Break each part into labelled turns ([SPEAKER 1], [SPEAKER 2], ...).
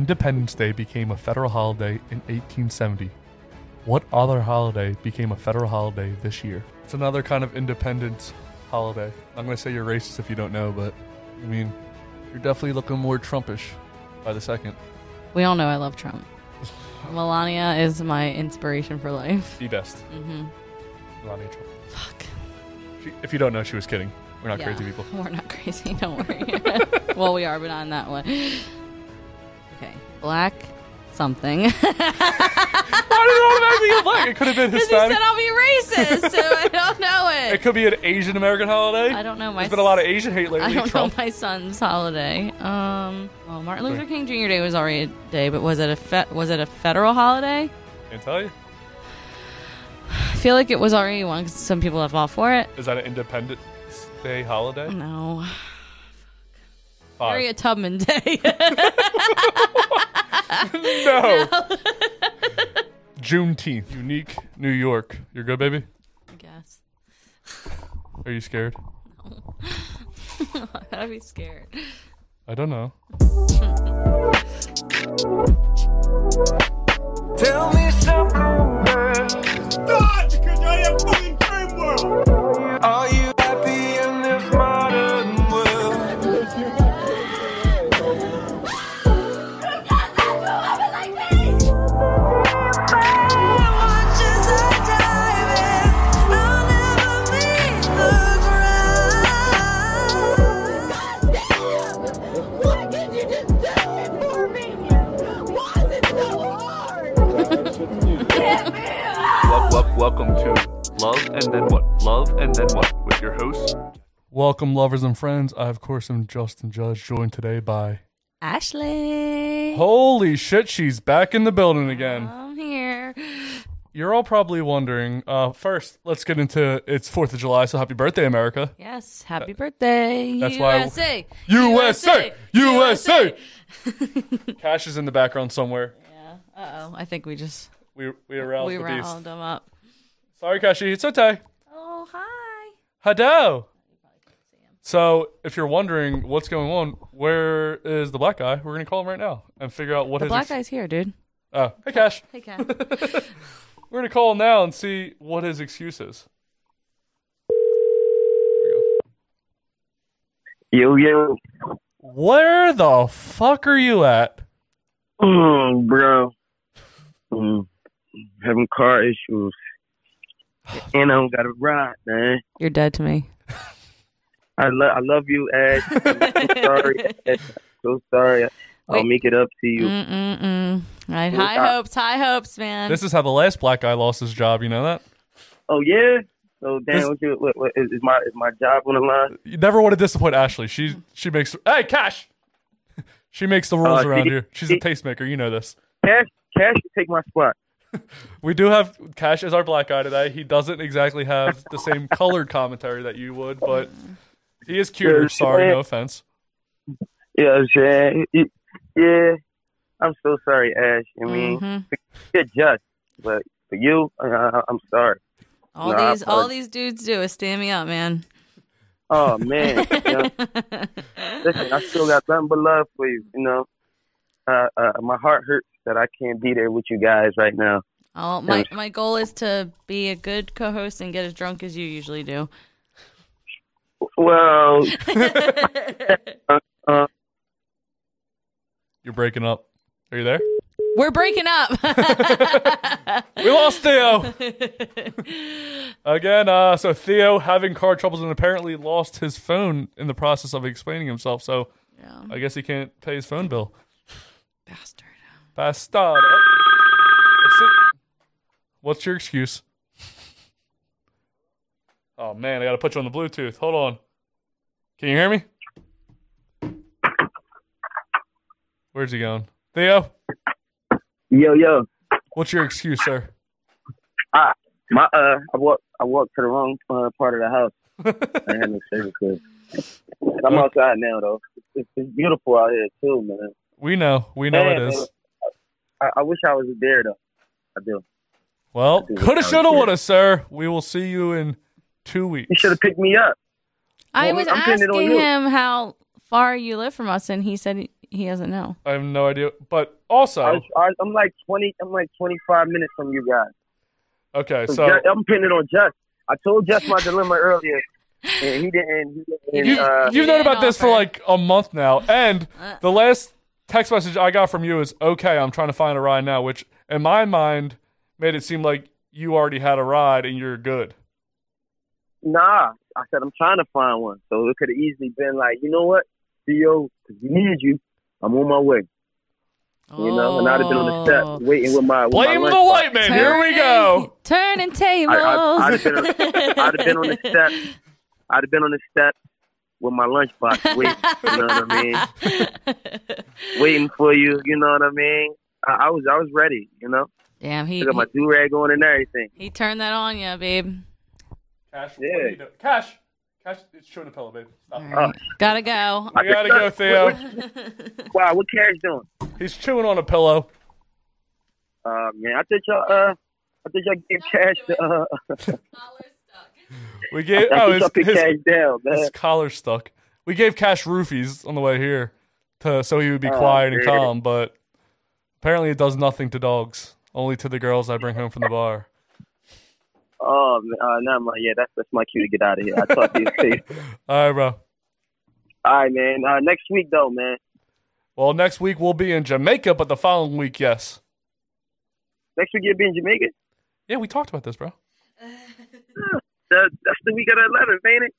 [SPEAKER 1] Independence Day became a federal holiday in 1870. What other holiday became a federal holiday this year? It's another kind of independence holiday. I'm going to say you're racist if you don't know, but I mean, you're definitely looking more Trumpish by the second.
[SPEAKER 2] We all know I love Trump. Melania is my inspiration for life.
[SPEAKER 1] The best.
[SPEAKER 2] hmm
[SPEAKER 1] Melania Trump.
[SPEAKER 2] Fuck.
[SPEAKER 1] She, if you don't know, she was kidding. We're not
[SPEAKER 2] Yeah.
[SPEAKER 1] crazy people.
[SPEAKER 2] We're not crazy. Don't worry. well, we are, but not in that one. Okay. Black something.
[SPEAKER 1] Why did it automatically go black? It could have been
[SPEAKER 2] Because you said
[SPEAKER 1] Hispanic.
[SPEAKER 2] I'll be racist, so I don't know
[SPEAKER 1] It
[SPEAKER 2] it.
[SPEAKER 1] could be an Asian American holiday.
[SPEAKER 2] I don't know my.
[SPEAKER 1] There's been a lot of Asian hate lately.
[SPEAKER 2] I don't
[SPEAKER 1] Trump.
[SPEAKER 2] know my son's holiday. Um, well, Martin Luther King Jr. Day was already a day, but was it a fe- was it a federal holiday?
[SPEAKER 1] Can't tell you.
[SPEAKER 2] I feel like it was already one 'cause some people have all for it.
[SPEAKER 1] Is that an Independence Day holiday?
[SPEAKER 2] No,
[SPEAKER 1] Five.
[SPEAKER 2] Harriet Tubman Day.
[SPEAKER 1] No. Juneteenth. Unique New York. You're good, baby?
[SPEAKER 2] I guess.
[SPEAKER 1] Are you scared?
[SPEAKER 2] I'd be scared.
[SPEAKER 1] I don't know.
[SPEAKER 3] Tell me something, girl.
[SPEAKER 4] God, because you're in a fucking dream world.
[SPEAKER 3] Are you happy in this modern world?
[SPEAKER 5] Why did you just do it for me? Why is it so hard? Get me out!
[SPEAKER 3] welcome to Love and Then What? Love and Then What? With your host.
[SPEAKER 1] Welcome, lovers and friends. I, of course, am Justin Judge, joined today by.
[SPEAKER 2] Ashley,
[SPEAKER 1] Holy shit, she's back in the building again.
[SPEAKER 2] I'm here.
[SPEAKER 1] You're all probably wondering. Uh, first, let's get into it's 4th of July, so happy birthday, America.
[SPEAKER 2] Yes, happy birthday,
[SPEAKER 1] Uh, That's why I-
[SPEAKER 2] USA,
[SPEAKER 1] USA! USA! Cash is in the background somewhere.
[SPEAKER 2] Uh oh, I think we just
[SPEAKER 1] We, we aroused
[SPEAKER 2] we
[SPEAKER 1] the
[SPEAKER 2] round
[SPEAKER 1] beast.
[SPEAKER 2] them up.
[SPEAKER 1] Sorry, Cashy. It's okay.
[SPEAKER 2] Oh hi.
[SPEAKER 1] Hello. So, if you're wondering what's going on, where is the black guy? We're gonna call him right now and figure out what
[SPEAKER 2] The
[SPEAKER 1] his
[SPEAKER 2] black
[SPEAKER 1] ex-
[SPEAKER 2] guy's here, dude.
[SPEAKER 1] Oh, hey Cash,
[SPEAKER 2] Hey, Kat.
[SPEAKER 1] we're gonna call him now and see what his excuse is. Here we
[SPEAKER 6] Yo, yo.
[SPEAKER 1] go. Where the fuck are you at?
[SPEAKER 6] Mm, bro. Mm, having car issues. And I don't got a ride, man.
[SPEAKER 2] You're dead to me.
[SPEAKER 6] I, lo- I love you, Ash. I'm so sorry. Ash. I'm so sorry. I'll
[SPEAKER 2] Wait. Mm.
[SPEAKER 6] make it up to you.
[SPEAKER 2] Mm-mm-mm. All right, high
[SPEAKER 6] Uh,
[SPEAKER 2] hopes, high hopes, man.
[SPEAKER 1] This is how the last black guy lost his job. You know that?
[SPEAKER 6] Oh, yeah? So, damn,
[SPEAKER 1] This-
[SPEAKER 6] what you, what, what, is, is, my, is my job on the line?
[SPEAKER 1] You never want to disappoint Ashley. She she makes. Hey Cash, she makes the rules
[SPEAKER 6] Uh,
[SPEAKER 1] around
[SPEAKER 6] she-
[SPEAKER 1] here. She's a tastemaker. You know this.
[SPEAKER 6] Cash, Cash, you take my spot.
[SPEAKER 1] We do have Cash as our black guy today. He doesn't exactly have the same colored commentary that you would, but he is cuter.
[SPEAKER 6] Yeah,
[SPEAKER 1] Sorry,
[SPEAKER 6] yeah.
[SPEAKER 1] no offense.
[SPEAKER 6] You know what I'm saying? You- Yeah. I'm so sorry, Ash. I mean,
[SPEAKER 2] Mhm.
[SPEAKER 6] you're just. But for you, I, I, I'm sorry.
[SPEAKER 2] All
[SPEAKER 6] Nah,
[SPEAKER 2] these,
[SPEAKER 6] I
[SPEAKER 2] all
[SPEAKER 6] apolog-
[SPEAKER 2] these dudes do is stand me up, man.
[SPEAKER 6] Oh, man. You know? Listen, I still got nothing but love for you. You know, uh, uh, my heart hurts that I can't be there with you guys right now.
[SPEAKER 2] Oh, my, my goal is to be a good co-host and get as drunk as you usually do.
[SPEAKER 6] Well,
[SPEAKER 1] You're breaking up. Are you there?
[SPEAKER 2] We're breaking up.
[SPEAKER 1] We lost Theo again. Uh, so Theo having car troubles and apparently lost his phone in the process of explaining himself. So
[SPEAKER 2] Yeah.
[SPEAKER 1] I guess he can't pay his phone bill.
[SPEAKER 2] Bastard.
[SPEAKER 1] Bastard. Let's see. What's your excuse? Oh man, I gotta put you on the Bluetooth. Hold on. Can you hear me? Where's he going? Theo,
[SPEAKER 6] yo, yo,
[SPEAKER 1] what's your excuse, sir?
[SPEAKER 6] my uh, I walked, I walked to the wrong uh, part of the house. I had no service. here. I'm outside now though. It's, it's beautiful out here too, man.
[SPEAKER 1] We know, we know
[SPEAKER 6] Man,
[SPEAKER 1] it is.
[SPEAKER 6] I, I wish I was there though. I do.
[SPEAKER 1] Well,
[SPEAKER 6] do
[SPEAKER 1] coulda,
[SPEAKER 6] sound
[SPEAKER 1] shoulda,
[SPEAKER 6] good.
[SPEAKER 1] woulda, sir. We will see you in two weeks.
[SPEAKER 6] You should have picked me up.
[SPEAKER 2] I
[SPEAKER 6] Well,
[SPEAKER 2] was
[SPEAKER 6] I'm pinning it on
[SPEAKER 2] asking
[SPEAKER 6] you.
[SPEAKER 2] him how far you live from us, and he said He doesn't know.
[SPEAKER 1] I have no idea. But also,
[SPEAKER 6] I was, I, I'm like twenty. I'm like twenty five minutes from you guys.
[SPEAKER 1] okay,
[SPEAKER 6] So,
[SPEAKER 1] so
[SPEAKER 6] Ju- I'm pinning on Just. I told Just my dilemma earlier, and he didn't. He didn't
[SPEAKER 1] you,
[SPEAKER 6] uh,
[SPEAKER 1] you've known
[SPEAKER 2] He
[SPEAKER 1] about this for
[SPEAKER 2] offered.
[SPEAKER 1] like a month now, and the last text message I got from you is, "Okay, I'm trying to find a ride now," which in my mind made it seem like you already had a ride and you're good.
[SPEAKER 6] nah. I said I'm trying to find one, so it could have easily been like, you know what, E Theo, because we needed you. I'm on my way, you know, and I'd have been on the
[SPEAKER 2] Oh.
[SPEAKER 6] step waiting with my. With
[SPEAKER 1] Blame
[SPEAKER 6] my
[SPEAKER 1] the
[SPEAKER 6] lunch.
[SPEAKER 1] white man. Here we go.
[SPEAKER 2] Turning tables.
[SPEAKER 6] I- I- I'd have been on- I'd have been on the step. I'd have been on the step with my lunchbox waiting. you know what I mean? Waiting for you. You know what I mean? I, I was I was ready. You know,
[SPEAKER 2] Damn,
[SPEAKER 6] I
[SPEAKER 2] he,
[SPEAKER 6] got my
[SPEAKER 1] Mm-hmm.
[SPEAKER 6] do rag on and everything.
[SPEAKER 2] he he turned that on you, babe.
[SPEAKER 1] Cash,
[SPEAKER 6] Yeah.
[SPEAKER 1] what are you doing? Cash, cash. It's showing a pillow, babe.
[SPEAKER 6] Ah.
[SPEAKER 1] Stop.
[SPEAKER 2] All right. Gotta go.
[SPEAKER 1] We gotta go, Theo.
[SPEAKER 6] uh, Wow, what Cash doing?
[SPEAKER 1] He's chewing on a pillow.
[SPEAKER 6] Uh, man, I thought y'all. Uh, I thought y'all gave Cash. the, Uh,
[SPEAKER 1] We gave
[SPEAKER 6] I
[SPEAKER 1] oh
[SPEAKER 6] thought
[SPEAKER 1] his,
[SPEAKER 6] y'all put
[SPEAKER 1] his,
[SPEAKER 6] Cash down, man.
[SPEAKER 1] his collar stuck. We gave Cash roofies on the way here, to so he would be
[SPEAKER 6] Oh,
[SPEAKER 1] quiet and
[SPEAKER 6] dude.
[SPEAKER 1] calm. But apparently, it does nothing to dogs. Only to the girls I bring home from the bar.
[SPEAKER 6] Oh, man, uh, not my. Yeah, that's that's my cue to get out of here. I thought these things.
[SPEAKER 1] All right, bro.
[SPEAKER 6] All right, man. Uh, next week though, man.
[SPEAKER 1] Well, next week we'll be in Jamaica, but the following week, yes.
[SPEAKER 6] Next week you'll be in Jamaica.
[SPEAKER 1] Yeah, we talked about this, bro.
[SPEAKER 6] That, that's the week of the 11th, ain't it?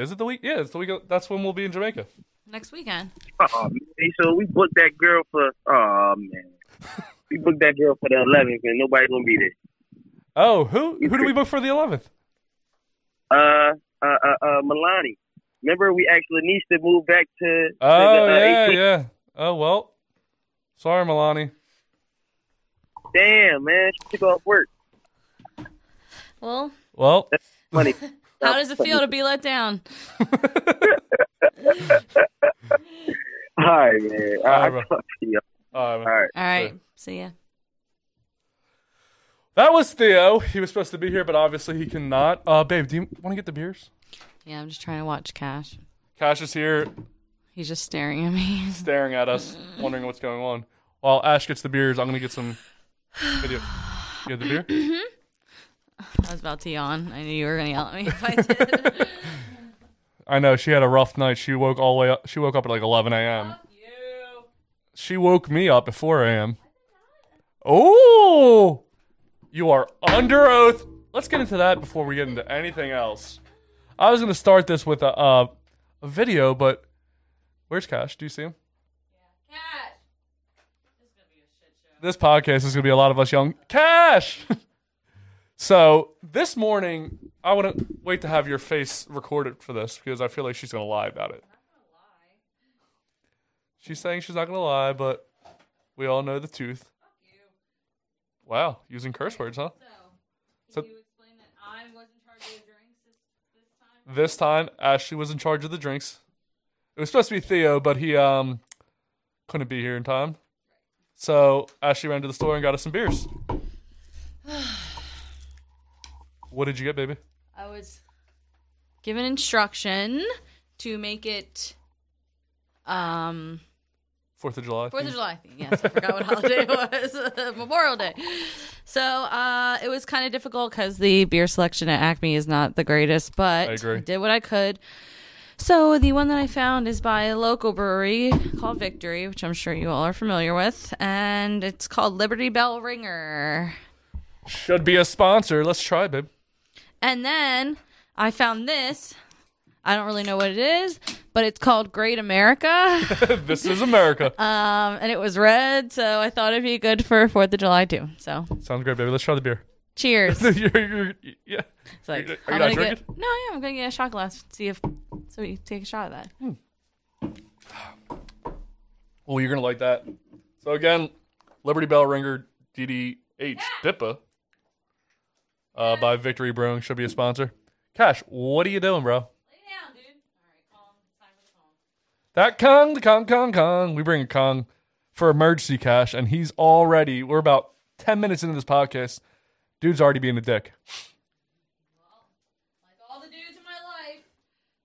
[SPEAKER 1] Is it the week? Yeah, it's the week. Of, that's when we'll be in Jamaica.
[SPEAKER 2] Next weekend.
[SPEAKER 6] Oh man, so we booked that girl for. Oh man, we booked that girl for the 11th, and nobody gonna be there.
[SPEAKER 1] Oh, who who do we book for the eleventh?
[SPEAKER 6] Uh, uh, uh, uh Milani. Remember, we asked Lanice to move back to. to
[SPEAKER 1] Oh
[SPEAKER 6] the, uh,
[SPEAKER 1] yeah,
[SPEAKER 6] 18th?
[SPEAKER 1] yeah. Oh well. Sorry, Milani.
[SPEAKER 6] Damn, man, she took off work.
[SPEAKER 2] Well,
[SPEAKER 1] Well,
[SPEAKER 6] Money.
[SPEAKER 2] how does it feel to be let down?
[SPEAKER 6] All right, man.
[SPEAKER 1] right,
[SPEAKER 6] All right,
[SPEAKER 1] bro.
[SPEAKER 6] I'll talk to you.
[SPEAKER 1] all right.
[SPEAKER 6] All right.
[SPEAKER 2] All right. See ya.
[SPEAKER 1] That was Theo. He was supposed to be here, but obviously he cannot. Uh, babe, do you want to get the beers?
[SPEAKER 2] Yeah, I'm just trying to watch Cash.
[SPEAKER 1] Cash is here,
[SPEAKER 2] He's just staring at me.
[SPEAKER 1] staring at us, wondering what's going on. While Ash gets the beers, I'm gonna get some video. You have the beer?
[SPEAKER 2] I was about to yawn. I knew you were gonna yell at me if I did.
[SPEAKER 1] I know she had a rough night. She woke all the way up. She woke up at like 11 a.m. She woke me up at 4 a.m. Oh, you are under oath. Let's get into that before we get into anything else. I was going to start this with a, uh, a video, but where's Cash? Do you see him? This podcast is going to be a lot of us young. Cash! So this morning, I wouldn't wait to have your face recorded for this because I feel like she's gonna lie about it. She's saying she's not gonna lie, but we all know the truth. Wow, using curse words, huh? So- you
[SPEAKER 2] explain that I was in charge of the drinks this, time?
[SPEAKER 1] This time, Ashley was in charge of the drinks. It was supposed to be Theo, but he um couldn't be here in time. So Ashley ran to the store and got us some beers. What did you get, baby?
[SPEAKER 2] I was given instruction to make it um
[SPEAKER 1] Fourth of July.
[SPEAKER 2] Fourth of
[SPEAKER 1] theme?
[SPEAKER 2] July theme. Yes, I forgot what holiday it was. Memorial Day. So uh, it was kind of difficult because the beer selection at Acme is not the greatest, but
[SPEAKER 1] I agree.
[SPEAKER 2] did what I could. So the one that I found is by a local brewery called Victory, which I'm sure you all are familiar with, and it's called Liberty Bell Ringer.
[SPEAKER 1] Should be a sponsor. Let's try, babe.
[SPEAKER 2] And then I found this. I don't really know what it is, but it's called Great America.
[SPEAKER 1] this is America.
[SPEAKER 2] Um, and it was red, so I thought it'd be good for Fourth of July too. So
[SPEAKER 1] Sounds great, baby. Let's try the beer.
[SPEAKER 2] cheers.
[SPEAKER 1] you're, you're, yeah.
[SPEAKER 2] It's like,
[SPEAKER 1] Are you not
[SPEAKER 2] I'm gonna
[SPEAKER 1] drinking?
[SPEAKER 2] get no, yeah, I'm gonna get a shot glass. See if so you take a shot of that.
[SPEAKER 1] Oh, you're gonna like that. So again, Liberty Bell Ringer DDH Dippa uh, by Victory Brewing should be a sponsor. Cash, what are you doing, bro? That Kong, the Kong, Kong, Kong. We bring a Kong for emergency cash, and he's already. We're about ten minutes into this podcast. Dude's already being a dick.
[SPEAKER 2] All the dudes in my life,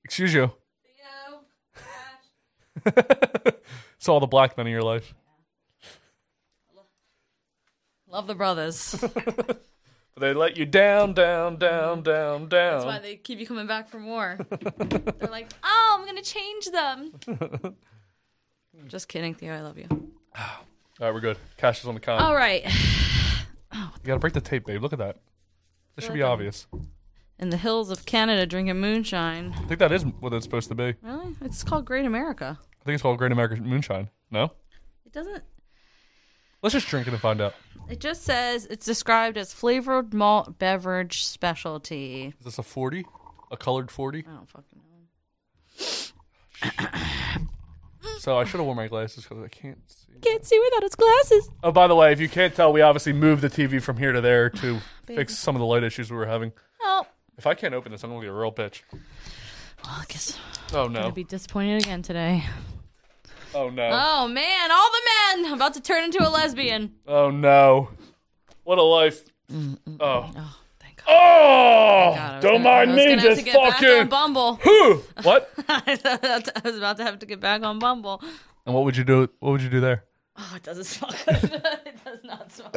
[SPEAKER 1] Excuse you.
[SPEAKER 2] Theo, Ash,
[SPEAKER 1] Saw all the black men in your life.
[SPEAKER 2] Love the brothers.
[SPEAKER 1] But they let you down, down, down, down, down.
[SPEAKER 2] That's why they keep you coming back for more. They're like, oh, I'm gonna change them. Just kidding, Theo. I love you.
[SPEAKER 1] all right, we're good. Cash is on the con.
[SPEAKER 2] All right.
[SPEAKER 1] You gotta break the tape, babe. Look at that. This should be obvious.
[SPEAKER 2] In the hills of Canada, drinking moonshine.
[SPEAKER 1] I think that is what it's supposed to be. I
[SPEAKER 2] Really? It's called Great America.
[SPEAKER 1] think it's called Great American Moonshine. No?
[SPEAKER 2] It doesn't.
[SPEAKER 1] Let's just drink it and find out.
[SPEAKER 2] It just says it's described as flavored malt beverage specialty.
[SPEAKER 1] Is this a 40? A colored 40?
[SPEAKER 2] I don't fucking know.
[SPEAKER 1] So I should have worn my glasses because I can't see.
[SPEAKER 2] Can't see without its glasses.
[SPEAKER 1] Oh, by the way, if you can't tell, we obviously moved the TV from here to there to fix some of the light issues we were having.
[SPEAKER 2] Oh,
[SPEAKER 1] If I can't open this, I'm gonna get a real bitch.
[SPEAKER 2] well, I guess
[SPEAKER 1] Oh
[SPEAKER 2] I'll
[SPEAKER 1] no!
[SPEAKER 2] be disappointed again today.
[SPEAKER 1] Oh no!
[SPEAKER 2] Oh man, all the men! I'm about to turn into a lesbian.
[SPEAKER 1] Oh no! What a life! Oh.
[SPEAKER 2] Oh, thank God. God, I
[SPEAKER 1] Oh!
[SPEAKER 2] was
[SPEAKER 1] Don't
[SPEAKER 2] gonna- I
[SPEAKER 1] mind
[SPEAKER 2] was
[SPEAKER 1] me,
[SPEAKER 2] gonna have
[SPEAKER 1] just
[SPEAKER 2] to get Back on
[SPEAKER 1] fucking.
[SPEAKER 2] Bumble.
[SPEAKER 1] Whew! What?
[SPEAKER 2] I was about to have to get back on Bumble.
[SPEAKER 1] And what would you do? What would you do there?
[SPEAKER 2] Oh, it doesn't smell good. it does not smell.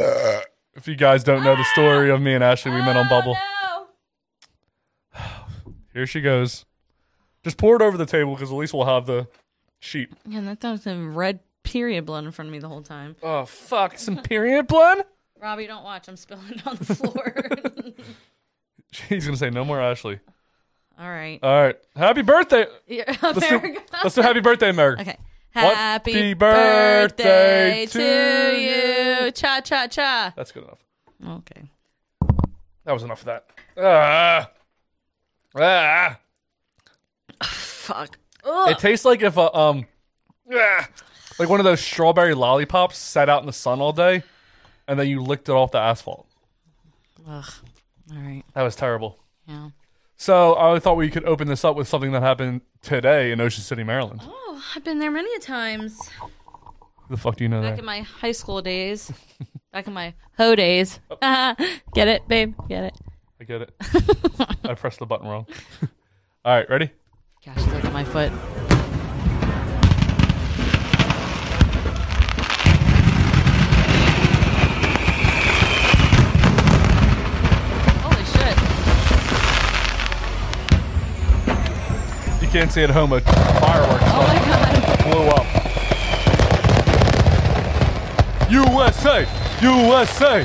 [SPEAKER 1] If you guys don't know the story of me and Ashley, we met on Bubble.
[SPEAKER 2] Oh,
[SPEAKER 1] Here she goes. Just pour it over the table because at least we'll have the sheet.
[SPEAKER 2] no. Yeah, that dog's in red period blood in front of me the whole time.
[SPEAKER 1] Oh fuck! Some period blood.
[SPEAKER 2] Robbie, don't watch. I'm spilling on the floor.
[SPEAKER 1] She's gonna say no more, Ashley.
[SPEAKER 2] all right.
[SPEAKER 1] All right. Happy birthday.
[SPEAKER 2] Yeah,
[SPEAKER 1] Let's
[SPEAKER 2] there
[SPEAKER 1] do,
[SPEAKER 2] we go.
[SPEAKER 1] let's do happy birthday, America.
[SPEAKER 2] Okay.
[SPEAKER 1] What?
[SPEAKER 2] Happy
[SPEAKER 1] Happy birthday
[SPEAKER 2] birthday, to
[SPEAKER 1] to
[SPEAKER 2] you. Cha cha cha.
[SPEAKER 1] That's good enough.
[SPEAKER 2] Okay.
[SPEAKER 1] That was enough of that. Ah. Ah.
[SPEAKER 2] Fuck.
[SPEAKER 1] It tastes like if a um ah, like one of those strawberry lollipops sat out in the sun all day and then you licked it off the asphalt.
[SPEAKER 2] Ugh. All right.
[SPEAKER 1] That was terrible.
[SPEAKER 2] Yeah.
[SPEAKER 1] So I thought we could open this up with something that happened today in Ocean City, Maryland. Who
[SPEAKER 2] Oh, I've been there many a times.
[SPEAKER 1] the fuck do you know
[SPEAKER 2] Back
[SPEAKER 1] that?
[SPEAKER 2] in my high school days. Back in my hoe days. Get it, babe? Get it.
[SPEAKER 1] I get it. I pressed the button wrong. all right, ready?
[SPEAKER 2] Gosh, look at my foot. Holy shit.
[SPEAKER 1] You can't see at home a fireworks
[SPEAKER 2] Oh my god.
[SPEAKER 1] blew up. USA! USA!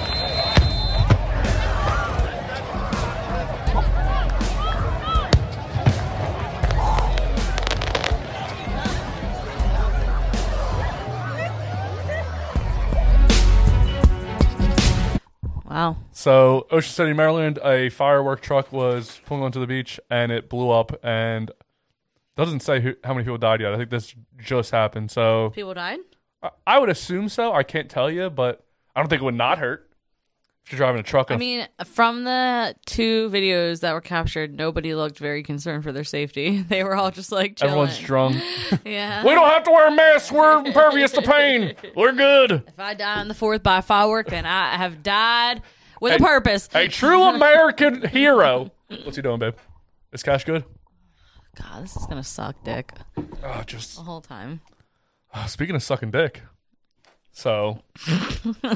[SPEAKER 2] Wow.
[SPEAKER 1] So, Ocean City, Maryland, a firework truck was pulling onto the beach and it blew up. And doesn't say who, how many people died yet. I think this just happened. So,
[SPEAKER 2] People died?
[SPEAKER 1] I- I would assume so. I can't tell you, but I don't think it would not hurt if you're driving a truck.
[SPEAKER 2] I mean, from the two videos that were captured, nobody looked very concerned for their safety. They were all just like chilling.
[SPEAKER 1] everyone's drunk.
[SPEAKER 2] Yeah.
[SPEAKER 1] we don't have to wear masks. We're impervious to pain. We're good.
[SPEAKER 2] If I die on the fourth by firework, then I have died with a
[SPEAKER 1] Hey.
[SPEAKER 2] purpose.
[SPEAKER 1] A true American hero. What's he doing, babe? Is cash good?
[SPEAKER 2] God, this is gonna suck dick
[SPEAKER 1] Oh, just
[SPEAKER 2] the whole time.
[SPEAKER 1] oh, speaking of sucking dick. So,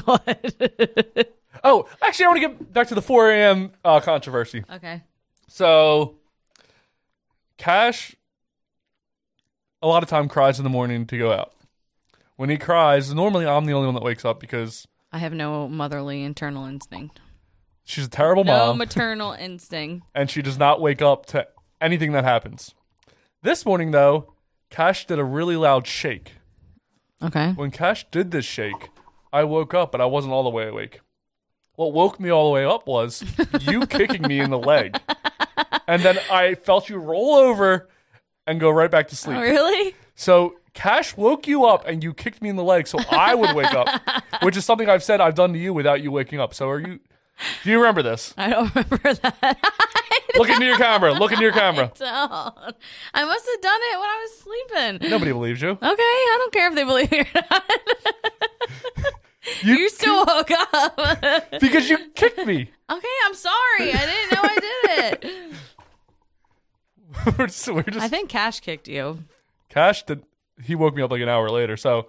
[SPEAKER 2] what?
[SPEAKER 1] oh, actually, I want to get back to the 4 a.m. Uh, controversy.
[SPEAKER 2] okay.
[SPEAKER 1] So, Cash, a lot of time cries in the morning to go out. When he cries, normally I'm the only one that wakes up because
[SPEAKER 2] I have no motherly internal instinct.
[SPEAKER 1] she's a terrible
[SPEAKER 2] No
[SPEAKER 1] mom
[SPEAKER 2] maternal instinct.
[SPEAKER 1] and she does not wake up to anything that happens. This morning, though, Cash did a really loud shake.
[SPEAKER 2] Okay.
[SPEAKER 1] When Cash did this shake, I woke up, but I wasn't all the way awake. What woke me all the way up was you kicking me in the leg. And then I felt you roll over and go right back to
[SPEAKER 2] Oh,
[SPEAKER 1] sleep.
[SPEAKER 2] Really?
[SPEAKER 1] So Cash woke you up and you kicked me in the leg so I would wake up, which is something I've said I've done to you without you waking up. So are you do you remember this?
[SPEAKER 2] I don't remember that.
[SPEAKER 1] Look into your camera. Look into your camera.
[SPEAKER 2] Don't. I must have done it when I was sleeping.
[SPEAKER 1] Nobody believes you.
[SPEAKER 2] Okay, I don't care if they believe you or not.
[SPEAKER 1] You,
[SPEAKER 2] You still woke up. okay,
[SPEAKER 1] because you kicked me.
[SPEAKER 2] I'm sorry. I didn't know I did it.
[SPEAKER 1] we're just, we're just
[SPEAKER 2] I think Cash kicked you.
[SPEAKER 1] Cash did he woke me up like an hour later. So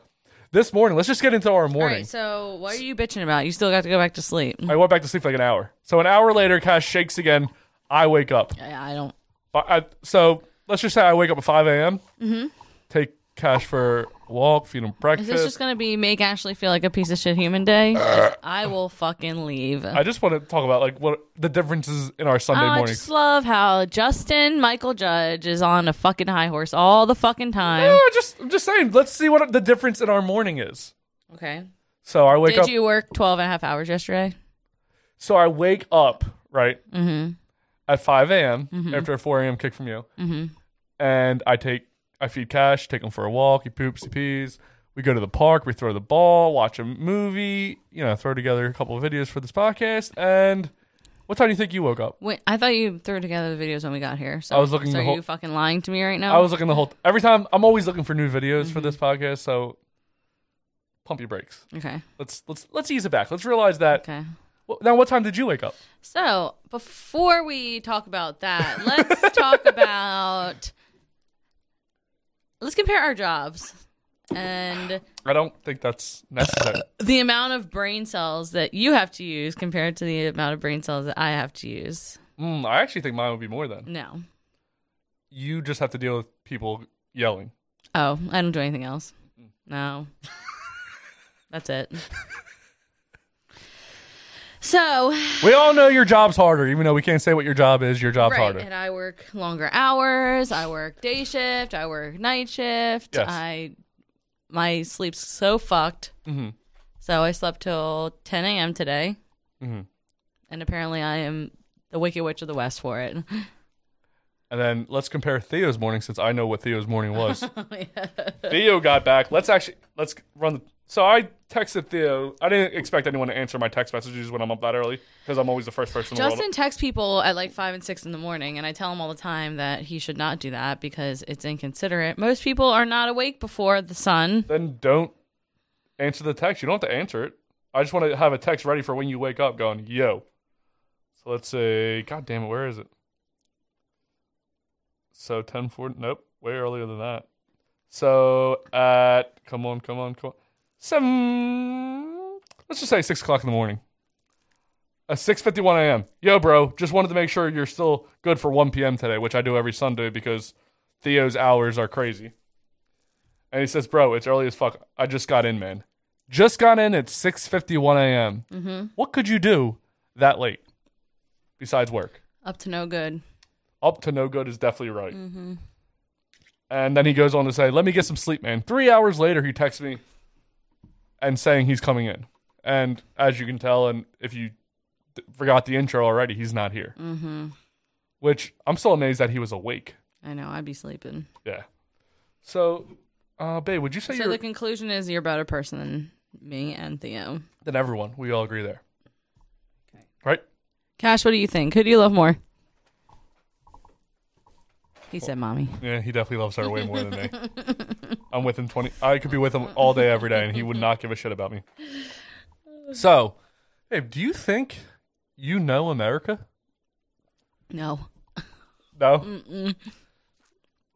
[SPEAKER 1] this morning, let's just get into our
[SPEAKER 2] All
[SPEAKER 1] morning.
[SPEAKER 2] right. So what are you bitching about? You still got to go back to sleep.
[SPEAKER 1] I went back to sleep for like an hour. So an hour later, Cash shakes again. I wake up.
[SPEAKER 2] I, I don't.
[SPEAKER 1] But I, so let's just say I wake up at 5 a.m. Mm-hmm. Take Cash for a walk, feed him
[SPEAKER 2] Is
[SPEAKER 1] breakfast.
[SPEAKER 2] this just gonna be make Ashley feel like a piece of shit human day? Just, I will fucking leave.
[SPEAKER 1] Uh, I just want to talk about like what the differences in our Sunday
[SPEAKER 2] Oh, I
[SPEAKER 1] mornings.
[SPEAKER 2] just love how Justin Michael Judge is on a fucking high horse all the fucking time.
[SPEAKER 1] No, I just I'm just saying. Let's see what the difference in our morning is.
[SPEAKER 2] Okay.
[SPEAKER 1] So I wake
[SPEAKER 2] Did
[SPEAKER 1] up.
[SPEAKER 2] you work 12 and a half hours yesterday?
[SPEAKER 1] So I wake up right at 5 a.m. after a 4 a.m. kick from you, and I take I feed Cash, take him for a walk. He poops, he pees. We go to the park. We throw the ball, watch a movie. You know, throw together a couple of videos for this podcast. And what time do you think you woke up?
[SPEAKER 2] Wait, I thought you threw together the videos when we got here. So
[SPEAKER 1] I was looking
[SPEAKER 2] So
[SPEAKER 1] the
[SPEAKER 2] are
[SPEAKER 1] whole-
[SPEAKER 2] you fucking lying to me right now?
[SPEAKER 1] I was looking the whole every time. I'm always looking for new videos for this podcast. So pump your brakes.
[SPEAKER 2] okay.
[SPEAKER 1] Let's let's let's ease it back. Let's realize that.
[SPEAKER 2] Okay.
[SPEAKER 1] Well, now, what time did you wake up?
[SPEAKER 2] So before we talk about that, let's talk about let's compare our jobs and
[SPEAKER 1] I don't think that's necessary.
[SPEAKER 2] the amount of brain cells that you have to use compared to the amount of brain cells that I have to use.
[SPEAKER 1] mm, I actually think mine would be more than.
[SPEAKER 2] No.
[SPEAKER 1] You just have to deal with people yelling.
[SPEAKER 2] Oh, I don't do anything else. No. That's it. So,
[SPEAKER 1] We all know your job's harder, even though we can't say what your job is. Your job's
[SPEAKER 2] right,
[SPEAKER 1] harder.
[SPEAKER 2] and I work longer hours. I work day shift. I work night shift.
[SPEAKER 1] Yes.
[SPEAKER 2] I my sleep's so fucked.
[SPEAKER 1] Mhm.
[SPEAKER 2] So I slept till 10 a.m. today,
[SPEAKER 1] Mhm.
[SPEAKER 2] and apparently I am the Wicked Witch of the West for it.
[SPEAKER 1] And then let's compare Theo's morning, since I know what Theo's morning was.
[SPEAKER 2] Oh, Yeah.
[SPEAKER 1] Theo got back. Let's actually let's run. The, so I texted Theo. I didn't expect anyone to answer my text messages when I'm up that early because I'm always the first person. in the world
[SPEAKER 2] Justin texts people at like five and six in the morning, and I tell him all the time that he should not do that because it's inconsiderate. Most people are not awake before the sun.
[SPEAKER 1] then don't answer the text. You don't have to answer it. I just want to have a text ready for when you wake up going, yo. So let's say, God damn it, where is it? So 10 nope, way earlier than that. So at, come on, come on, come on. Seven, let's just say 6 o'clock in the morning. At 6.51 a.m. Yo, bro, just wanted to make sure you're still good for 1 p.m. today, which I do every Sunday because Theo's hours are crazy. And he says, "Bro, it's early as fuck. I just got in, man. Just got in at 6:51 a.m.
[SPEAKER 2] Mm-hmm.
[SPEAKER 1] What could you do that late besides work?
[SPEAKER 2] Up to no good.
[SPEAKER 1] Up to no good is definitely right."
[SPEAKER 2] Mm-hmm.
[SPEAKER 1] And then he goes on to say, "Let me get some sleep, man." Three hours later, he texts me and saying he's coming in. And as you can tell, and if you d- forgot the intro already, he's not here. Mm-hmm. Which I'm still amazed that he was awake.
[SPEAKER 2] I know. I'd be sleeping.
[SPEAKER 1] Yeah. So, uh, babe, would you say
[SPEAKER 2] So
[SPEAKER 1] you're
[SPEAKER 2] the conclusion is you're a better person than me and Theo.
[SPEAKER 1] than everyone. We all agree there. Right?
[SPEAKER 2] Cash, what do you think? Who do you love more? He said, "Mommy."
[SPEAKER 1] Yeah, he definitely loves her way more than me. I'm with him 20. I could be with him all day, every day, and he would not give a shit about me. So, babe, do you think you know America?
[SPEAKER 2] No.
[SPEAKER 1] No? We're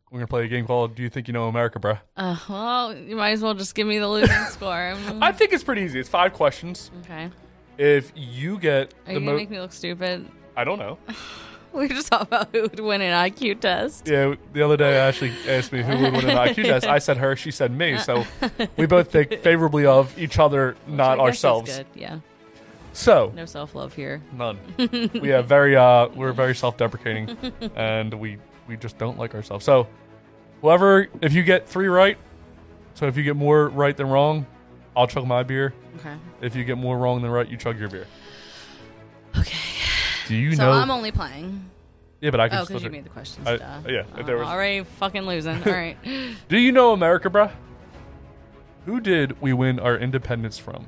[SPEAKER 1] going to play a game called Do You Think You Know America, bruh?
[SPEAKER 2] Uh, well, you might as well just give me the losing score. Mm,
[SPEAKER 1] I think it's pretty easy. It's five questions.
[SPEAKER 2] Okay.
[SPEAKER 1] If you get
[SPEAKER 2] Mm-hmm. Are
[SPEAKER 1] the
[SPEAKER 2] you gonna
[SPEAKER 1] most.
[SPEAKER 2] make me look stupid?
[SPEAKER 1] I don't know.
[SPEAKER 2] We were just talking about who would win an IQ test.
[SPEAKER 1] Yeah, the other day Ashley asked me who would win an IQ test. I said her, she said me. So we both think favorably of each other,
[SPEAKER 2] I
[SPEAKER 1] not
[SPEAKER 2] guess that's
[SPEAKER 1] ourselves.
[SPEAKER 2] good. Yeah.
[SPEAKER 1] So
[SPEAKER 2] No self love here.
[SPEAKER 1] none. we have very uh, we're very self-deprecating, and we we just don't like ourselves. So whoever, if you get three right, so if you get more right than wrong, I'll chug my beer.
[SPEAKER 2] Okay.
[SPEAKER 1] If you get more wrong than right, you chug your beer.
[SPEAKER 2] Okay.
[SPEAKER 1] Do you
[SPEAKER 2] So
[SPEAKER 1] know?
[SPEAKER 2] I'm only playing.
[SPEAKER 1] yeah, but I can.
[SPEAKER 2] Oh,
[SPEAKER 1] still
[SPEAKER 2] because you
[SPEAKER 1] do-
[SPEAKER 2] made the questions.
[SPEAKER 1] I-
[SPEAKER 2] duh.
[SPEAKER 1] yeah, if there
[SPEAKER 2] I'm
[SPEAKER 1] was-
[SPEAKER 2] already fucking losing. All right.
[SPEAKER 1] Do you know America, bruh? Who did we win our independence from?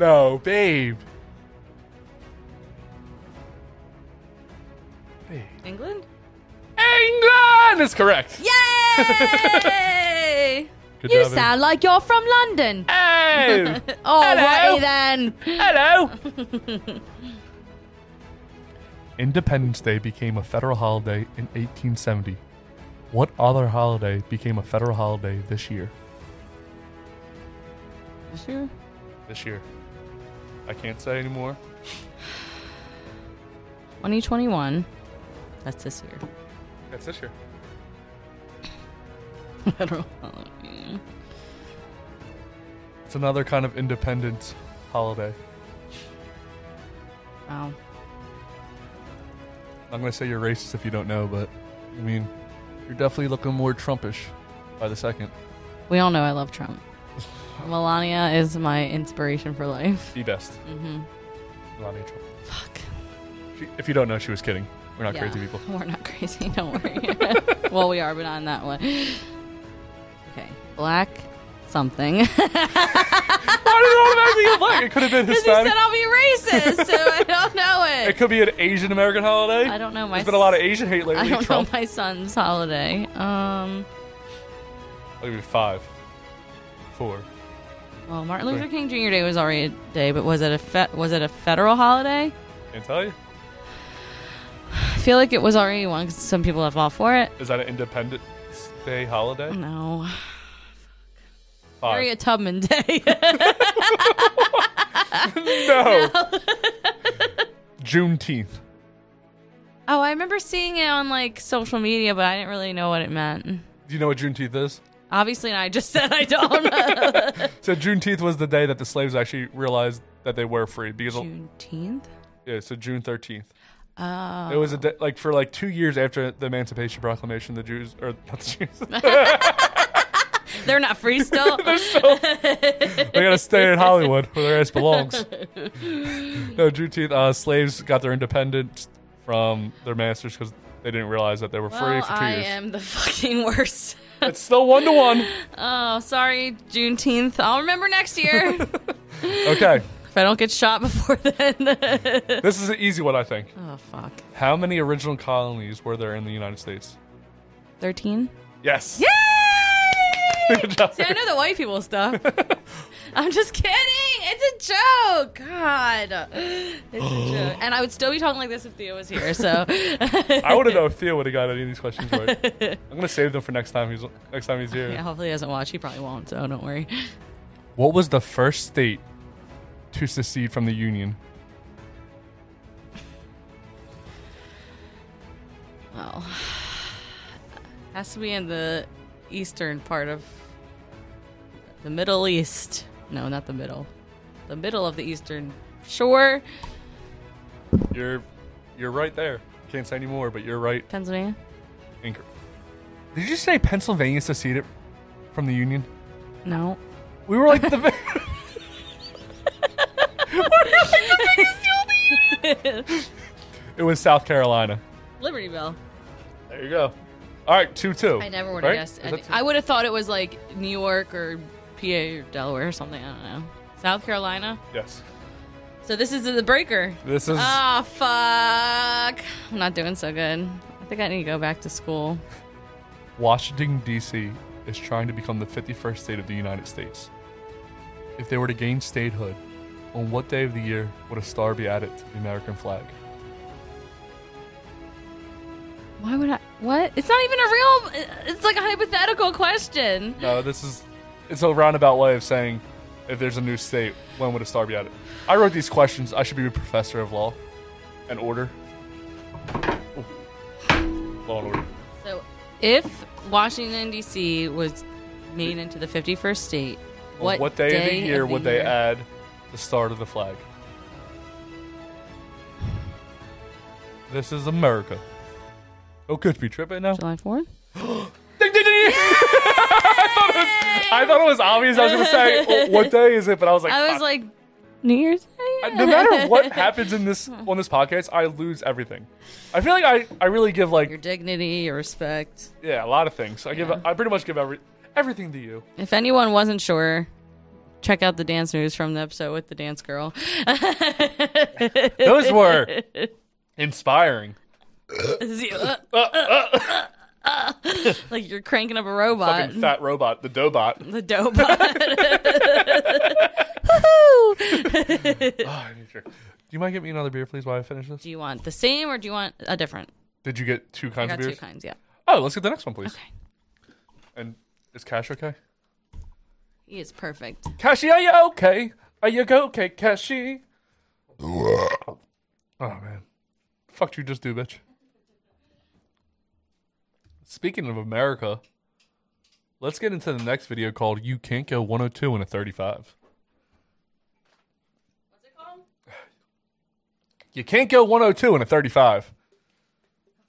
[SPEAKER 1] no, babe. Babe.
[SPEAKER 2] England.
[SPEAKER 1] England is correct.
[SPEAKER 2] Yay!
[SPEAKER 1] Good
[SPEAKER 2] you
[SPEAKER 1] job, Amy.
[SPEAKER 2] sound like you're from London.
[SPEAKER 1] Hey!
[SPEAKER 2] Oh,
[SPEAKER 1] Hello.
[SPEAKER 2] righty then.
[SPEAKER 1] Hello. Independence Day became a federal holiday in 1870. What other holiday became a federal holiday this year?
[SPEAKER 2] This year?
[SPEAKER 1] This year. I can't say anymore.
[SPEAKER 2] 2021. That's this year.
[SPEAKER 1] That's this year.
[SPEAKER 2] I don't know.
[SPEAKER 1] It's another kind of independent holiday.
[SPEAKER 2] Wow.
[SPEAKER 1] I'm going to say you're racist if you don't know, but I mean, you're definitely looking more Trumpish by the second.
[SPEAKER 2] We all know I love Trump. Melania is my inspiration for life.
[SPEAKER 1] The best.
[SPEAKER 2] Mm-hmm.
[SPEAKER 1] Melania Trump.
[SPEAKER 2] Fuck.
[SPEAKER 1] She, if you don't know, she was kidding. We're not crazy people.
[SPEAKER 2] We're not crazy. Don't worry. well, we are, but not in that one. Okay, black something.
[SPEAKER 1] I don't know black. It could have been
[SPEAKER 2] Because he said
[SPEAKER 1] Hispanic.
[SPEAKER 2] I'll be racist, so I don't know
[SPEAKER 1] It
[SPEAKER 2] it.
[SPEAKER 1] could be an Asian American holiday.
[SPEAKER 2] I don't know my.
[SPEAKER 1] There's been a lot of Asian hate lately.
[SPEAKER 2] I don't
[SPEAKER 1] Trump.
[SPEAKER 2] know my son's holiday. Um.
[SPEAKER 1] I'll give you five, four.
[SPEAKER 2] Well, Martin Luther King Jr. Day was already a day, but was it a fe- was it a federal holiday?
[SPEAKER 1] Can't tell you.
[SPEAKER 2] I feel like it was already one 'cause some people have fought for it.
[SPEAKER 1] Is that an Independence Day holiday?
[SPEAKER 2] No,
[SPEAKER 1] Five.
[SPEAKER 2] Harriet Tubman Day.
[SPEAKER 1] No. Juneteenth.
[SPEAKER 2] oh, I remember seeing it on like social media, but I didn't really know what it meant.
[SPEAKER 1] Do you know what Juneteenth is?
[SPEAKER 2] Obviously, I just said I don't.
[SPEAKER 1] So Juneteenth was the day that the slaves actually realized that they were free because
[SPEAKER 2] Juneteenth.
[SPEAKER 1] yeah, so June thirteenth.
[SPEAKER 2] Oh,
[SPEAKER 1] It was a day, like for like two years after the Emancipation Proclamation, the Jews or not the Jews,
[SPEAKER 2] they're not free still.
[SPEAKER 1] they gotta stay in Hollywood where their ass belongs. no, Juneteenth. Uh, slaves got their independence from their masters because they didn't realize that they were free
[SPEAKER 2] well,
[SPEAKER 1] for two
[SPEAKER 2] I
[SPEAKER 1] years.
[SPEAKER 2] am the fucking worst.
[SPEAKER 1] It's still one to one.
[SPEAKER 2] Oh, sorry, Juneteenth. I'll remember next year if
[SPEAKER 1] Okay,
[SPEAKER 2] I don't get shot before then.
[SPEAKER 1] this is an easy one, I think.
[SPEAKER 2] oh fuck.
[SPEAKER 1] How many original colonies were there in the United States?
[SPEAKER 2] Thirteen.
[SPEAKER 1] Yes.
[SPEAKER 2] Yay!
[SPEAKER 1] Good job.
[SPEAKER 2] See, I know the white people stuff. I'm just kidding. It's a joke. God, it's a joke. And I would still be talking like this if Theo was here. So
[SPEAKER 1] I want to know if Theo would have got any of these questions right. I'm gonna save them for next time he's next time he's here.
[SPEAKER 2] Yeah, hopefully he doesn't watch. He probably won't, so don't worry.
[SPEAKER 1] What was the first state to secede from the Union?
[SPEAKER 2] Well, has to be in the eastern part of the Middle East. No, not the middle. The middle of the eastern shore.
[SPEAKER 1] You're you're right there. Can't say any more, but you're right.
[SPEAKER 2] Pennsylvania?
[SPEAKER 1] Incorrect. Did you say Pennsylvania seceded from the Union?
[SPEAKER 2] No.
[SPEAKER 1] We were like the. it was South Carolina.
[SPEAKER 2] Libertyville.
[SPEAKER 1] There you go. All right, two two.
[SPEAKER 2] I never would have guessed. any- I would have thought it was like New York or PA or Delaware or something. I don't know. South Carolina.
[SPEAKER 1] yes.
[SPEAKER 2] So this is the breaker.
[SPEAKER 1] This is
[SPEAKER 2] Ah, fuck. I'm not doing so good. I think I need to go back to school.
[SPEAKER 1] Washington D.C. is trying to become the 51st state of the United States. If they were to gain statehood, on what day of the year would a star be added to the American flag?
[SPEAKER 2] Why would I? What? It's not even a real. It's like a hypothetical question.
[SPEAKER 1] No, this is it's a roundabout way of saying if there's a new state, when would a star be added? I wrote these questions. I should be a professor of law and order. Law and order.
[SPEAKER 2] So, if Washington D.C. was made into the 51st state,
[SPEAKER 1] On
[SPEAKER 2] what,
[SPEAKER 1] day, of the year would they
[SPEAKER 2] year-
[SPEAKER 1] add the star to the flag? This is America. Oh, could be tripping now.
[SPEAKER 2] July 4th.
[SPEAKER 1] Ding, ding, ding. I thought it was obvious. I was going to say, "Oh, what day is it? But I was like,
[SPEAKER 2] I was
[SPEAKER 1] "Fuck."
[SPEAKER 2] like, New Year's Day.
[SPEAKER 1] no matter what happens in this on this podcast, I lose everything. I feel like I, I really give
[SPEAKER 2] your
[SPEAKER 1] like
[SPEAKER 2] dignity, your respect.
[SPEAKER 1] yeah a lot of things. I give I pretty much give every everything to you.
[SPEAKER 2] If anyone wasn't sure, check out the dance moves from the episode with the dance girl.
[SPEAKER 1] Those were inspiring.
[SPEAKER 2] like you're cranking up a robot.
[SPEAKER 1] Fucking fat robot, the Dobot.
[SPEAKER 2] The dope. Woohoo!
[SPEAKER 1] Oh, I need a drink. Do you mind getting me another beer, please, while I finish this?
[SPEAKER 2] do you want the same or do you want a different?
[SPEAKER 1] Did you get two
[SPEAKER 2] I
[SPEAKER 1] kinds of
[SPEAKER 2] got two
[SPEAKER 1] beers?
[SPEAKER 2] kinds, yeah.
[SPEAKER 1] Oh, let's get the next one, please.
[SPEAKER 2] Okay.
[SPEAKER 1] And is Cash okay?
[SPEAKER 2] He is perfect.
[SPEAKER 1] Cashy, are you okay? Are you go okay, Cashy? oh man, fuck you just do, bitch. Speaking of America, let's get into the next video called "You Can't Go 102 in a 35." You can't go 102 in a 35.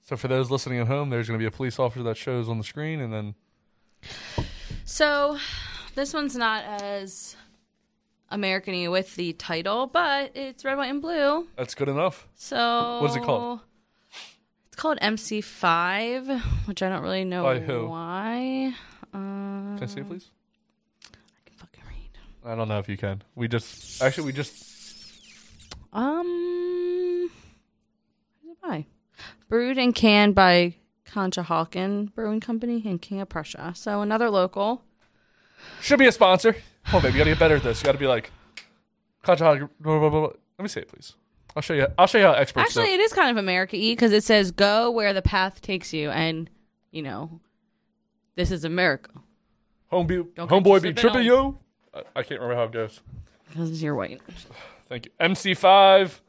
[SPEAKER 1] So for those listening at home, there's going to be a police officer that shows on the screen, and then
[SPEAKER 2] So, this one's not as American-y with the title, but it's red, white, and blue.
[SPEAKER 1] that's good enough.
[SPEAKER 2] So
[SPEAKER 1] What is it called?
[SPEAKER 2] It's called MC5, which I don't really know
[SPEAKER 1] By who?
[SPEAKER 2] why. Uh,
[SPEAKER 1] Can I see it, please?
[SPEAKER 2] I can fucking read.
[SPEAKER 1] I don't know if you can. We just actually we just
[SPEAKER 2] Um, who's it by? Brewed and canned by Conchahawken Brewing Company in King of Prussia. So another local.
[SPEAKER 1] should be a sponsor. Come on, baby, you gotta get better at this. You gotta be like, Kaja, blah, blah, blah, blah. let me see it, please. I'll show you. I'll show you how experts
[SPEAKER 2] Actually,
[SPEAKER 1] do. it.
[SPEAKER 2] it is kind of America y because it says go where the path takes you, and you know, this is America
[SPEAKER 1] Home be,
[SPEAKER 2] Don't
[SPEAKER 1] homeboy
[SPEAKER 2] get
[SPEAKER 1] be
[SPEAKER 2] to
[SPEAKER 1] tripping
[SPEAKER 2] spit
[SPEAKER 1] yo. I, I can't remember how it goes.
[SPEAKER 2] because you're white.
[SPEAKER 1] Thank you. MC5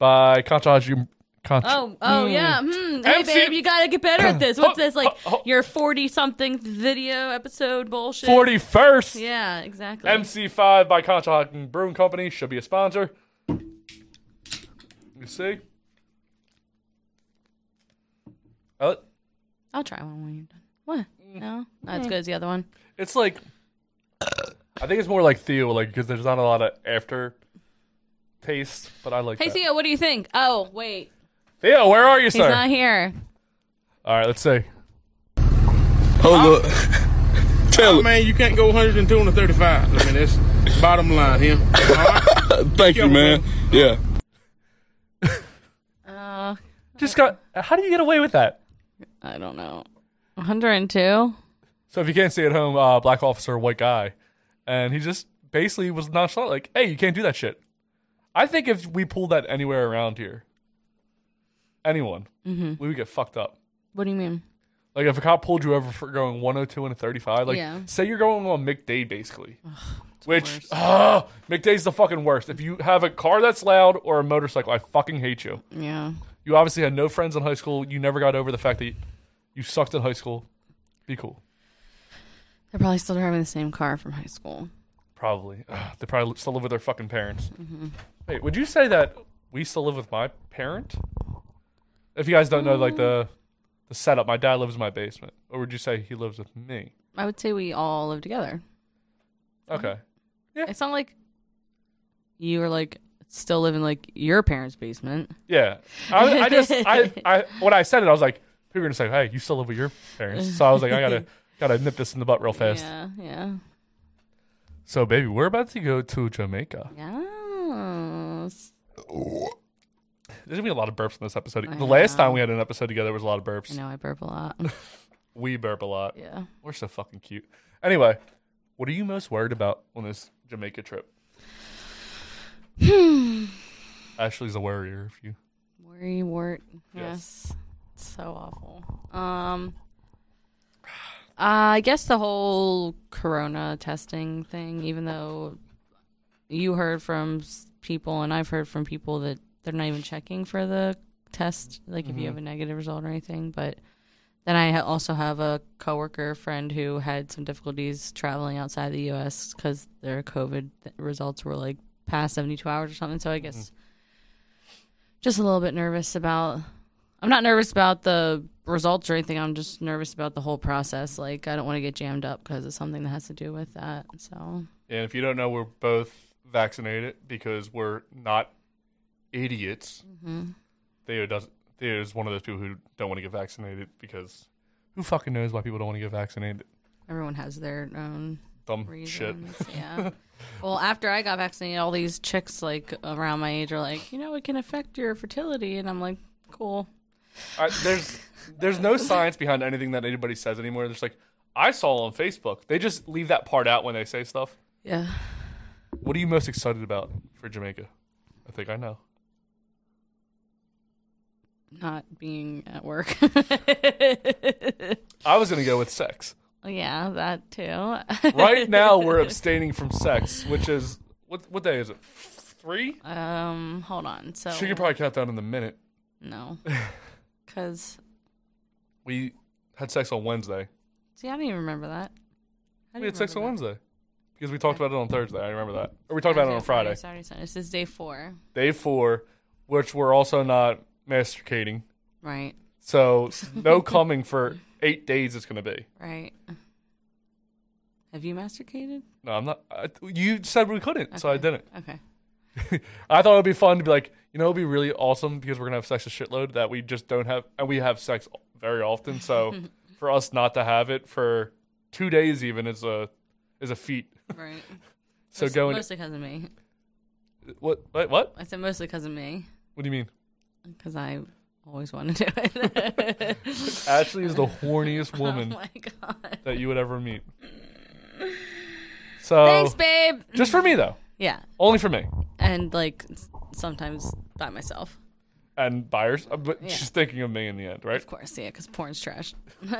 [SPEAKER 1] by Kaja. Conch-
[SPEAKER 2] Oh, oh yeah. Hmm. Hey,
[SPEAKER 1] MC
[SPEAKER 2] babe, you gotta get better at this. What's this like?
[SPEAKER 1] Oh, oh.
[SPEAKER 2] Your forty-something video episode bullshit.
[SPEAKER 1] 41st.
[SPEAKER 2] Yeah, exactly.
[SPEAKER 1] MC5 by Conchahawken Brewing Company should be a sponsor. You see? Uh,
[SPEAKER 2] I'll try one when you're done. What? No, not as good as the other one.
[SPEAKER 1] It's like I think it's more like Theo, like because there's not a lot of after taste. But I like
[SPEAKER 2] Hey
[SPEAKER 1] that.
[SPEAKER 2] Theo, what do you think? Oh wait,
[SPEAKER 1] Theo, where are you,
[SPEAKER 2] he's
[SPEAKER 1] sir?
[SPEAKER 2] not here.
[SPEAKER 1] All right, let's see.
[SPEAKER 7] Hold up. Tell it.
[SPEAKER 8] Man, you can't go 102 and 35. I mean, that's bottom line here. All right?
[SPEAKER 7] Thank you, man. Yeah.
[SPEAKER 2] Uh,
[SPEAKER 1] Just got. How do you get away with that?
[SPEAKER 2] I don't know. 102.
[SPEAKER 1] So if you can't see at home, uh, black officer, white guy, and he just basically was nonchalant, like, "Hey, you can't do that shit." I think if we pulled that anywhere around here, anyone,
[SPEAKER 2] Mm-hmm.
[SPEAKER 1] we would get fucked up.
[SPEAKER 2] What do you mean?
[SPEAKER 1] Like if a cop pulled you over for going 102 and a 35, like
[SPEAKER 2] Yeah.
[SPEAKER 1] say you're going on McDay basically, which ah, McDay's the fucking worst. If you have a car that's loud or a motorcycle, I fucking hate you.
[SPEAKER 2] Yeah.
[SPEAKER 1] You obviously had no friends in high school. You never got over the fact that you sucked in high school. Be cool.
[SPEAKER 2] They're probably still driving the same car from high school.
[SPEAKER 1] Probably. Ugh, they probably still live with their fucking parents. Wait, would you say that we still live with my parent? If you guys don't know, like the the setup, my dad lives in my basement. Or would you say he lives with me?
[SPEAKER 2] I would say we all live together.
[SPEAKER 1] Okay.
[SPEAKER 2] It's not like you were like still living like your parents' basement.
[SPEAKER 1] Yeah, I, I just I, I when I said it, I was like, people are gonna say, "Hey, you still live with your parents," so I was like, I gotta gotta nip this in the butt real fast.
[SPEAKER 2] Yeah, yeah,
[SPEAKER 1] So, baby, we're about to go to Jamaica.
[SPEAKER 2] yes.
[SPEAKER 1] There's gonna be a lot of burps in this episode. the last time we had an episode together, there was a lot of burps.
[SPEAKER 2] I know I burp a lot.
[SPEAKER 1] We burp a lot.
[SPEAKER 2] Yeah.
[SPEAKER 1] We're so fucking cute. Anyway, what are you most worried about on this Jamaica trip?
[SPEAKER 2] Hmm.
[SPEAKER 1] Ashley's a worrier. If you
[SPEAKER 2] Worry wart.
[SPEAKER 1] Yes.
[SPEAKER 2] Yes. So awful. Um I guess the whole corona testing thing, even though you heard from s- people and I've heard from people that they're not even checking for the test, like if you have a negative result or anything. But then I ha- also have a coworker friend who had some difficulties traveling outside the U.S. because their COVID th- results were like past 72 hours or something. So I guess just a little bit nervous about I'm not nervous about the results or anything. I'm just nervous about the whole process. Like I don't want to get jammed up because it's something that has to do with that. So
[SPEAKER 1] and if you don't know, we're both vaccinated because we're not idiots. Theo does. Theo is one of those people who don't want to get vaccinated because who fucking knows why people don't want to get vaccinated?
[SPEAKER 2] everyone has their own
[SPEAKER 1] Dumb shit.
[SPEAKER 2] reasons. Yeah. well, after I got vaccinated, all these chicks like around my age are like, you know, it can affect your fertility, and I'm like, cool.
[SPEAKER 1] I, there's there's no science behind anything that anybody says anymore. There's like I saw on Facebook. They just leave that part out when they say stuff.
[SPEAKER 2] Yeah.
[SPEAKER 1] What are you most excited about for Jamaica? I think I know.
[SPEAKER 2] not being at work.
[SPEAKER 1] I was going to go with sex.
[SPEAKER 2] yeah, that too.
[SPEAKER 1] Right now, we're abstaining from sex, which is what? What day is it? Three?
[SPEAKER 2] um, hold on. So
[SPEAKER 1] She could probably count down in a minute.
[SPEAKER 2] no, because
[SPEAKER 1] We had sex on Wednesday.
[SPEAKER 2] see, I don't even remember that. How
[SPEAKER 1] We
[SPEAKER 2] do you
[SPEAKER 1] had sex on
[SPEAKER 2] remember
[SPEAKER 1] Wednesday because we talked about it on Thursday. I remember that, or we talked
[SPEAKER 2] that?
[SPEAKER 1] about it on Friday,
[SPEAKER 2] Saturday, Sunday. This is day four,
[SPEAKER 1] day four, which we're also not masturbating.
[SPEAKER 2] right?
[SPEAKER 1] So no coming for eight days. It's going to be.
[SPEAKER 2] Right. Have you masturbated?
[SPEAKER 1] No, I'm not. I, you said we couldn't, so I didn't.
[SPEAKER 2] Okay.
[SPEAKER 1] I thought it'd be fun to be like, you know, it'd be really awesome because we're gonna have sex a shitload that we just don't have, and we have sex very often. So for us not to have it for two days even is a is a feat.
[SPEAKER 2] Right.
[SPEAKER 1] So going
[SPEAKER 2] mostly because of me.
[SPEAKER 1] what what what?
[SPEAKER 2] I said mostly because of me
[SPEAKER 1] What do you mean?
[SPEAKER 2] because I always want to do it.
[SPEAKER 1] Ashley is the horniest
[SPEAKER 2] oh
[SPEAKER 1] woman
[SPEAKER 2] my god.
[SPEAKER 1] that you would ever meet. So
[SPEAKER 2] Thanks, babe.
[SPEAKER 1] just for me though,
[SPEAKER 2] Yeah,
[SPEAKER 1] only for me
[SPEAKER 2] and like s- sometimes by myself,
[SPEAKER 1] and buyers. Uh, But
[SPEAKER 2] Yeah.
[SPEAKER 1] she's thinking of me in the end, right?
[SPEAKER 2] of course. Yeah, because porn's trash.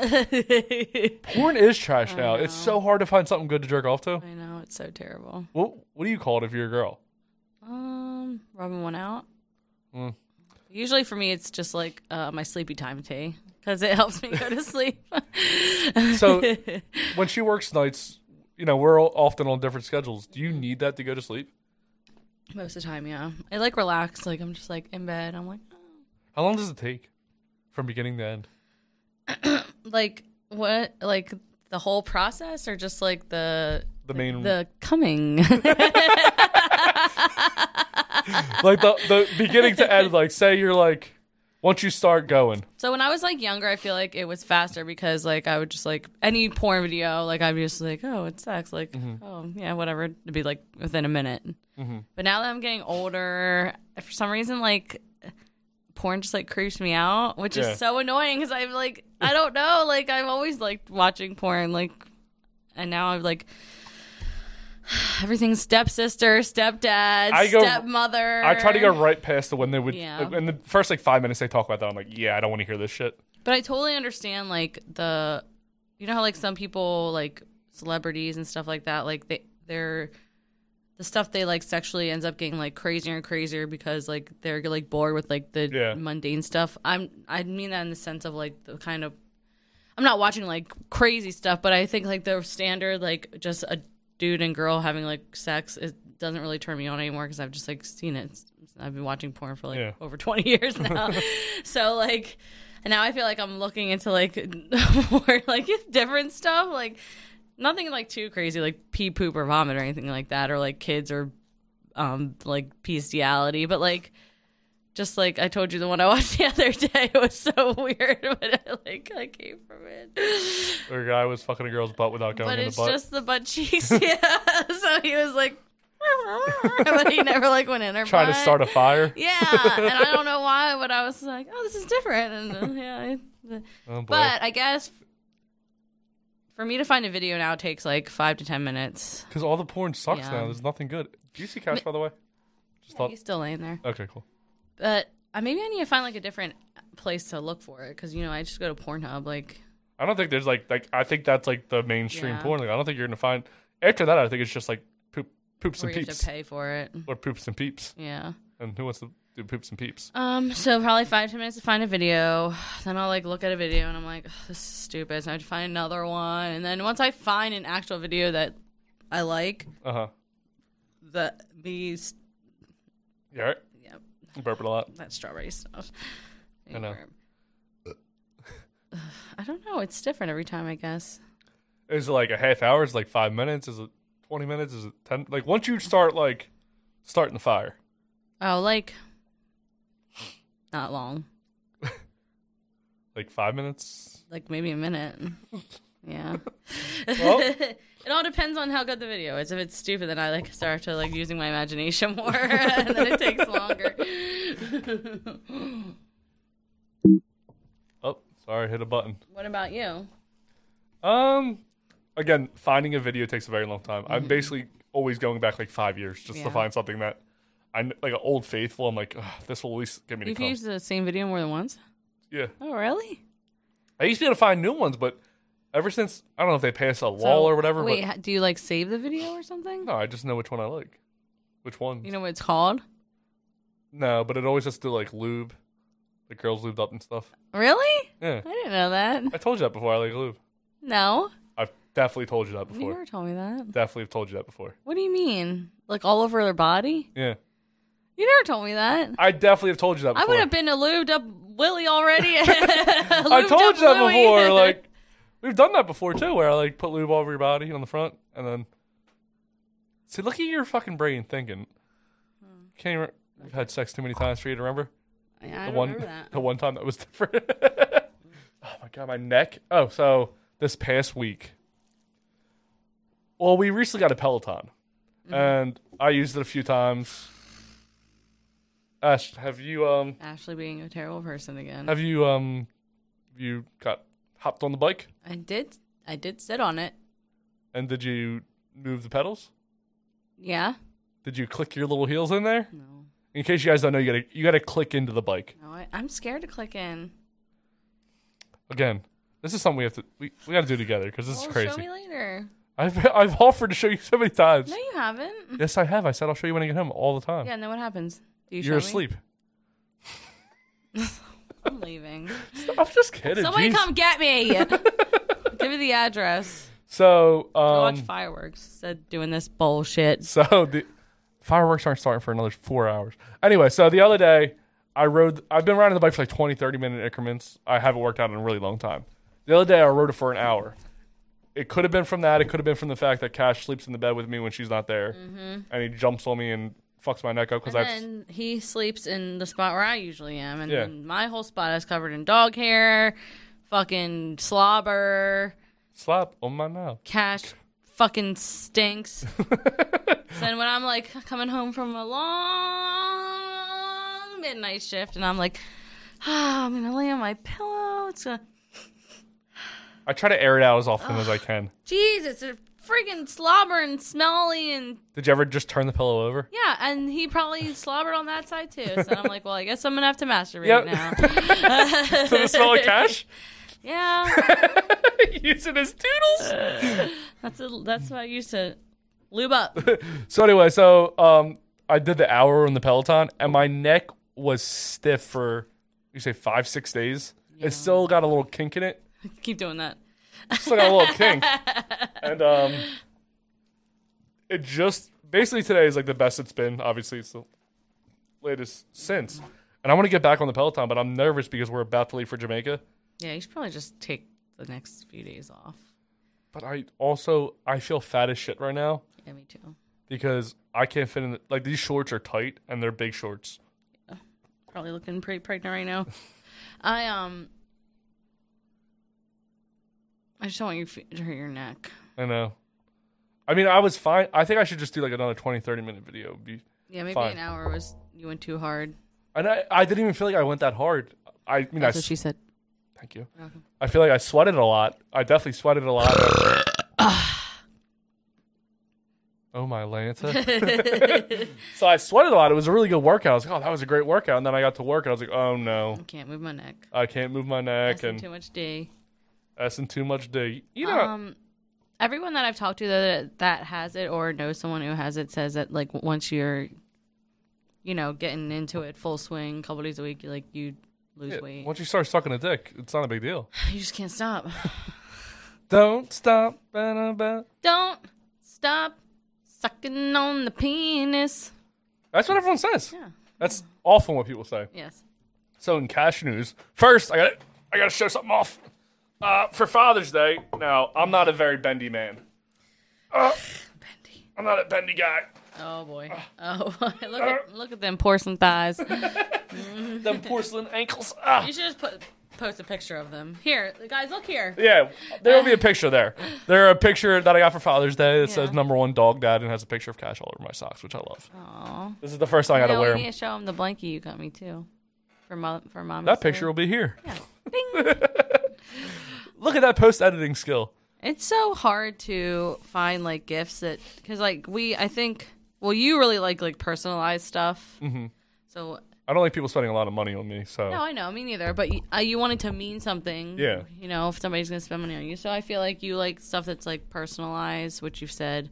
[SPEAKER 1] Porn is trash now. It's so hard to find something good to jerk off to.
[SPEAKER 2] I know it's so terrible.
[SPEAKER 1] What what do you call it if you're a girl?
[SPEAKER 2] Um, rubbing one out.
[SPEAKER 1] Mm.
[SPEAKER 2] Usually for me, it's just like uh, my sleepy time tea because it helps me go to sleep.
[SPEAKER 1] So when she works nights, you know, we're all often on different schedules. Do you need that to go to sleep?
[SPEAKER 2] most of the time, yeah, I like relax. Like I'm just like in bed. I'm like,
[SPEAKER 1] How long does it take from beginning to end?
[SPEAKER 2] like what, like the whole process, or just like the
[SPEAKER 1] The main,
[SPEAKER 2] the coming.
[SPEAKER 1] like the the beginning to end. Like, say you're like, once you start going,
[SPEAKER 2] So when I was like younger, I feel like it was faster because like I would just like any porn video, like I'd be just like, oh, it sucks, like
[SPEAKER 1] Mm-hmm.
[SPEAKER 2] oh yeah, whatever. It'd be like within a minute. But now that I'm getting older, for some reason like porn just like creeps me out, which
[SPEAKER 1] Yeah.
[SPEAKER 2] is so annoying because I'm like I don't know, like I've always liked watching porn, like and now I'm like. Everything's stepsister, stepdad,
[SPEAKER 1] I go-
[SPEAKER 2] stepmother.
[SPEAKER 1] I try to go right past the when they would.
[SPEAKER 2] Yeah.
[SPEAKER 1] Like, in the first like five minutes, they talk about that. I'm like, yeah, I don't want to hear this shit.
[SPEAKER 2] But I totally understand like the you know how like some people like celebrities and stuff like that like they they're the stuff they like sexually ends up getting like crazier and crazier because like they're like bored with like the
[SPEAKER 1] Yeah.
[SPEAKER 2] mundane stuff. I'm I mean that in the sense of like the kind of I'm not watching like crazy stuff, but I think like the standard like just a dude and girl having like sex it doesn't really turn me on anymore because I've just like seen it. It's- I've been watching porn for like
[SPEAKER 1] Yeah.
[SPEAKER 2] over 20 years now, so like and now I feel like I'm looking into like more like different stuff like. Nothing like too crazy, like pee, poop, or vomit, or anything like that, or like kids or um like bestiality, but like just like I told you the one I watched the other day it was so weird, but I, like I came from it.
[SPEAKER 1] Or a guy was fucking a girl's butt without going
[SPEAKER 2] But
[SPEAKER 1] in the
[SPEAKER 2] it's
[SPEAKER 1] butt.
[SPEAKER 2] just the butt cheeks, yeah. so he was like, but he never like went in her.
[SPEAKER 1] Trying
[SPEAKER 2] butt.
[SPEAKER 1] to start a fire.
[SPEAKER 2] Yeah, and I don't know why, but I was like, oh, this is different, and uh, yeah. I-
[SPEAKER 1] Oh boy.
[SPEAKER 2] But I guess for me to find a video now takes like five to ten minutes.
[SPEAKER 1] Because all the porn sucks
[SPEAKER 2] Yeah.
[SPEAKER 1] now. There's nothing good. Juicy Cash, by the way. Just thought.
[SPEAKER 2] He's still laying there.
[SPEAKER 1] Okay, cool.
[SPEAKER 2] But uh, maybe I need to find like a different place to look for it because you know I just go to Pornhub. Like,
[SPEAKER 1] I don't think there's like like I think that's like the mainstream
[SPEAKER 2] Yeah.
[SPEAKER 1] porn. Like, I don't think you're gonna find after that. I think it's just like poop, poops
[SPEAKER 2] where
[SPEAKER 1] and
[SPEAKER 2] you have
[SPEAKER 1] peeps
[SPEAKER 2] to pay for it.
[SPEAKER 1] or poops and peeps.
[SPEAKER 2] Yeah.
[SPEAKER 1] And who wants to do poops and peeps?
[SPEAKER 2] Um. So probably five ten minutes to find a video. Then I'll like look at a video and I'm like, "Ugh, this is stupid. So I have to find another one. And then once I find an actual video that I like,
[SPEAKER 1] Uh huh.
[SPEAKER 2] the these
[SPEAKER 1] You all right?
[SPEAKER 2] Yep.
[SPEAKER 1] I'm burping a lot.
[SPEAKER 2] that strawberry stuff.
[SPEAKER 1] I know.
[SPEAKER 2] Ugh, I don't know. It's different every time, I guess.
[SPEAKER 1] Is it like a half hour? Is it like five minutes? Is it twenty minutes? Is it ten? Like once you start like starting the fire,
[SPEAKER 2] Oh, like not long.
[SPEAKER 1] like five minutes.
[SPEAKER 2] like maybe a minute. Yeah.
[SPEAKER 1] Well-
[SPEAKER 2] it all depends on how good the video is. If it's stupid, then I like start to like using my imagination more, and then it takes longer.
[SPEAKER 1] Oh, sorry, hit a button.
[SPEAKER 2] what about you?
[SPEAKER 1] Um, again, finding a video takes a very long time. I'm basically always going back like five years just to
[SPEAKER 2] Mm-hmm. Yeah.
[SPEAKER 1] find something that I kn- like an old faithful. I'm like, "Ugh, this will at least get me to
[SPEAKER 2] You've
[SPEAKER 1] come.
[SPEAKER 2] used the same video more than once?
[SPEAKER 1] yeah,
[SPEAKER 2] Oh, really?
[SPEAKER 1] I used to be able to find new ones, but ever since I don't know if they passed a law
[SPEAKER 2] So-
[SPEAKER 1] or whatever.
[SPEAKER 2] Wait,
[SPEAKER 1] but
[SPEAKER 2] ha- do you like save the video or something?
[SPEAKER 1] no, I just know which one I like. Which one?
[SPEAKER 2] You know what it's called?
[SPEAKER 1] no, but it always has to like lube. The girls lubed up and stuff.
[SPEAKER 2] Really?
[SPEAKER 1] Yeah,
[SPEAKER 2] I didn't know that.
[SPEAKER 1] I told you that before. I like lube.
[SPEAKER 2] No,
[SPEAKER 1] I've definitely told you that
[SPEAKER 2] you
[SPEAKER 1] before.
[SPEAKER 2] never told me that.
[SPEAKER 1] Definitely have told you that before.
[SPEAKER 2] What do you mean? Like all over their body?
[SPEAKER 1] Yeah,
[SPEAKER 2] You never told me that.
[SPEAKER 1] I definitely have told you that.
[SPEAKER 2] I
[SPEAKER 1] before.
[SPEAKER 2] would have been a lubed up Willie already.
[SPEAKER 1] I
[SPEAKER 2] I
[SPEAKER 1] told you that before. Like we've done that before too, where I like put lube all over your body on the front, and then see, look at your fucking brain thinking. Can't even. We've had sex too many times for you to remember.
[SPEAKER 2] I don't
[SPEAKER 1] the one,
[SPEAKER 2] remember that.
[SPEAKER 1] the one time that was different. oh my god, my neck. Oh, so this past week. Well, we recently got a Peloton,
[SPEAKER 2] Mm-hmm.
[SPEAKER 1] and I used it a few times. Ash, have you um
[SPEAKER 2] Ashley being a terrible person again.
[SPEAKER 1] Have you um, you got hopped on the bike
[SPEAKER 2] I did. I did sit on it.
[SPEAKER 1] and did you move the pedals?
[SPEAKER 2] Yeah.
[SPEAKER 1] Did you click your little heels in there?
[SPEAKER 2] No.
[SPEAKER 1] In case you guys don't know, you gotta you gotta click into the bike
[SPEAKER 2] No. I, I'm scared to click in.
[SPEAKER 1] again. This is something we have to we, we gotta do together because this
[SPEAKER 2] Well,
[SPEAKER 1] is
[SPEAKER 2] Oh, Show
[SPEAKER 1] crazy.
[SPEAKER 2] me later.
[SPEAKER 1] I've I've offered to show you so many times.
[SPEAKER 2] No, you haven't.
[SPEAKER 1] Yes, I have. I said I'll show you when I get home all the time.
[SPEAKER 2] Yeah. And then what happens? Do you
[SPEAKER 1] You're
[SPEAKER 2] show
[SPEAKER 1] asleep.
[SPEAKER 2] Me? I'm leaving.
[SPEAKER 1] I'm just kidding.
[SPEAKER 2] Somebody
[SPEAKER 1] jeez.
[SPEAKER 2] come get me. Give me the address.
[SPEAKER 1] So
[SPEAKER 2] I
[SPEAKER 1] um,
[SPEAKER 2] watch fireworks. Said doing this bullshit.
[SPEAKER 1] So the fireworks aren't starting for another four hours. Anyway, so the other day I rode, I've been riding the bike for like 20, 30 minute increments. I haven't worked out in a really long time. The other day I rode it for an hour. It could have been from that. It could have been from the fact that Cash sleeps in the bed with me when she's not there. And he jumps on me and fucks my neck up because
[SPEAKER 2] Mm-hmm.
[SPEAKER 1] that's.
[SPEAKER 2] And then he sleeps in the spot where I usually am, and
[SPEAKER 1] Yeah.
[SPEAKER 2] then my whole spot is covered in dog hair, fucking slobber,
[SPEAKER 1] Slap on my mouth.
[SPEAKER 2] cash, fucking stinks. then when I'm like coming home from a long midnight shift, and I'm like, ah, I'm gonna lay on my pillow. It's gonna,
[SPEAKER 1] I try to air it out as often as I can.
[SPEAKER 2] Jesus, they're friggin' slobber and smelly and
[SPEAKER 1] Did you ever just turn the pillow over?
[SPEAKER 2] Yeah, and he probably slobbered on that side too. So I'm like, well, I guess I'm gonna have to masturbate
[SPEAKER 1] Yep.
[SPEAKER 2] now.
[SPEAKER 1] to the smell of Cash?
[SPEAKER 2] Yeah,
[SPEAKER 1] Using his doodles?
[SPEAKER 2] that's a, that's what I used to lube up.
[SPEAKER 1] So anyway, so um, I did the hour on the Peloton, and my neck was stiff for you say five, six days. It still got a little kink in it.
[SPEAKER 2] Keep doing that.
[SPEAKER 1] Still got a little kink, and um, it just basically today is like the best it's been. Obviously, it's the latest since, and I want to get back on the Peloton, but I'm nervous because we're about to leave for Jamaica.
[SPEAKER 2] Yeah, you should probably just take the next few days off.
[SPEAKER 1] But I also I feel fat as shit right now
[SPEAKER 2] Yeah, me too.
[SPEAKER 1] because I can't fit in. The, like these shorts are tight and they're big shorts.
[SPEAKER 2] Probably looking pretty pregnant right now. I um, I just don't want your feet to hurt your neck.
[SPEAKER 1] I know. I mean, I was fine. I think I should just do like another 20, 30 minute video. Be-
[SPEAKER 2] Yeah, maybe
[SPEAKER 1] Fine.
[SPEAKER 2] an hour was you went too hard.
[SPEAKER 1] And I, I didn't even feel like I went that hard. I mean, I,
[SPEAKER 2] That's what
[SPEAKER 1] s-
[SPEAKER 2] she said.
[SPEAKER 1] thank you. I feel like I sweated a lot. I definitely sweated a lot. oh my Lanta. so I sweated a lot. It was a really good workout. I was like, oh, that was a great workout. And then I got to work and I was like, oh no,
[SPEAKER 2] Can't move my neck.
[SPEAKER 1] I can't move my
[SPEAKER 2] That's
[SPEAKER 1] neck and
[SPEAKER 2] too much D.
[SPEAKER 1] that's in too much D. You know,
[SPEAKER 2] Um, everyone that I've talked to that that has it or knows someone who has it says that like w- once you're, you know, getting into it full swing, couple days a week, you like you lose
[SPEAKER 1] yeah,
[SPEAKER 2] weight.
[SPEAKER 1] once you start sucking a dick, it's not a big deal.
[SPEAKER 2] You just can't stop.
[SPEAKER 1] Don't stop. ba-da-ba.
[SPEAKER 2] Don't stop sucking on the penis.
[SPEAKER 1] That's what everyone says.
[SPEAKER 2] Yeah.
[SPEAKER 1] That's often what people say.
[SPEAKER 2] Yes.
[SPEAKER 1] So in cash news, first I got I got to show something off uh, for Father's Day. Now I'm not a very bendy man. Uh,
[SPEAKER 2] Bendy.
[SPEAKER 1] I'm not a bendy guy.
[SPEAKER 2] Oh boy.
[SPEAKER 1] Ah.
[SPEAKER 2] Oh, look at look at them porcelain thighs. you
[SPEAKER 1] Them porcelain ankles. Ah.
[SPEAKER 2] should just put post a picture of them. Here, guys, look here.
[SPEAKER 1] Yeah, there will be a picture there. There are a picture that I got for Father's Day that says
[SPEAKER 2] Yeah.
[SPEAKER 1] number one dog dad and has a picture of cash all over my socks, which I love. This is the first time I got to
[SPEAKER 2] No,
[SPEAKER 1] wear
[SPEAKER 2] we need
[SPEAKER 1] them.
[SPEAKER 2] to show them the blankie you got me too, for mom for mom.
[SPEAKER 1] That picture will be here. Look at that post editing skill.
[SPEAKER 2] It's so hard to find like gifts that because like we I think well, you really like like personalized stuff.
[SPEAKER 1] Mhm.
[SPEAKER 2] So
[SPEAKER 1] I don't like people spending a lot of money on me, so
[SPEAKER 2] no, I know, me neither. But you, uh, you want it to mean something.
[SPEAKER 1] Yeah.
[SPEAKER 2] You know, if somebody's gonna spend money on you, so I feel like you like stuff that's like personalized, which you've said.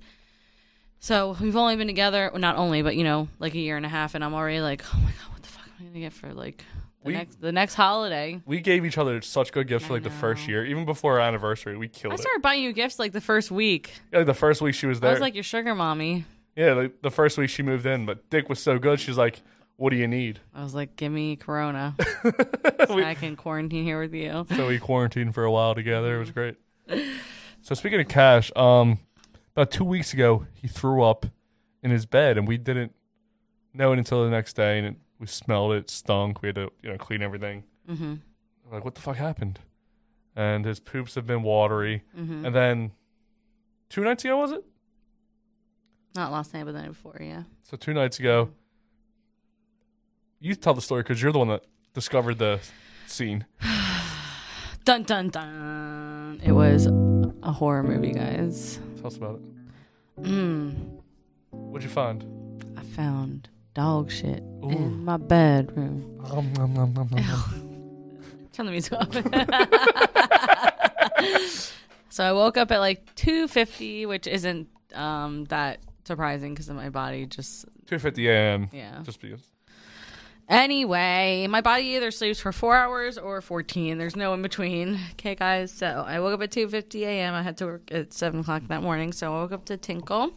[SPEAKER 2] So we've only been together, well, not only, but you know, like a year and a half, and I'm already like, oh my god, what the fuck am I gonna get for like the
[SPEAKER 1] We-
[SPEAKER 2] next the next holiday?
[SPEAKER 1] we gave each other such good gifts for like the first year, even before our anniversary. We killed
[SPEAKER 2] I
[SPEAKER 1] it.
[SPEAKER 2] started buying you gifts like the first week.
[SPEAKER 1] Yeah, like the first week she was there.
[SPEAKER 2] I was like your sugar mommy.
[SPEAKER 1] yeah, like the first week she moved in, but Dick was so good. She's like, "What do you need?"
[SPEAKER 2] I was like, give me Corona. so I can quarantine here with you.
[SPEAKER 1] So we quarantined for a while together. It was great. So speaking of cash, um, about two weeks ago he threw up in his bed, and we didn't know it until the next day, and it, we smelled it, it stunk. We had to you know clean everything. Mm-hmm. Like what the fuck happened? And his poops have been watery. And then two nights ago was it?
[SPEAKER 2] Not last night, but the night before, yeah.
[SPEAKER 1] So two nights ago, you tell the story because you're the one that discovered the scene.
[SPEAKER 2] Dun dun dun. It was a horror movie, guys.
[SPEAKER 1] Tell us about it.
[SPEAKER 2] Mm,
[SPEAKER 1] What'd you find?
[SPEAKER 2] I found dog shit in my bedroom.
[SPEAKER 1] Um, um, um, um, um.
[SPEAKER 2] Turn the music off. so I woke up at like 2:50, which isn't um, that surprising because my body just
[SPEAKER 1] Two fifty a.m.
[SPEAKER 2] yeah.
[SPEAKER 1] Just because.
[SPEAKER 2] Anyway, my body either sleeps for four hours or fourteen. There's no in between. Okay, guys. So I woke up at two fifty a.m. I had to work at seven o'clock that morning, so I woke up to tinkle.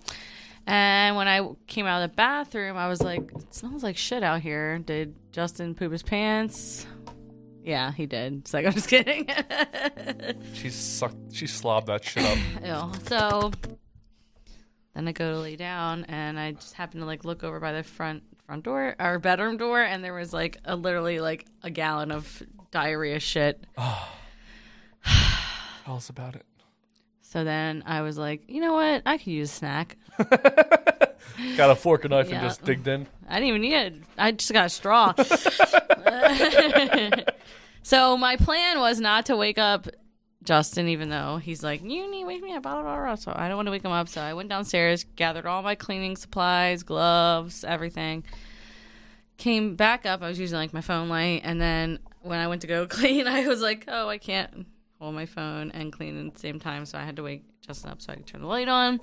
[SPEAKER 2] And when I came out of the bathroom, I was like, "It smells like shit out here." Did Justin poop his pants? Yeah, he did. It's like I'm just kidding.
[SPEAKER 1] She sucked. She slobbed that shit up.
[SPEAKER 2] Ew. So then I go to lay down, and I just happen to like look over by the front front door or bedroom door, and there was like a literally like a gallon of diarrhea shit.
[SPEAKER 1] Tell us about it.
[SPEAKER 2] So then I was like, you know what? I could use a snack.
[SPEAKER 1] Got a fork and knife
[SPEAKER 2] Yeah.
[SPEAKER 1] and just digged in.
[SPEAKER 2] I didn't even need it. I just got a straw. so my plan was not to wake up Justin, even though he's like, you need to wake me up. Blah, blah, blah, blah. So I don't want to wake him up. So I went downstairs, gathered all my cleaning supplies, gloves, everything. Came back up. I was using like my phone light. And then when I went to go clean, I was like, oh, I can't hold my phone and clean at the same time. So I had to wake Justin up so I could turn the light on.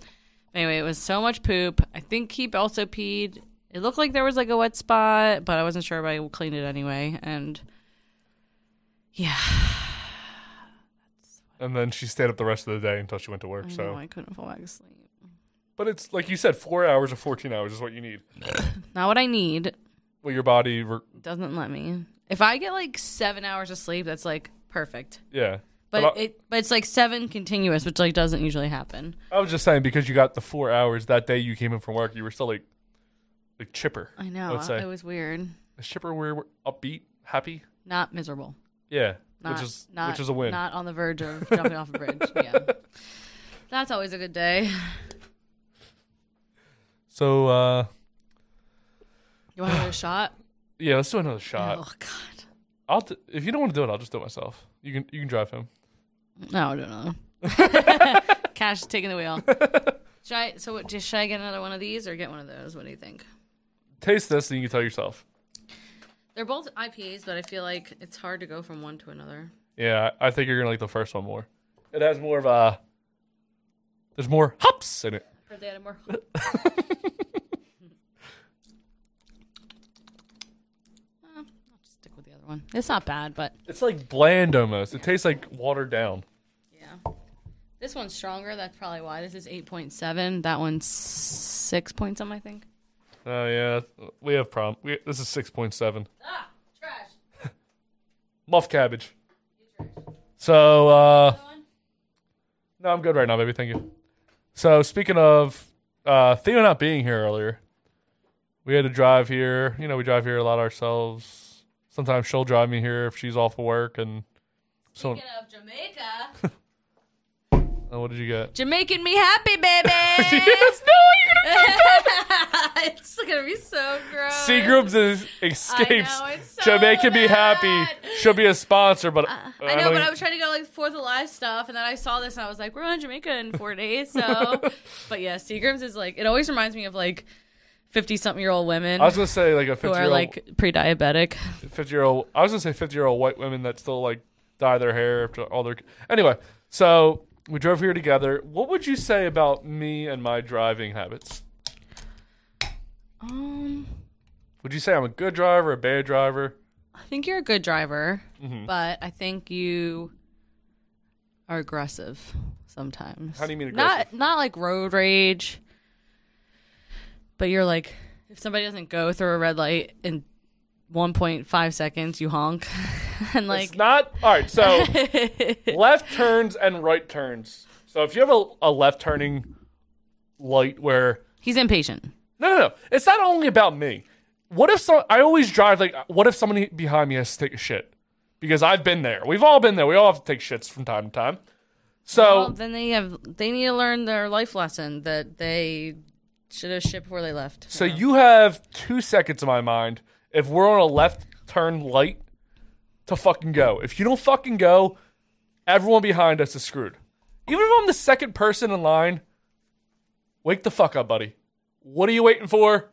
[SPEAKER 2] Anyway, it was so much poop. I think he also peed. It looked like there was like a wet spot, but I wasn't sure, but I cleaned it anyway. And yeah,
[SPEAKER 1] And then she stayed up the rest of the day until she went to work.
[SPEAKER 2] so
[SPEAKER 1] So,
[SPEAKER 2] I couldn't fall back asleep.
[SPEAKER 1] but it's like you said, four hours or fourteen hours is what you need.
[SPEAKER 2] Not what I need.
[SPEAKER 1] Well, your body, re-
[SPEAKER 2] Doesn't let me. If I get like seven hours of sleep, that's like perfect.
[SPEAKER 1] yeah.
[SPEAKER 2] But
[SPEAKER 1] I-
[SPEAKER 2] it, but it's like seven continuous, which like doesn't usually happen.
[SPEAKER 1] I was just saying because you got the four hours that day you came in from work, you were still like, like chipper.
[SPEAKER 2] I know.
[SPEAKER 1] Let's say.
[SPEAKER 2] It was weird.
[SPEAKER 1] Is chipper where we're upbeat, happy?
[SPEAKER 2] Not miserable.
[SPEAKER 1] Yeah,
[SPEAKER 2] Not,
[SPEAKER 1] which is
[SPEAKER 2] not,
[SPEAKER 1] which is a win.
[SPEAKER 2] Not on the verge of jumping off a bridge. Yeah. That's always a good day.
[SPEAKER 1] so uh,
[SPEAKER 2] You want another shot?
[SPEAKER 1] yeah, let's do another shot.
[SPEAKER 2] oh God.
[SPEAKER 1] I'll t- if you don't want to do it, I'll just do it myself. You can you can drive him.
[SPEAKER 2] No, I don't know. Cash is taking the wheel. Should I? So, what, just, should I get another one of these or get one of those? What do you think?
[SPEAKER 1] Taste this, and you can tell yourself.
[SPEAKER 2] They're both IPAs, but I feel like it's hard to go from one to another.
[SPEAKER 1] Yeah, I I think you're gonna like the first one more. It has more of a. There's more hops in it.
[SPEAKER 2] Heard they had more. I'll just stick with the other one. It's not bad, but
[SPEAKER 1] It's like bland almost. It tastes like watered down.
[SPEAKER 2] yeah, this one's stronger. That's probably why. This is eight point seven. That one's six point something, I think.
[SPEAKER 1] Oh yeah, that's- we have problem. We, this is six point seven.
[SPEAKER 2] Ah, trash.
[SPEAKER 1] Muff cabbage. So uh,
[SPEAKER 2] Another one?
[SPEAKER 1] no, I'm good right now, baby. Thank you. So speaking of uh, Theo not being here earlier, we had to drive here. You know, we drive here a lot ourselves. Sometimes she'll drive me here if she's off of work, and so.
[SPEAKER 2] Speaking of Jamaica,
[SPEAKER 1] Oh, what did you get?
[SPEAKER 2] Jamaican me happy, baby.
[SPEAKER 1] yes, no, you're gonna
[SPEAKER 2] it's gonna be so gross.
[SPEAKER 1] Seagram's is, escapes.
[SPEAKER 2] I know, it's so
[SPEAKER 1] Jamaica be happy.
[SPEAKER 2] bad. Uh,
[SPEAKER 1] She'll be a sponsor, but uh,
[SPEAKER 2] I know,
[SPEAKER 1] don't
[SPEAKER 2] but I
[SPEAKER 1] even-
[SPEAKER 2] was trying to go like Fourth of July stuff, and then I saw this, and I was like, "We're on Jamaica in four days." So, but yeah, Seagram's is like it always reminds me of like 50 something year old women
[SPEAKER 1] I was gonna say like a
[SPEAKER 2] who
[SPEAKER 1] fifty year
[SPEAKER 2] are
[SPEAKER 1] old,
[SPEAKER 2] like pre diabetic.
[SPEAKER 1] fifty year old. I was gonna say fifty year old white women that still like dye their hair after all their. Anyway, so we drove here together. What would you say about me and my driving habits?
[SPEAKER 2] Um,
[SPEAKER 1] Would you say I'm a good driver, a bad driver?
[SPEAKER 2] I think you're a good driver,
[SPEAKER 1] Mm-hmm.
[SPEAKER 2] but I think you are aggressive sometimes.
[SPEAKER 1] How do you mean
[SPEAKER 2] Not not like road rage, but you're like if somebody doesn't go through a red light in 1.5 seconds, you honk and like
[SPEAKER 1] it's not all right. So left turns and right turns. So if you have a, a left turning light where
[SPEAKER 2] he's impatient.
[SPEAKER 1] No, no, no. It's not only about me. What if so? I always drive like. What if somebody behind me has to take a shit? Because I've been there. We've all been there. We all have to take shits from time to time. So
[SPEAKER 2] Well, then they have they need to learn their life lesson that they should have shipped before they left.
[SPEAKER 1] So you have two seconds in my mind if we're on a left turn light to fucking go. If you don't fucking go, everyone behind us is screwed. Even if I'm the second person in line, wake the fuck up, buddy. What are you waiting for?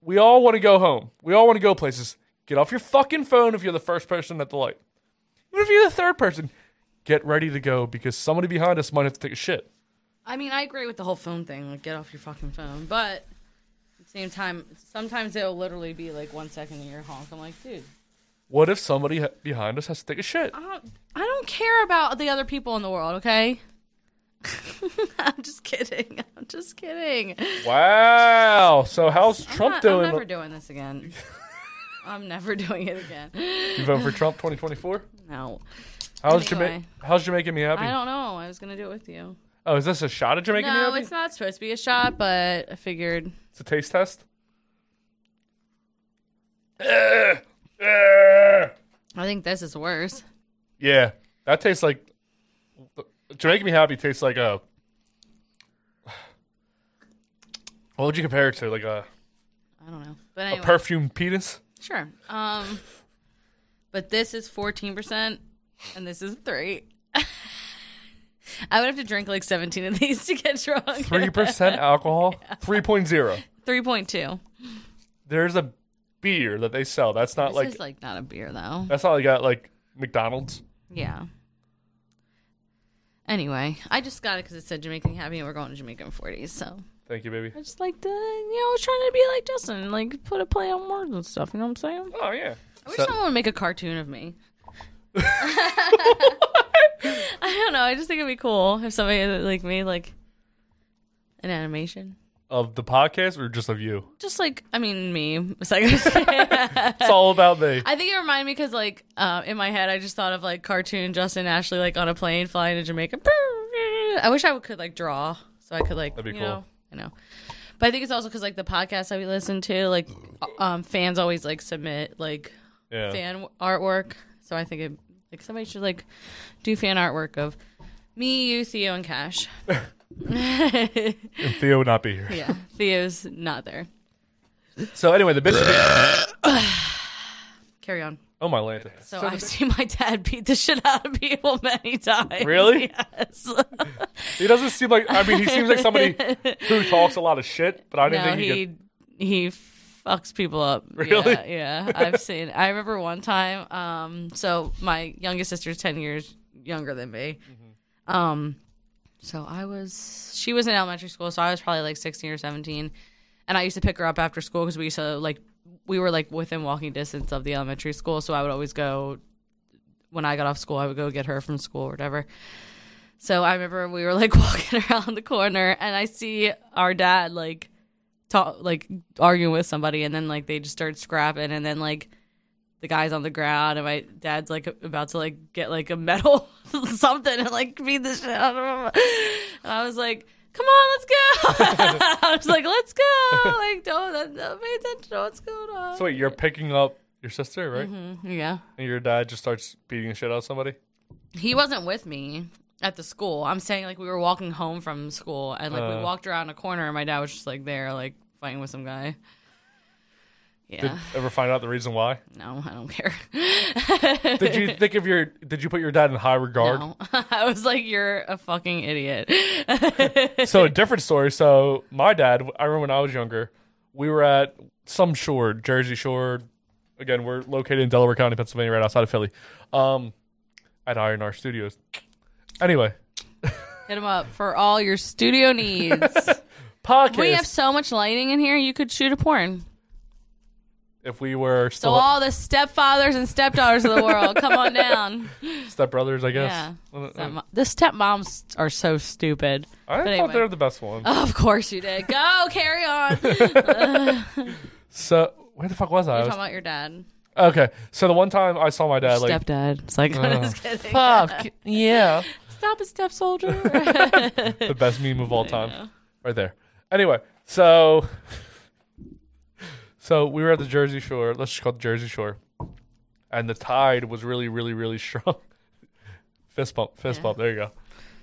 [SPEAKER 1] We all want to go home. We all want to go places. Get off your fucking phone if you're the first person at the light. Even if you're the third person, get ready to go because somebody behind us might have to take a shit.
[SPEAKER 2] I mean, I agree with the whole phone thing. Like, get off your fucking phone. But at the same time, sometimes it'll literally be like one second in your honk. I'm like, dude,
[SPEAKER 1] What if somebody ha- behind us has to take a shit?
[SPEAKER 2] I don't, I don't care about the other people in the world. Okay. I'm just kidding. I'm just kidding.
[SPEAKER 1] Wow. So how's Trump
[SPEAKER 2] I'm, not- I'm
[SPEAKER 1] doing?
[SPEAKER 2] never doing this again. I'm never doing it again.
[SPEAKER 1] you vote for Trump 2024?
[SPEAKER 2] No,
[SPEAKER 1] How's
[SPEAKER 2] Anyway.
[SPEAKER 1] Jamaica? How's Jamaica me
[SPEAKER 2] I
[SPEAKER 1] happy?
[SPEAKER 2] don't know. I was gonna do it with you.
[SPEAKER 1] Oh, is this a shot at Jamaica me
[SPEAKER 2] No,
[SPEAKER 1] happy?
[SPEAKER 2] it's not supposed to be a shot, but I figured
[SPEAKER 1] It's a taste test. Ugh. Ugh.
[SPEAKER 2] I think this is worse.
[SPEAKER 1] Yeah, that tastes like Jamaica me happy tastes like a. What would you compare it to? Like a,
[SPEAKER 2] I don't know. But
[SPEAKER 1] a
[SPEAKER 2] anyway,
[SPEAKER 1] perfumed penis?
[SPEAKER 2] sure. Um, but this is fourteen percent, and this is three. I would have to drink like seventeen of these to get drunk.
[SPEAKER 1] Three percent alcohol, three point zero.
[SPEAKER 2] Three point two.
[SPEAKER 1] There's a beer that they sell. That's not
[SPEAKER 2] This
[SPEAKER 1] like,
[SPEAKER 2] is like not a beer though.
[SPEAKER 1] that's not like at like McDonald's.
[SPEAKER 2] Yeah. Anyway, I just got it because it said Jamaican happy, and we're going to Jamaican forties. So
[SPEAKER 1] Thank you, baby.
[SPEAKER 2] I just like the you know I was trying to be like Justin, and, like put a play on words and stuff. You know what I'm saying?
[SPEAKER 1] Oh yeah.
[SPEAKER 2] I wish someone would make a cartoon of me. I don't know. I just think it'd be cool if somebody like made like an animation.
[SPEAKER 1] of the podcast or just of you?
[SPEAKER 2] Just like I mean me. It's like- I
[SPEAKER 1] It's all about me.
[SPEAKER 2] think it reminded me because like uh, in my head I just thought of like cartoon Justin and Ashley like on a plane flying to Jamaica. I wish I could like draw so I could like
[SPEAKER 1] That'd be
[SPEAKER 2] you
[SPEAKER 1] cool.
[SPEAKER 2] know, I know. But I think it's also because like the podcast that we listen to, like um, fans always like submit like
[SPEAKER 1] Yeah.
[SPEAKER 2] fan artwork. So I think it, like somebody should like do fan artwork of me, you, Theo, and Cash.
[SPEAKER 1] And Theo would not be here.
[SPEAKER 2] yeah, Theo's not there.
[SPEAKER 1] So anyway, the bitch.
[SPEAKER 2] Carry on.
[SPEAKER 1] oh my land.
[SPEAKER 2] So, I've seen my dad beat the shit out of people many times.
[SPEAKER 1] Really?
[SPEAKER 2] Yes.
[SPEAKER 1] He doesn't seem like. I mean, he seems like somebody who talks a lot of shit, but I didn't
[SPEAKER 2] no,
[SPEAKER 1] think he,
[SPEAKER 2] he
[SPEAKER 1] could.
[SPEAKER 2] he fucks people up.
[SPEAKER 1] Really?
[SPEAKER 2] Yeah, yeah. I've seen. I remember one time. Um, so my youngest sister's ten years younger than me.
[SPEAKER 1] Mm-hmm.
[SPEAKER 2] Um, so I was. She was in elementary school, so I was probably like sixteen or seventeen, and I used to pick her up after school because we used to like we were like within walking distance of the elementary school, so I would always go. When I got off school, I would go get her from school or whatever. So I remember we were like walking around the corner, and I see our dad like talk like arguing with somebody and then like they just start scrapping and then like the guy's on the ground and my dad's like about to like get like a medal something and like beat the shit out of him and i was like come on let's go i was like let's go like don't, don't pay attention to what's going on
[SPEAKER 1] So wait, you're picking up your sister, right?
[SPEAKER 2] Mm-hmm. yeah
[SPEAKER 1] And your dad just starts beating the shit out of somebody.
[SPEAKER 2] he wasn't with me at the school i'm saying like we were walking home from school and like we
[SPEAKER 1] Uh.
[SPEAKER 2] walked around a corner and my dad was just like there like fighting with some guy
[SPEAKER 1] Did
[SPEAKER 2] Yeah.
[SPEAKER 1] ever find out the reason why?
[SPEAKER 2] No, I don't care.
[SPEAKER 1] Did you think of your? Did you put your dad in high regard?
[SPEAKER 2] No. I was like, you're a fucking idiot.
[SPEAKER 1] so a different story. So my dad, I remember when I was younger, we were at some shore, Jersey Shore. Again, we're located in Delaware County, Pennsylvania, right outside of Philly, um, at Iron R Studios. Anyway,
[SPEAKER 2] Hit him up for all your studio needs.
[SPEAKER 1] podcast.
[SPEAKER 2] we have so much lighting in here, you could shoot a porn.
[SPEAKER 1] if we were
[SPEAKER 2] So
[SPEAKER 1] still
[SPEAKER 2] all the stepfathers and stepdaughters of the world, come on down.
[SPEAKER 1] stepbrothers, I guess.
[SPEAKER 2] Yeah.
[SPEAKER 1] Well, uh,
[SPEAKER 2] Stepmo- the stepmoms are so stupid.
[SPEAKER 1] I thought
[SPEAKER 2] but
[SPEAKER 1] they
[SPEAKER 2] anyway. Oh.
[SPEAKER 1] were the best one.
[SPEAKER 2] Of course you did. Go carry on. You're
[SPEAKER 1] So where the fuck was I? I
[SPEAKER 2] talking
[SPEAKER 1] was-
[SPEAKER 2] about your dad,
[SPEAKER 1] okay, so the one time I saw my dad, like,
[SPEAKER 2] stepdad. It's like
[SPEAKER 1] Oh.
[SPEAKER 2] fuck yeah. Stop it, step soldier.
[SPEAKER 1] the best meme of all time. Right there. Anyway, so so we were at the Jersey Shore. Let's just call it Jersey Shore. And the tide was really, really, really strong. Fist bump, fist bump. There you go.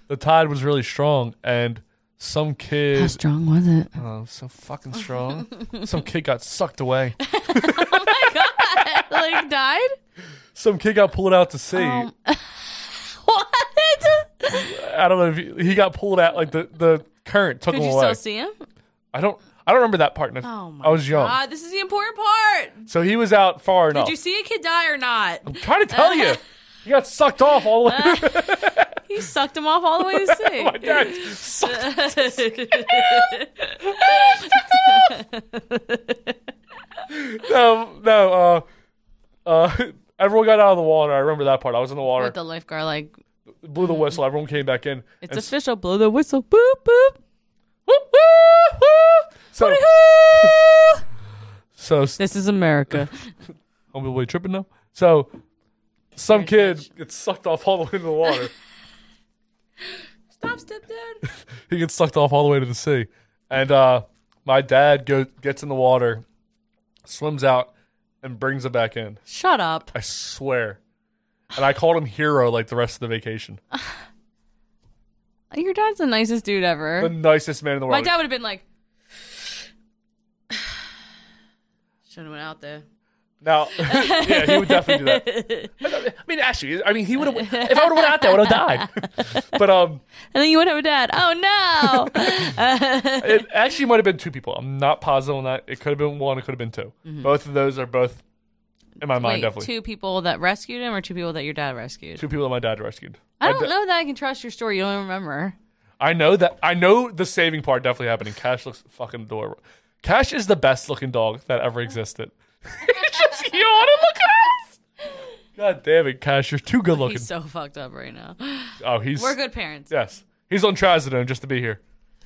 [SPEAKER 1] The tide was really strong, and some
[SPEAKER 2] How
[SPEAKER 1] kid,
[SPEAKER 2] strong was it?
[SPEAKER 1] oh, so fucking strong. some kid got sucked away.
[SPEAKER 2] like died?
[SPEAKER 1] Some kid got pulled out to sea.
[SPEAKER 2] Um, what?
[SPEAKER 1] I don't know if he, he got pulled out. Like the the current took
[SPEAKER 2] Could
[SPEAKER 1] him
[SPEAKER 2] you
[SPEAKER 1] away.
[SPEAKER 2] still see him?
[SPEAKER 1] I don't. I don't remember that part.
[SPEAKER 2] Oh my
[SPEAKER 1] I was young, Oh.
[SPEAKER 2] god, this is the important part.
[SPEAKER 1] so he was out far
[SPEAKER 2] Did
[SPEAKER 1] enough.
[SPEAKER 2] you see a kid die or not?
[SPEAKER 1] trying to tell you. You got sucked off all the way.
[SPEAKER 2] He sucked him off all the way to sea.
[SPEAKER 1] My dad. No, no. Uh, uh, everyone got out of the water. I remember that part. I was in the water,
[SPEAKER 2] With the lifeguard, like
[SPEAKER 1] blew the whistle. Everyone came back in.
[SPEAKER 2] it's
[SPEAKER 1] and s-
[SPEAKER 2] official. Blow the whistle. Boop boop.
[SPEAKER 1] whoop, whoop, whoop. So, so s-
[SPEAKER 2] This is America.
[SPEAKER 1] I'm really tripping now. So, some
[SPEAKER 2] Scared
[SPEAKER 1] kid gets sucked off all the way to the water.
[SPEAKER 2] Stop, stepdad.
[SPEAKER 1] he gets sucked off all the way to the sea. And uh, my dad go, gets in the water, swims out, and brings it back in.
[SPEAKER 2] Shut up.
[SPEAKER 1] I swear. And I called him hero like the rest of the vacation.
[SPEAKER 2] Your dad's the nicest dude
[SPEAKER 1] The
[SPEAKER 2] ever.
[SPEAKER 1] nicest man in the
[SPEAKER 2] My
[SPEAKER 1] world.
[SPEAKER 2] dad would have been like, should have went out there.
[SPEAKER 1] now, yeah, he would definitely do that. I mean, actually, I mean, he would have. If I would have went out there, I would have died. but um,
[SPEAKER 2] And then you would have a dad. Oh no.
[SPEAKER 1] it actually might have been two people. I'm not positive on that. It could have been one. It could have been 2 Both of those are both in my mind.
[SPEAKER 2] Wait,
[SPEAKER 1] definitely
[SPEAKER 2] two people that rescued him or two people that your dad rescued?
[SPEAKER 1] Two people that my dad rescued.
[SPEAKER 2] I
[SPEAKER 1] My
[SPEAKER 2] don't
[SPEAKER 1] da-
[SPEAKER 2] know that I can trust your story. You don't remember.
[SPEAKER 1] I know that. I know the saving part definitely happened. And Cash looks fucking adorable. Cash is the best looking dog that ever existed. He's just yawn and look at us. God damn it, Cash! You're too good looking.
[SPEAKER 2] He's so fucked up right now.
[SPEAKER 1] oh, he's
[SPEAKER 2] We're good parents.
[SPEAKER 1] Yes, he's on trazodone just to be here.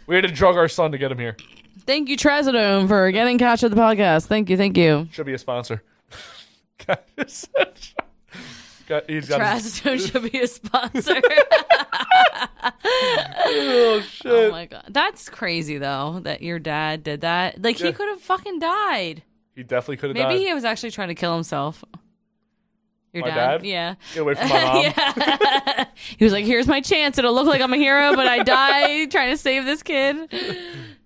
[SPEAKER 1] We had to drug our son to get him here.
[SPEAKER 2] Thank you, Trazodome, for getting catch of the podcast. Thank you, thank you.
[SPEAKER 1] Should be a sponsor. Cash is such. God, he's got his-
[SPEAKER 2] Trazodome should be a sponsor.
[SPEAKER 1] oh
[SPEAKER 2] oh
[SPEAKER 1] shit.
[SPEAKER 2] my god, that's crazy though that your dad did that. Like
[SPEAKER 1] Yeah.
[SPEAKER 2] he could have fucking died.
[SPEAKER 1] he definitely could have
[SPEAKER 2] Maybe
[SPEAKER 1] died.
[SPEAKER 2] he was actually trying to kill himself. Your
[SPEAKER 1] My
[SPEAKER 2] dad?
[SPEAKER 1] dad?
[SPEAKER 2] Yeah.
[SPEAKER 1] Get away from my mom.
[SPEAKER 2] yeah. he was like, "Here's my chance. It'll look like I'm a hero, but I die trying to save this kid."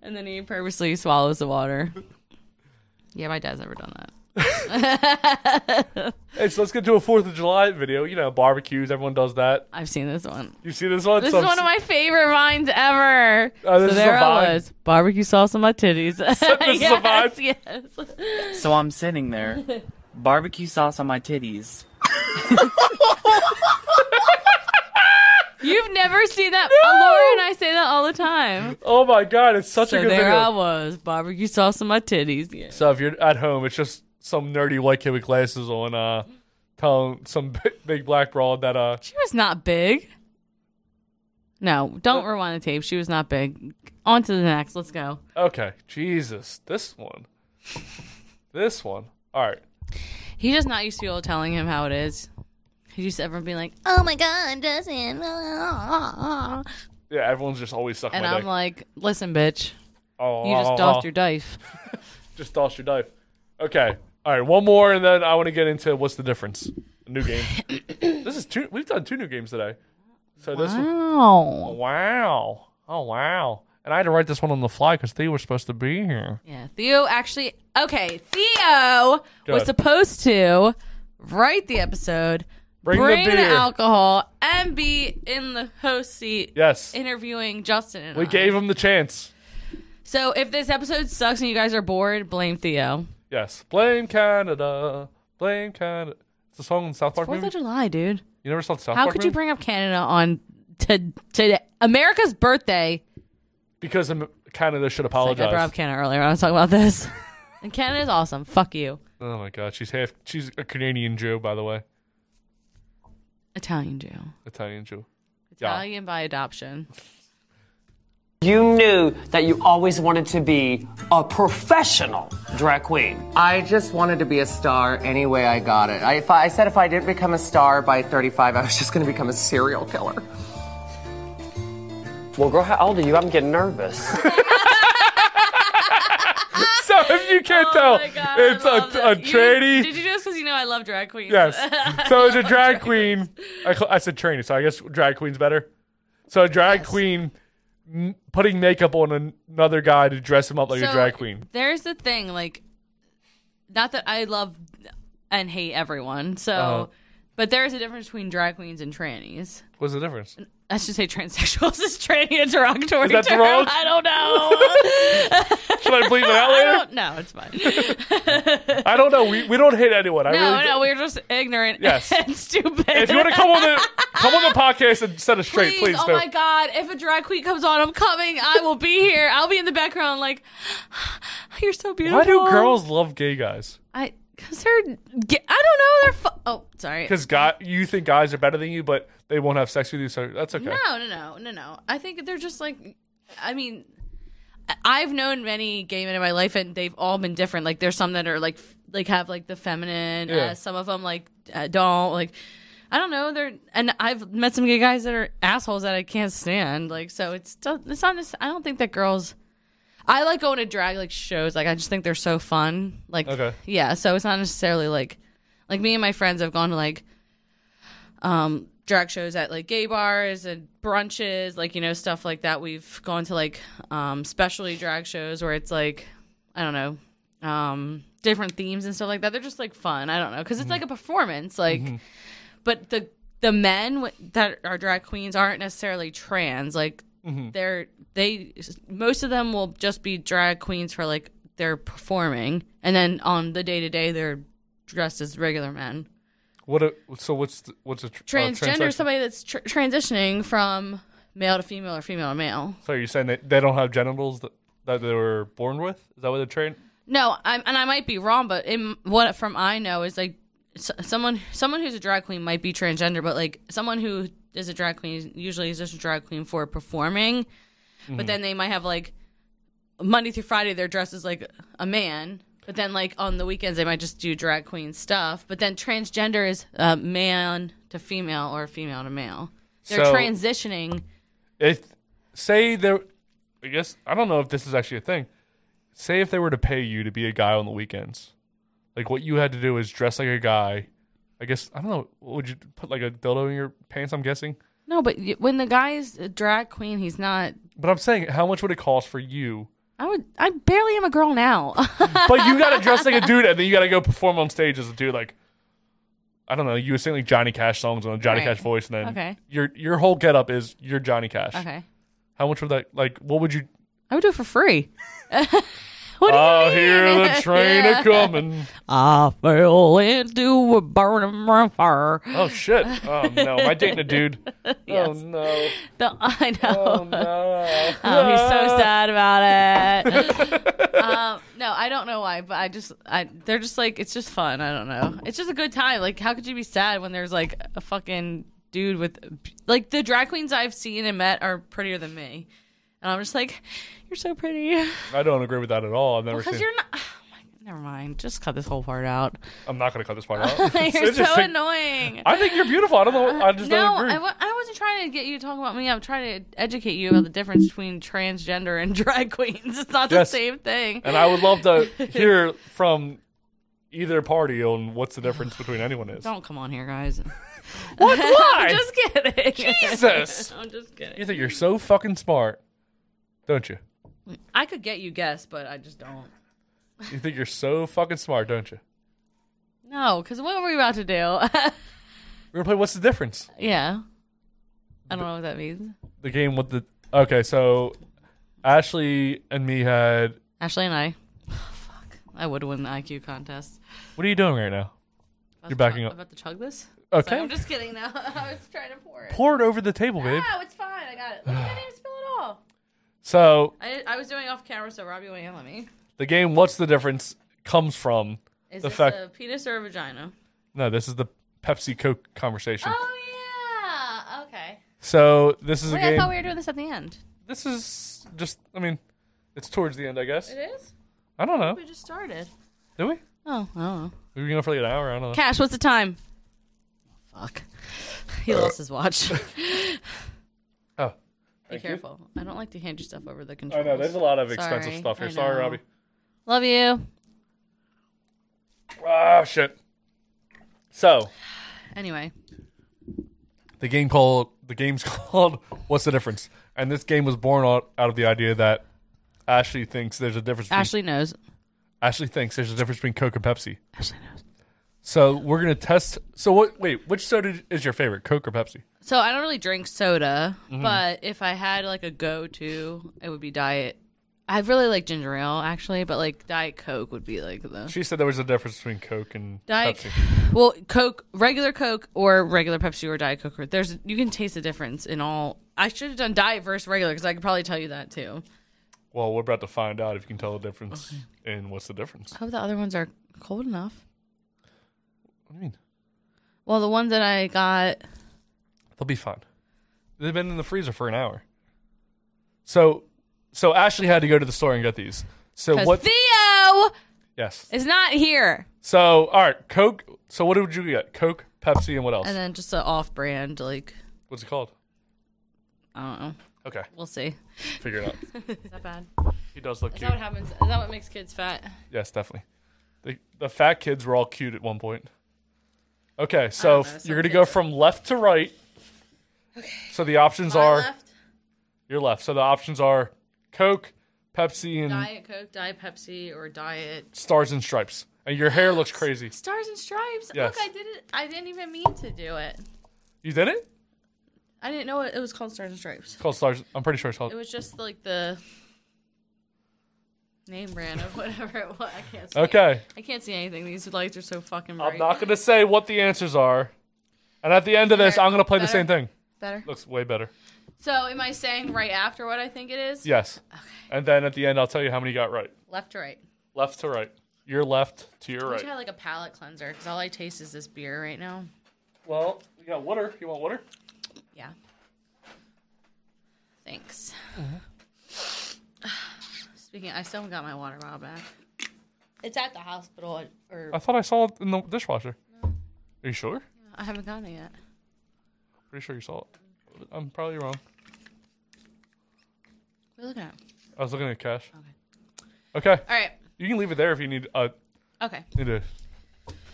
[SPEAKER 2] And then he purposely swallows the water. Yeah, my dad's never done that.
[SPEAKER 1] Hey, so let's get to a Fourth of July video. You know, barbecues. Everyone does that.
[SPEAKER 2] I've seen this one.
[SPEAKER 1] You see this one?
[SPEAKER 2] This
[SPEAKER 1] So
[SPEAKER 2] is
[SPEAKER 1] I'm
[SPEAKER 2] one of my favorite vines ever.
[SPEAKER 1] Oh, this
[SPEAKER 2] so
[SPEAKER 1] is a
[SPEAKER 2] there I
[SPEAKER 1] vine?
[SPEAKER 2] was, barbecue sauce on my
[SPEAKER 1] is
[SPEAKER 2] titties.
[SPEAKER 1] a
[SPEAKER 2] yes,
[SPEAKER 1] vine?
[SPEAKER 2] yes.
[SPEAKER 9] So I'm sitting there, barbecue sauce on my titties.
[SPEAKER 2] You've never seen that. Laura and I say that all the time.
[SPEAKER 1] Oh my god, it's such a
[SPEAKER 2] so
[SPEAKER 1] good
[SPEAKER 2] there
[SPEAKER 1] video.
[SPEAKER 2] I was, barbecue sauce on my titties. Yeah.
[SPEAKER 1] So if you're at home, it's just some nerdy white kid with glasses on, uh, telling some big, big black broad that uh,
[SPEAKER 2] She was not big. No, don't rewind the tape. She was not big. On to the next. Let's go.
[SPEAKER 1] okay, Jesus, this one, this one. All right,
[SPEAKER 2] He just not used to people telling him how it is. He used to everyone being like,
[SPEAKER 5] Oh my god, doesn't. Oh,
[SPEAKER 1] yeah, everyone's just always sucking
[SPEAKER 2] and
[SPEAKER 1] my
[SPEAKER 2] I'm
[SPEAKER 1] dick.
[SPEAKER 2] like, listen, bitch,
[SPEAKER 1] oh,
[SPEAKER 2] you just
[SPEAKER 1] oh,
[SPEAKER 2] doffed
[SPEAKER 1] oh,
[SPEAKER 2] your dice.
[SPEAKER 1] just tossed your knife. Okay, all right, one more, and then I want to get into what's the difference. A new game. this is two. We've done two new games today. So this one.
[SPEAKER 2] Wow.
[SPEAKER 1] Wow. Oh wow. And And I had to write this one on the fly because they were supposed to be here.
[SPEAKER 2] Yeah, Theo actually. Okay, Theo was supposed to write the episode,
[SPEAKER 1] Bring the beer.
[SPEAKER 2] alcohol, and be in the host seat
[SPEAKER 1] Yes.
[SPEAKER 2] interviewing Justin. And
[SPEAKER 1] We
[SPEAKER 2] I.
[SPEAKER 1] gave him the chance.
[SPEAKER 2] So if this episode sucks and you guys are bored, blame Theo.
[SPEAKER 1] Yes. Blame Canada. Blame Canada. It's a song in the South Park
[SPEAKER 2] Fourth
[SPEAKER 1] movie.
[SPEAKER 2] of July, dude.
[SPEAKER 1] You never saw the South
[SPEAKER 2] How
[SPEAKER 1] Park
[SPEAKER 2] could
[SPEAKER 1] movie?
[SPEAKER 2] you bring up Canada on to today? America's birthday.
[SPEAKER 1] because um, Canada should
[SPEAKER 2] It's Like I
[SPEAKER 1] apologize.
[SPEAKER 2] brought up Canada earlier. when I was talking about this. and Canada's awesome. Fuck you,
[SPEAKER 1] oh my god, she's half. She's a Canadian Jew, by the way,
[SPEAKER 2] Italian Jew,
[SPEAKER 1] Italian Jew.
[SPEAKER 2] Italian by adoption.
[SPEAKER 10] You knew that you always wanted to be a professional drag queen. I just wanted to be a star any way I got it. I, if I, I said if I didn't become a star by 35, I was just going to become a serial killer. Well, girl, how old are you? I'm getting nervous.
[SPEAKER 1] So if you can't tell,
[SPEAKER 2] Oh my God, I
[SPEAKER 1] it's
[SPEAKER 2] love
[SPEAKER 1] a, a
[SPEAKER 2] that. You didn't-
[SPEAKER 1] tranny.
[SPEAKER 2] Did you do this because you know I love drag queens?
[SPEAKER 1] yes. So it's a drag queen. I, cl- I said tranny, so I guess drag queen's better. So a drag queen m- putting makeup on an- another guy to dress him up like a
[SPEAKER 2] So,
[SPEAKER 1] drag queen.
[SPEAKER 2] There's the thing, like, not that I love and hate everyone, so,
[SPEAKER 1] Uh-huh.
[SPEAKER 2] but there is a difference between drag queens and trannies.
[SPEAKER 1] What's the difference?
[SPEAKER 2] I should say transsexuals is tranny a derogatory
[SPEAKER 1] Is that the
[SPEAKER 2] term.
[SPEAKER 1] wrong-
[SPEAKER 2] I don't know.
[SPEAKER 1] Should I bleep it out
[SPEAKER 2] I
[SPEAKER 1] later?
[SPEAKER 2] don't know. It's fine.
[SPEAKER 1] I don't know. We, we don't hate anyone. I
[SPEAKER 2] no,
[SPEAKER 1] really
[SPEAKER 2] no, we're just ignorant
[SPEAKER 1] Yes.
[SPEAKER 2] and stupid.
[SPEAKER 1] If you want to come on the come on the podcast and set us straight, please,
[SPEAKER 2] please, oh
[SPEAKER 1] do.
[SPEAKER 2] my god, if a drag queen comes on, I'm coming. I will be here. I'll be in the background, like, you're so beautiful.
[SPEAKER 1] Why do girls love gay guys?
[SPEAKER 2] I because they're ge- I don't know they're fu- oh sorry
[SPEAKER 1] Because guy, you think guys are better than you, but they won't have sex with you, so that's okay.
[SPEAKER 2] no no no no no I think they're just like I mean I- I've known many gay men in my life and they've all been different like there's some that are like f- like have like the feminine
[SPEAKER 1] Yeah.
[SPEAKER 2] uh, some of them like uh, don't like I don't know they're and I've met some gay guys that are assholes that I can't stand like so it's still- it's not this I don't think that girls. I like going to drag like shows. Like I just think they're so fun. Like
[SPEAKER 1] Okay.
[SPEAKER 2] yeah, so it's not necessarily like like me and my friends have gone to like um drag shows at like gay bars and brunches, like you know stuff like that. We've gone to like um specialty drag shows where it's like I don't know, um different themes and stuff like that. They're just like fun. I don't know cuz it's like a performance like but the the men w- that are drag queens aren't necessarily trans. Like they're they most of them will just be drag queens for like they're performing, and then on the day to day they're dressed as regular men.
[SPEAKER 1] What? A, so what's the, what's a tr- uh,
[SPEAKER 2] Transgender
[SPEAKER 1] transsexual?
[SPEAKER 2] is somebody that's tr- transitioning from male to female or female to male.
[SPEAKER 1] So you're saying that they don't have genitals that, that they were born with? Is that what they're trained?
[SPEAKER 2] No, I'm, and I might be wrong, but in, what from I know is like s- someone someone who's a drag queen might be transgender, but like someone who is a drag queen usually is just a drag queen for performing, but then they might have like Monday through Friday they're dressed as like a man, but then like on the weekends they might just do drag queen stuff. But then transgender is uh, man to female or female to male. They're
[SPEAKER 1] So-
[SPEAKER 2] transitioning.
[SPEAKER 1] If say there, I guess I don't know if this is actually a thing. Say if they were to pay you to be a guy on the weekends, like what you had to do is dress like a guy. I guess I don't know. Would you put like a dildo in your pants? I'm guessing.
[SPEAKER 2] No, but y- when the guy is a drag queen, he's not.
[SPEAKER 1] But I'm saying, how much would it cost for you?
[SPEAKER 2] I would. I barely am a girl now.
[SPEAKER 1] But you gotta dress like a dude, and then you gotta go perform on stage as a dude. Like, I don't know. You would sing like Johnny Cash songs on a Johnny
[SPEAKER 2] Right.
[SPEAKER 1] Cash voice, and then
[SPEAKER 2] Okay.
[SPEAKER 1] your your whole getup is you're Johnny Cash.
[SPEAKER 2] okay.
[SPEAKER 1] How much would that? Like, what would you?
[SPEAKER 2] I would do it for free. what do
[SPEAKER 1] I
[SPEAKER 2] you
[SPEAKER 1] hear
[SPEAKER 2] mean?
[SPEAKER 1] the train a coming.
[SPEAKER 2] I fell into a burning fire.
[SPEAKER 1] Oh shit! Oh no, am I dating a dude? Oh no!
[SPEAKER 2] The, I
[SPEAKER 1] Oh
[SPEAKER 2] know.
[SPEAKER 1] no!
[SPEAKER 2] Oh, he's so sad about it. um, no, I don't know why, but I just, I they're just like, it's just fun. I don't know. It's just a good time. Like, how could you be sad when there's like a fucking dude with, like, the drag queens I've seen and met are prettier than me, and I'm just like, you're so pretty.
[SPEAKER 1] I don't agree with that at all. I've never
[SPEAKER 2] Because
[SPEAKER 1] seen.
[SPEAKER 2] you're not. oh Never mind. Just cut this whole part out.
[SPEAKER 1] I'm not gonna cut this part out. It's
[SPEAKER 2] You're so
[SPEAKER 1] interesting.
[SPEAKER 2] annoying.
[SPEAKER 1] I think you're beautiful. I don't know. I just
[SPEAKER 2] no,
[SPEAKER 1] don't agree.
[SPEAKER 2] I, wa- I wasn't trying to get you to talk about me. I'm trying to educate you about the difference between transgender and drag queens. It's not
[SPEAKER 1] Yes.
[SPEAKER 2] the same thing.
[SPEAKER 1] and I would love to hear from either party on what's the difference between anyone is.
[SPEAKER 2] Don't come on here, guys.
[SPEAKER 1] What? Why?
[SPEAKER 2] I'm just kidding.
[SPEAKER 1] Jesus.
[SPEAKER 2] I'm just
[SPEAKER 1] you
[SPEAKER 2] kidding.
[SPEAKER 1] think you're so fucking smart don't you?
[SPEAKER 2] I could get you guess, but I just don't.
[SPEAKER 1] You think you're so fucking smart, don't you?
[SPEAKER 2] No, because what were we about to do?
[SPEAKER 1] We're gonna play What's the Difference?
[SPEAKER 2] yeah. I don't know what that means.
[SPEAKER 1] The game with the okay, so Ashley and me had.
[SPEAKER 2] Ashley and I. fuck. I would win the IQ contest.
[SPEAKER 1] What are you doing right now? You're backing up.
[SPEAKER 2] About to chug this?
[SPEAKER 1] Okay.
[SPEAKER 2] Sorry, I'm just Ah. kidding now. I was trying to pour it.
[SPEAKER 1] Pour it over the table, babe.
[SPEAKER 2] No, it's fine. I got it. Look, I didn't even spill it all.
[SPEAKER 1] So
[SPEAKER 2] I, I was doing it off camera, so Robbie wouldn't yell at me.
[SPEAKER 1] the game What's the Difference comes from
[SPEAKER 2] Is
[SPEAKER 1] the
[SPEAKER 2] this
[SPEAKER 1] fact.
[SPEAKER 2] a penis or a vagina?
[SPEAKER 1] No, this is the Pepsi Coke
[SPEAKER 2] Ah.
[SPEAKER 1] conversation.
[SPEAKER 2] Oh yeah. Okay.
[SPEAKER 1] So this is
[SPEAKER 2] Wait,
[SPEAKER 1] a game.
[SPEAKER 2] I thought we were doing this at the end.
[SPEAKER 1] This is just. I mean, it's towards the end, I guess.
[SPEAKER 2] It is.
[SPEAKER 1] I don't know.
[SPEAKER 2] We just started.
[SPEAKER 1] Did we?
[SPEAKER 2] Oh, I don't know.
[SPEAKER 1] We were going for like an hour. I don't know.
[SPEAKER 2] Cash, what's the time? Fuck. He lost his watch.
[SPEAKER 1] Oh.
[SPEAKER 2] Be
[SPEAKER 1] Thank you.
[SPEAKER 2] careful. I don't like to hand you stuff over the
[SPEAKER 1] I
[SPEAKER 2] controls.
[SPEAKER 1] know. There's a lot of expensive
[SPEAKER 2] Sorry,
[SPEAKER 1] stuff here.
[SPEAKER 2] I
[SPEAKER 1] Sorry,
[SPEAKER 2] know.
[SPEAKER 1] Robbie.
[SPEAKER 2] Love you.
[SPEAKER 1] Ah, shit. So
[SPEAKER 2] Anyway,
[SPEAKER 1] the game called the game's called What's the Difference? And this game was born out, out of the idea that Ashley thinks there's a difference. between-
[SPEAKER 2] Ashley knows.
[SPEAKER 1] Ashley thinks there's a difference between Coke and Pepsi.
[SPEAKER 2] Ashley knows.
[SPEAKER 1] So we're gonna test. So what? Wait, which soda is your favorite, Coke or Pepsi?
[SPEAKER 2] So I don't really drink soda,
[SPEAKER 1] Mhm.
[SPEAKER 2] but if I had like a go-to, it would be diet. I really like ginger ale actually, but like diet coke would be like the
[SPEAKER 1] She said there was a difference between Coke and
[SPEAKER 2] Diet-
[SPEAKER 1] Pepsi.
[SPEAKER 2] Well, Coke, regular Coke or regular Pepsi or Diet Coke. Or there's you can taste the difference in all. I should have done diet versus regular because I could probably tell you that too.
[SPEAKER 1] Well, we're about to find out if you can tell the difference and what's the difference.
[SPEAKER 2] I hope the other ones are cold enough.
[SPEAKER 1] What do you mean?
[SPEAKER 2] Well, the ones that I got,
[SPEAKER 1] They'll be fine. They've been in the freezer for an hour. So, so Ashley had to go to the store and get these. So
[SPEAKER 2] because
[SPEAKER 1] what?
[SPEAKER 2] Theo
[SPEAKER 1] yes.
[SPEAKER 2] is not here,
[SPEAKER 1] So all right, Coke. So what did you get? Coke, Pepsi, and what else?
[SPEAKER 2] and then just an off-brand like
[SPEAKER 1] What's it called?
[SPEAKER 2] I don't know.
[SPEAKER 1] Okay.
[SPEAKER 2] We'll see.
[SPEAKER 1] Figure it out.
[SPEAKER 2] is that bad?
[SPEAKER 1] He does look
[SPEAKER 2] Is
[SPEAKER 1] cute.
[SPEAKER 2] that what happens? Is that what makes kids fat?
[SPEAKER 1] Yes, definitely. The the fat kids were all cute at one point. Okay, so
[SPEAKER 2] know,
[SPEAKER 1] you're gonna go from left to right. Okay. So the options
[SPEAKER 2] My
[SPEAKER 1] are
[SPEAKER 2] left?
[SPEAKER 1] your left. So the options are Coke, Pepsi, and
[SPEAKER 2] Diet Coke, Diet Pepsi, or Diet
[SPEAKER 1] Stars and Stripes. And your hair looks crazy.
[SPEAKER 2] Stars and Stripes.
[SPEAKER 1] Yes.
[SPEAKER 2] Look, I did it. I didn't even mean to do it.
[SPEAKER 1] You did it?
[SPEAKER 2] I didn't know it, it was called Stars and Stripes.
[SPEAKER 1] It's called Stars. I'm pretty sure it's called.
[SPEAKER 2] It was just like the name brand of whatever it was. I can't see.
[SPEAKER 1] Okay.
[SPEAKER 2] I can't see anything. These lights are so fucking bright.
[SPEAKER 1] I'm not gonna say what the answers are. And at the end of this, I'm gonna play the
[SPEAKER 2] Better?
[SPEAKER 1] same thing.
[SPEAKER 2] Better?
[SPEAKER 1] Looks way better.
[SPEAKER 2] So am I saying right after what I think it is?
[SPEAKER 1] Yes. And then at the end, I'll tell you how many you got right.
[SPEAKER 2] Left to right.
[SPEAKER 1] Left to right. Your left to your
[SPEAKER 2] I wish
[SPEAKER 1] right.
[SPEAKER 2] I had like a palate cleanser because all I taste is this beer right now.
[SPEAKER 1] Well, you got water. You want water?
[SPEAKER 2] Yeah. Thanks. Speaking, I still haven't got my water bottle back. It's at the hospital, or
[SPEAKER 1] I thought I saw it in the dishwasher. Are you sure?
[SPEAKER 2] I haven't gotten it yet.
[SPEAKER 1] Pretty sure you saw it. I'm probably wrong.
[SPEAKER 2] What are you looking at?
[SPEAKER 1] I was looking at cash. Okay. Okay.
[SPEAKER 2] All right.
[SPEAKER 1] You can leave it there if you need. Uh,
[SPEAKER 2] Okay.
[SPEAKER 1] need to.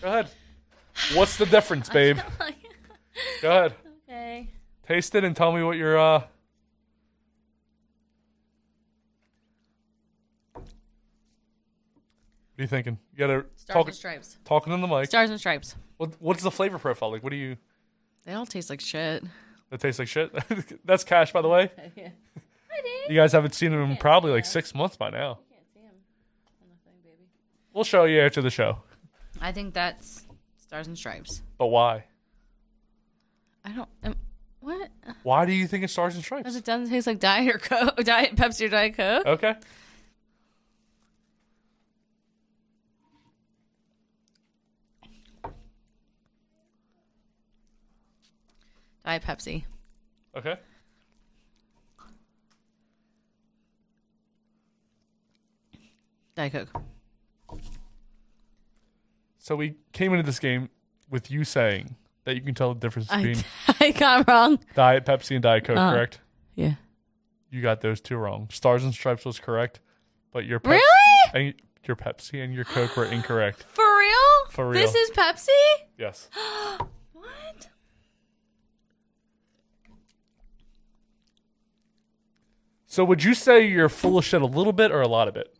[SPEAKER 1] Go ahead. What's the difference, babe? Go ahead.
[SPEAKER 2] okay.
[SPEAKER 1] Taste it and tell me what your uh. What are you thinking? You gotta
[SPEAKER 2] Stars
[SPEAKER 1] talk,
[SPEAKER 2] and stripes.
[SPEAKER 1] talking in the mic.
[SPEAKER 2] Stars and stripes.
[SPEAKER 1] What, what's the flavor profile like? What do you?
[SPEAKER 2] They all taste like shit.
[SPEAKER 1] That tastes like shit. That's cash, by the way.
[SPEAKER 2] yeah.
[SPEAKER 1] You guys haven't seen him in probably like six months by now. We'll show you after the show.
[SPEAKER 2] I think that's stars and stripes.
[SPEAKER 1] But why?
[SPEAKER 2] I don't. Um, what?
[SPEAKER 1] Why do you think it's Stars and Stripes?
[SPEAKER 2] Because it doesn't taste like diet or coke, diet Pepsi or diet coke.
[SPEAKER 1] Okay.
[SPEAKER 2] Diet Pepsi.
[SPEAKER 1] Okay.
[SPEAKER 2] Diet coke.
[SPEAKER 1] So we came into this game with you saying that you can tell the difference between
[SPEAKER 2] I, I got wrong.
[SPEAKER 1] Diet Pepsi and Diet Coke,
[SPEAKER 2] Uh,
[SPEAKER 1] correct?
[SPEAKER 2] yeah.
[SPEAKER 1] You got those two wrong. Stars and Stripes was correct, but your Pepsi,
[SPEAKER 2] Really?
[SPEAKER 1] and your Pepsi and your Coke were incorrect.
[SPEAKER 2] For real?
[SPEAKER 1] For
[SPEAKER 2] This
[SPEAKER 1] real.
[SPEAKER 2] is Pepsi?
[SPEAKER 1] Yes.
[SPEAKER 2] what?
[SPEAKER 1] So would you say you're full of shit a little bit or a lot of it?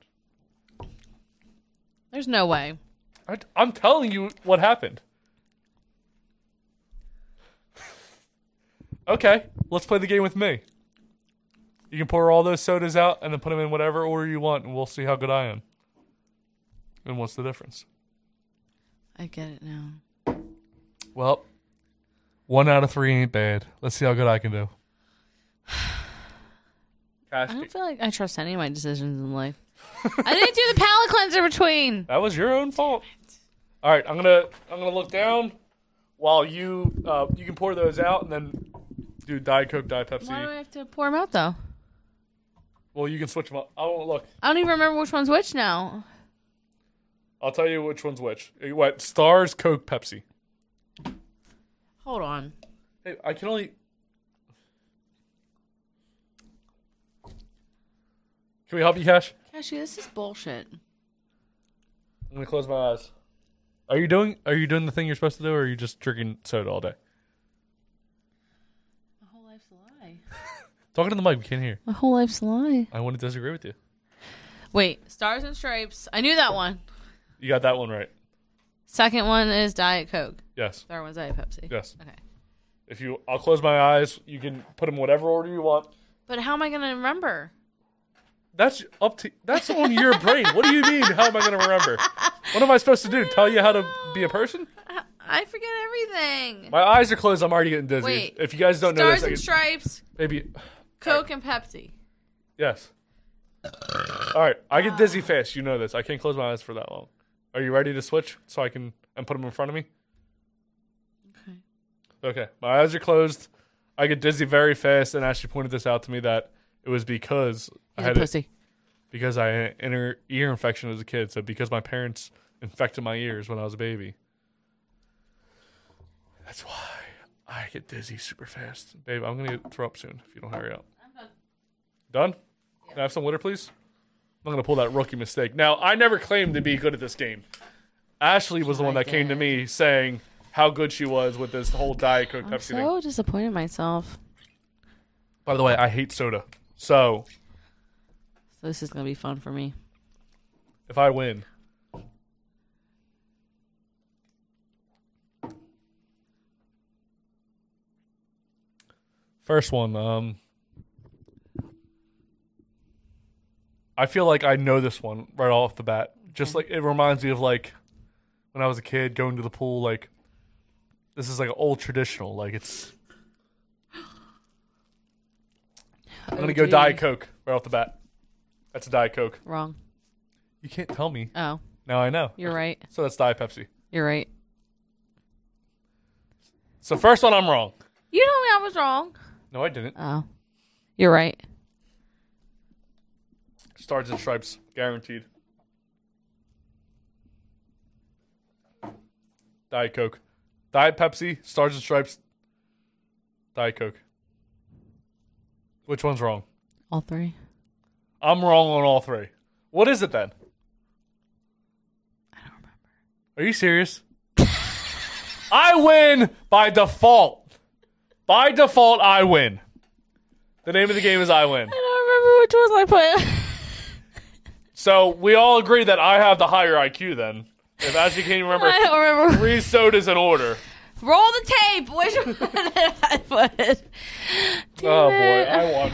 [SPEAKER 2] There's no way.
[SPEAKER 1] I, I'm telling you what happened. okay, let's play the game with me. You can pour all those sodas out and then put them in whatever order you want, and we'll see how good I am. And what's the difference?
[SPEAKER 2] I get it now.
[SPEAKER 1] Well, one out of three ain't bad. Let's see how good I can do.
[SPEAKER 2] I don't feel like I trust any of my decisions in life. I didn't do the palate cleanser between.
[SPEAKER 1] That was your own fault. All right, I'm gonna I'm gonna look down while you uh, you can pour those out and then do Diet Coke, Diet
[SPEAKER 2] Why do I
[SPEAKER 1] Pepsi.
[SPEAKER 2] have to pour them out though?
[SPEAKER 1] Well, you can switch them up. I won't look.
[SPEAKER 2] I don't even remember which one's which now.
[SPEAKER 1] I'll tell you which one's which. Eh, What stars, Coke, Pepsi?
[SPEAKER 2] Hold on.
[SPEAKER 1] Hey, I can only. Can we help you, Cash?
[SPEAKER 2] Cashew, this is bullshit.
[SPEAKER 1] I'm gonna close my eyes. Are you doing? Are you doing the thing you're supposed to do, or are you just drinking soda all day?
[SPEAKER 2] My whole life's a lie.
[SPEAKER 1] Talking to the mic, we can't hear.
[SPEAKER 2] My whole life's a lie.
[SPEAKER 1] I want to disagree with you.
[SPEAKER 2] Wait, Stars and Stripes. I knew that one.
[SPEAKER 1] You got that one right.
[SPEAKER 2] Second one is Diet Coke.
[SPEAKER 1] Yes.
[SPEAKER 2] Third one's Diet Pepsi.
[SPEAKER 1] Yes.
[SPEAKER 2] Okay.
[SPEAKER 1] If you, I'll close my eyes. You can put them whatever order you want.
[SPEAKER 2] But how am I gonna remember?
[SPEAKER 1] That's up to. That's on your brain. What do you mean? How am I gonna remember? What am I supposed to do? Tell you how to be a person?
[SPEAKER 2] I forget everything.
[SPEAKER 1] My eyes are closed. I'm already getting dizzy.
[SPEAKER 2] Wait.
[SPEAKER 1] if you guys don't know
[SPEAKER 2] Stars
[SPEAKER 1] this, I
[SPEAKER 2] and
[SPEAKER 1] can-
[SPEAKER 2] Stripes,
[SPEAKER 1] maybe
[SPEAKER 2] Coke and Pepsi.
[SPEAKER 1] yes. All right, I get dizzy fast. You know this. I can't close my eyes for that long. Are you ready to switch so I can and put them in front of me? Okay. Okay. My eyes are closed. I get dizzy very fast, and Ashley pointed this out to me that it was because I
[SPEAKER 2] He's a
[SPEAKER 1] had it-
[SPEAKER 2] pussy.
[SPEAKER 1] because I had an inner ear infection as a kid. So because my parents infected my ears when I was a baby, that's why I get dizzy super fast. Babe, I'm gonna get- throw up soon if you don't hurry up. done. Done? Can I have some water, please? I'm gonna pull that rookie mistake. Now I never claimed to be good at this game. Ashley was the one that came to me saying how good she was with this whole diet coke
[SPEAKER 2] I'm
[SPEAKER 1] Pepsi thing.
[SPEAKER 2] so disappointed in myself.
[SPEAKER 1] By the way, I hate soda. So
[SPEAKER 2] So this is gonna be fun for me.
[SPEAKER 1] if I win, First one, um I feel like I know this one right off the bat. Just like it reminds me of like when I was a kid going to the pool like this is like an old traditional like it's I'm going to go
[SPEAKER 2] OG.
[SPEAKER 1] Diet Coke right off the bat. That's a Diet Coke.
[SPEAKER 2] Wrong.
[SPEAKER 1] You can't tell me.
[SPEAKER 2] Oh,
[SPEAKER 1] Now I know.
[SPEAKER 2] you're right.
[SPEAKER 1] So that's Diet Pepsi.
[SPEAKER 2] You're right.
[SPEAKER 1] So first one I'm wrong.
[SPEAKER 2] You know I was wrong.
[SPEAKER 1] No, I didn't.
[SPEAKER 2] Oh, you're right.
[SPEAKER 1] Stars and stripes, guaranteed. Diet Coke, Diet Pepsi, Stars and Stripes, Diet Coke. Which one's wrong?
[SPEAKER 2] All three.
[SPEAKER 1] I'm wrong on all three. What is it then? I don't remember. Are you serious? I win by default. By default, I win. The name of the game is I win.
[SPEAKER 2] I don't remember which ones I
[SPEAKER 1] So we all agree that I have the higher IQ then. If Ashley can't even remember
[SPEAKER 2] I don't remember.
[SPEAKER 1] three sodas in order.
[SPEAKER 2] put. Roll the tape. Which one did I put?
[SPEAKER 1] Oh boy, I won.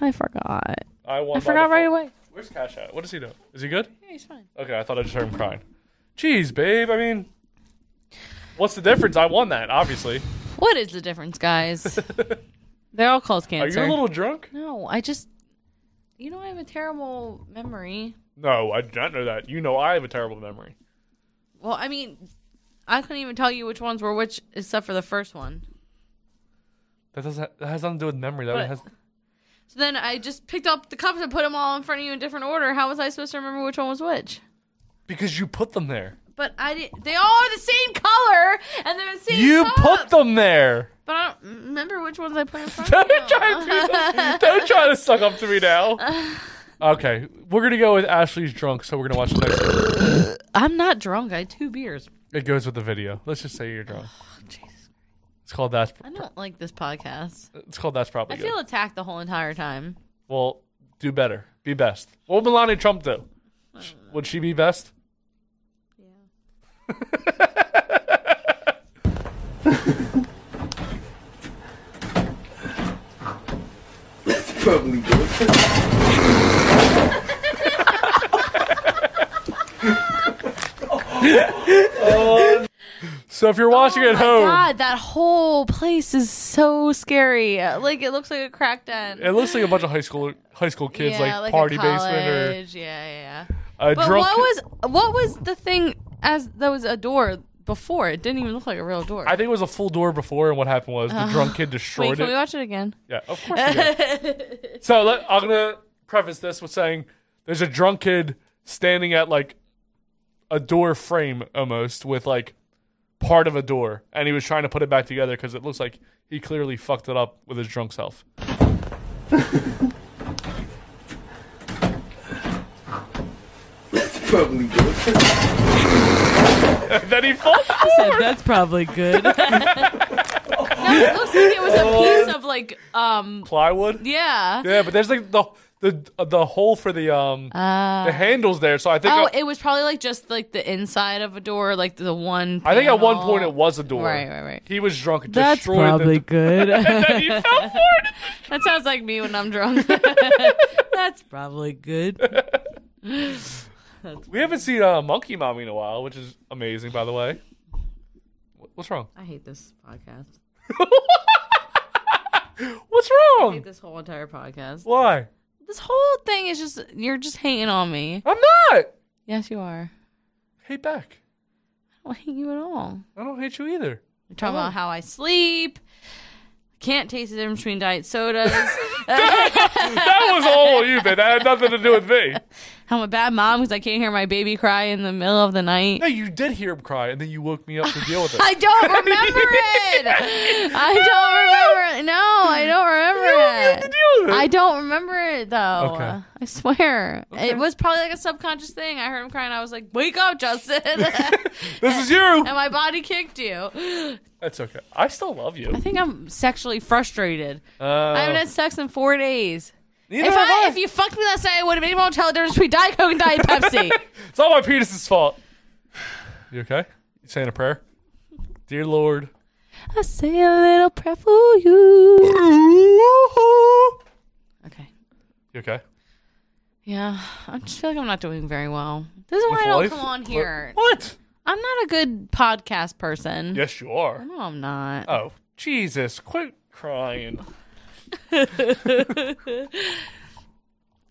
[SPEAKER 2] I forgot.
[SPEAKER 1] I won.
[SPEAKER 2] I forgot right away.
[SPEAKER 1] Where's Cash at? What does he do? Is he good?
[SPEAKER 2] Yeah, he's fine.
[SPEAKER 1] Okay, I thought I just heard him crying. Jeez, babe. I mean, what's the difference? I won that, obviously.
[SPEAKER 2] What is the difference, guys? They're all called
[SPEAKER 1] Are
[SPEAKER 2] cancer.
[SPEAKER 1] you a little drunk?
[SPEAKER 2] No, I just. You know, I have a terrible memory.
[SPEAKER 1] No, I did not know that. You know, I have a terrible memory.
[SPEAKER 2] Well, I mean, I couldn't even tell you which ones were which, except for the first one.
[SPEAKER 1] That doesn't. That has nothing to do with memory. That
[SPEAKER 2] But-
[SPEAKER 1] has.
[SPEAKER 2] So then I just picked up the cups and put them all in front of you in different order. How was I supposed to remember which one was which?
[SPEAKER 1] Because you put them there.
[SPEAKER 2] But I didn't. They all are the same color and they're the same.
[SPEAKER 1] You
[SPEAKER 2] cup.
[SPEAKER 1] put them there.
[SPEAKER 2] But I don't remember which ones I put in front of
[SPEAKER 1] Don't
[SPEAKER 2] you.
[SPEAKER 1] try to don't try to suck up to me now. Okay, we're gonna go with Ashley's drunk, so we're gonna watch the next. one.
[SPEAKER 2] I'm not drunk. I had two beers.
[SPEAKER 1] It goes with the video. Let's just say you're drunk. It's called that's.
[SPEAKER 2] I don't like this podcast.
[SPEAKER 1] It's called that's
[SPEAKER 2] I
[SPEAKER 1] probably good.
[SPEAKER 2] feel attacked the whole entire time.
[SPEAKER 1] well, Do better. Be best. What would Melania Trump do? Sh- Would she be best?
[SPEAKER 7] Probably good.
[SPEAKER 1] So if you're watching at
[SPEAKER 2] Oh my
[SPEAKER 1] home,
[SPEAKER 2] God, that whole place is so scary. Like it looks like a crack den.
[SPEAKER 1] it looks like a bunch of high school high school kids
[SPEAKER 2] Yeah,
[SPEAKER 1] like
[SPEAKER 2] a
[SPEAKER 1] party basement
[SPEAKER 2] college. Yeah, yeah.
[SPEAKER 1] or a
[SPEAKER 2] yeah. But
[SPEAKER 1] drunk.
[SPEAKER 2] what was what was the thing as that was a door before? It didn't even look like a real door.
[SPEAKER 1] I think it was a full door before, and what happened was the
[SPEAKER 2] Oh.
[SPEAKER 1] drunk kid
[SPEAKER 2] Wait,
[SPEAKER 1] destroyed
[SPEAKER 2] can
[SPEAKER 1] it.
[SPEAKER 2] we watch it again?
[SPEAKER 1] Yeah, of course. we did. so let, I'm gonna preface this with saying there's a drunk kid standing at like a door frame almost with like part of a door, and he was trying to put it back together because it looks like he clearly fucked it up with his drunk self.
[SPEAKER 7] Probably good.
[SPEAKER 1] then he falls.
[SPEAKER 2] said that's probably good. no, it looks like it was a piece of like um
[SPEAKER 1] Plywood.
[SPEAKER 2] yeah.
[SPEAKER 1] Yeah, but there's like the the the hole for the um
[SPEAKER 2] Uh,
[SPEAKER 1] the handles there, so I think
[SPEAKER 2] Oh,
[SPEAKER 1] I,
[SPEAKER 2] it was probably like just like the inside of a door, like the one.
[SPEAKER 1] I think at one
[SPEAKER 2] panel.
[SPEAKER 1] point it was a door.
[SPEAKER 2] Right, right, right.
[SPEAKER 1] He was drunk.
[SPEAKER 2] That's
[SPEAKER 1] destroyed the-
[SPEAKER 2] probably good.
[SPEAKER 1] And then he fell for it.
[SPEAKER 2] That sounds like me when I'm drunk. That's probably good.
[SPEAKER 1] We haven't seen uh, Monkey Mommy in a while, which is amazing, by the way. Wh- What's wrong?
[SPEAKER 2] I hate this podcast.
[SPEAKER 1] What's
[SPEAKER 2] I hate
[SPEAKER 1] wrong?
[SPEAKER 2] this whole entire podcast.
[SPEAKER 1] Why?
[SPEAKER 2] This whole thing is just you're just hating on me.
[SPEAKER 1] I'm not.
[SPEAKER 2] Yes, you are.
[SPEAKER 1] Hate back.
[SPEAKER 2] I don't hate you at all.
[SPEAKER 1] I don't hate you either.
[SPEAKER 2] You're talking about how I sleep. Can't taste the difference between diet sodas.
[SPEAKER 1] That was all you, man. That had nothing to do with me.
[SPEAKER 2] I'm a bad mom because I can't hear my baby cry in the middle of the night.
[SPEAKER 1] No, you did hear him cry, and then you woke me up to deal with it.
[SPEAKER 2] I don't remember it. I don't remember it. No, I don't remember it.
[SPEAKER 1] Deal with it.
[SPEAKER 2] I don't remember it though.
[SPEAKER 1] Okay.
[SPEAKER 2] I swear. It was probably like a subconscious thing. I heard him crying. I was like, wake up, Justin. and
[SPEAKER 1] this is you.
[SPEAKER 2] my body kicked you. I
[SPEAKER 1] That's okay. I still love you.
[SPEAKER 2] think I'm sexually frustrated.
[SPEAKER 1] Uh,
[SPEAKER 2] I haven't had sex in four days.
[SPEAKER 1] neither
[SPEAKER 2] If,
[SPEAKER 1] have
[SPEAKER 2] I, if you fucked me last night, I would have been able to tell the difference between Diet Coke and Diet Pepsi.
[SPEAKER 1] It's not my penis's fault. You okay? You saying a prayer? Dear Lord.
[SPEAKER 2] I say a little prayer for you.
[SPEAKER 1] You
[SPEAKER 2] Okay.
[SPEAKER 1] okay?
[SPEAKER 2] Yeah, I just feel like I'm not doing very well. This is why
[SPEAKER 1] With
[SPEAKER 2] I don't
[SPEAKER 1] life?
[SPEAKER 2] oh, come on
[SPEAKER 1] What-
[SPEAKER 2] here.
[SPEAKER 1] What?
[SPEAKER 2] I'm not a good podcast person.
[SPEAKER 1] Yes, you are.
[SPEAKER 2] No, I'm not.
[SPEAKER 1] Oh, Jesus. Quit crying.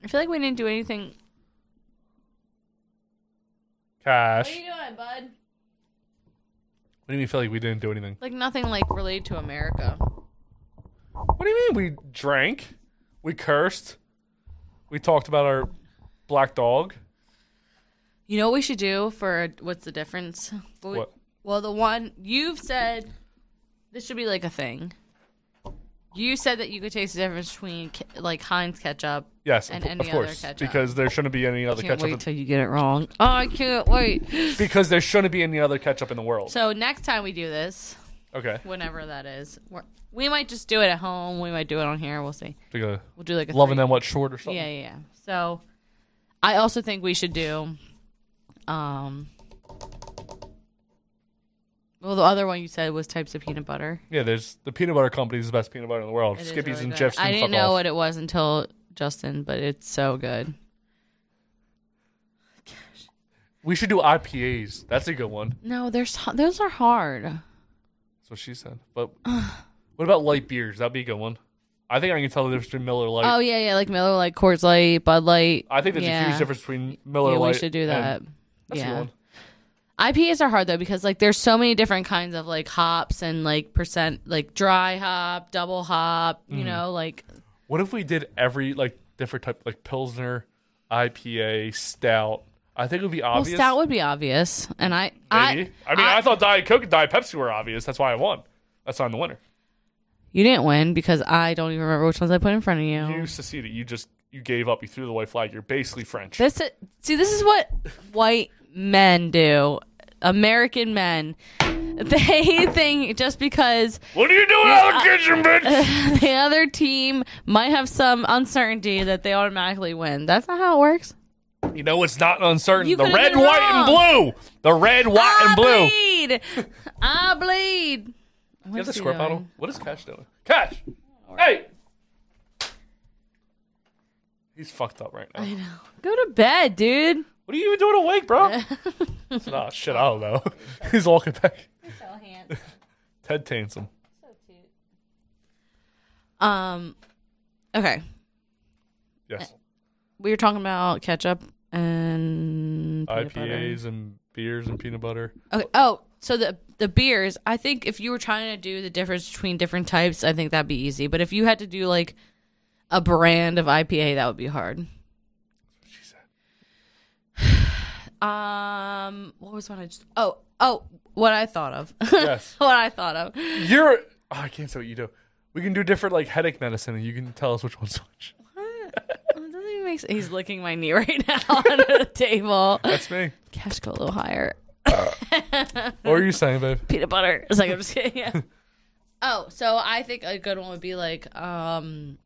[SPEAKER 2] I feel like we didn't do anything.
[SPEAKER 1] Cash. What
[SPEAKER 2] doing, bud?
[SPEAKER 1] do you mean feel like we didn't do anything?
[SPEAKER 2] Like nothing like related to America.
[SPEAKER 1] What do you mean? We drank. We cursed. We talked about our black dog.
[SPEAKER 2] You know what we should do for what's the difference? We-
[SPEAKER 1] What?
[SPEAKER 2] Well, the one you've said this should be like a thing. You said that you could taste the difference between ke- like Heinz ketchup.
[SPEAKER 1] Yes,
[SPEAKER 2] And
[SPEAKER 1] of,
[SPEAKER 2] any
[SPEAKER 1] of
[SPEAKER 2] other
[SPEAKER 1] course.
[SPEAKER 2] ketchup.
[SPEAKER 1] Because there shouldn't be any other
[SPEAKER 2] Can't
[SPEAKER 1] ketchup.
[SPEAKER 2] wait till you get it wrong. Oh, I can't wait.
[SPEAKER 1] in- because there shouldn't be any other ketchup in the world.
[SPEAKER 2] So next time we do this,
[SPEAKER 1] okay.
[SPEAKER 2] whenever that is, we're, we might just do it at home. We might do it on here. We'll see.
[SPEAKER 1] Like a
[SPEAKER 2] We'll do like a
[SPEAKER 1] loving
[SPEAKER 2] three-
[SPEAKER 1] them what short or something.
[SPEAKER 2] Yeah, yeah, yeah. So I also think we should do um well the other one you said was types of peanut butter.
[SPEAKER 1] Yeah, there's the peanut butter company is the best peanut butter in the world.
[SPEAKER 2] It is
[SPEAKER 1] Skippies
[SPEAKER 2] really
[SPEAKER 1] and
[SPEAKER 2] good.
[SPEAKER 1] Jeff's.
[SPEAKER 2] I
[SPEAKER 1] and
[SPEAKER 2] didn't
[SPEAKER 1] fuck
[SPEAKER 2] know
[SPEAKER 1] off.
[SPEAKER 2] what it was until Justin, but it's so good.
[SPEAKER 1] We should do IPAs. That's a good one.
[SPEAKER 2] No, there's those are hard.
[SPEAKER 1] That's what she said. But what about light beers? That'd be a good one. I think I can tell the difference between Miller Light.
[SPEAKER 2] Oh yeah, yeah, like Miller Lite, Coors Light, Bud Light.
[SPEAKER 1] I think there's a
[SPEAKER 2] Yeah.
[SPEAKER 1] huge difference between Miller
[SPEAKER 2] yeah,
[SPEAKER 1] Light.
[SPEAKER 2] we should do
[SPEAKER 1] and-
[SPEAKER 2] that.
[SPEAKER 1] That's a good
[SPEAKER 2] yeah.
[SPEAKER 1] one.
[SPEAKER 2] IPAs are hard though because like there's so many different kinds of like hops and like percent like dry hop, double hop,
[SPEAKER 1] Mm-hmm.
[SPEAKER 2] you know, like
[SPEAKER 1] What if we did every like different type like Pilsner, IPA, stout? I think it would be
[SPEAKER 2] well,
[SPEAKER 1] obvious.
[SPEAKER 2] stout would be obvious. And I
[SPEAKER 1] maybe. I, mean, I, thought Diet Coke and Diet Pepsi were obvious. That's why I won. That's why I'm the winner.
[SPEAKER 2] you didn't win because I don't even remember which ones I put in front of you.
[SPEAKER 1] You seceded. You just you gave up. You threw the white flag. You're basically French.
[SPEAKER 2] This i- see, this is what white men do. American men. They think just because.
[SPEAKER 11] What are you doing out of the kitchen,
[SPEAKER 2] bitch? the other team might have some uncertainty that they automatically win. That's not how it works.
[SPEAKER 1] You know it's not uncertain.
[SPEAKER 2] You
[SPEAKER 1] the
[SPEAKER 2] could've
[SPEAKER 1] red,
[SPEAKER 2] been
[SPEAKER 1] white, and
[SPEAKER 2] wrong. Ah,
[SPEAKER 1] blue. The red, white, Ah, and blue.
[SPEAKER 2] Bleed. I bleed.
[SPEAKER 1] Get the
[SPEAKER 2] What's he
[SPEAKER 1] squirt
[SPEAKER 2] doing?
[SPEAKER 1] bottle. What is Cash doing? Cash. Hey. He's fucked up right now. I
[SPEAKER 2] know. Go to bed, dude.
[SPEAKER 1] What are you even doing awake, bro? Nah, shit, I don't know. He's walking back. Ted Tansom.
[SPEAKER 2] um, okay. Eh,
[SPEAKER 1] Yes.
[SPEAKER 2] We were talking about ketchup and peanut butter.
[SPEAKER 1] IPAs and beers and peanut butter.
[SPEAKER 2] Okay. Oh, so the the beers. I think if you were trying to do the difference between different types, I think that'd be easy. But if you had to do like a brand of IPA, that would be hard. Um, what was one I just? Oh, oh, what I thought of.
[SPEAKER 1] Yes.
[SPEAKER 2] what I thought of.
[SPEAKER 1] You're. Oh, I can't say what you do. We can do different like headache medicine, and you can tell us which one's which.
[SPEAKER 2] It doesn't even make sense. He's licking my knee right now under the table.
[SPEAKER 1] That's me.
[SPEAKER 2] Cash go a little higher.
[SPEAKER 1] What were you saying, babe?
[SPEAKER 2] Peanut butter. It's like I'm just kidding. Yeah. Oh, so I think a good one would be like um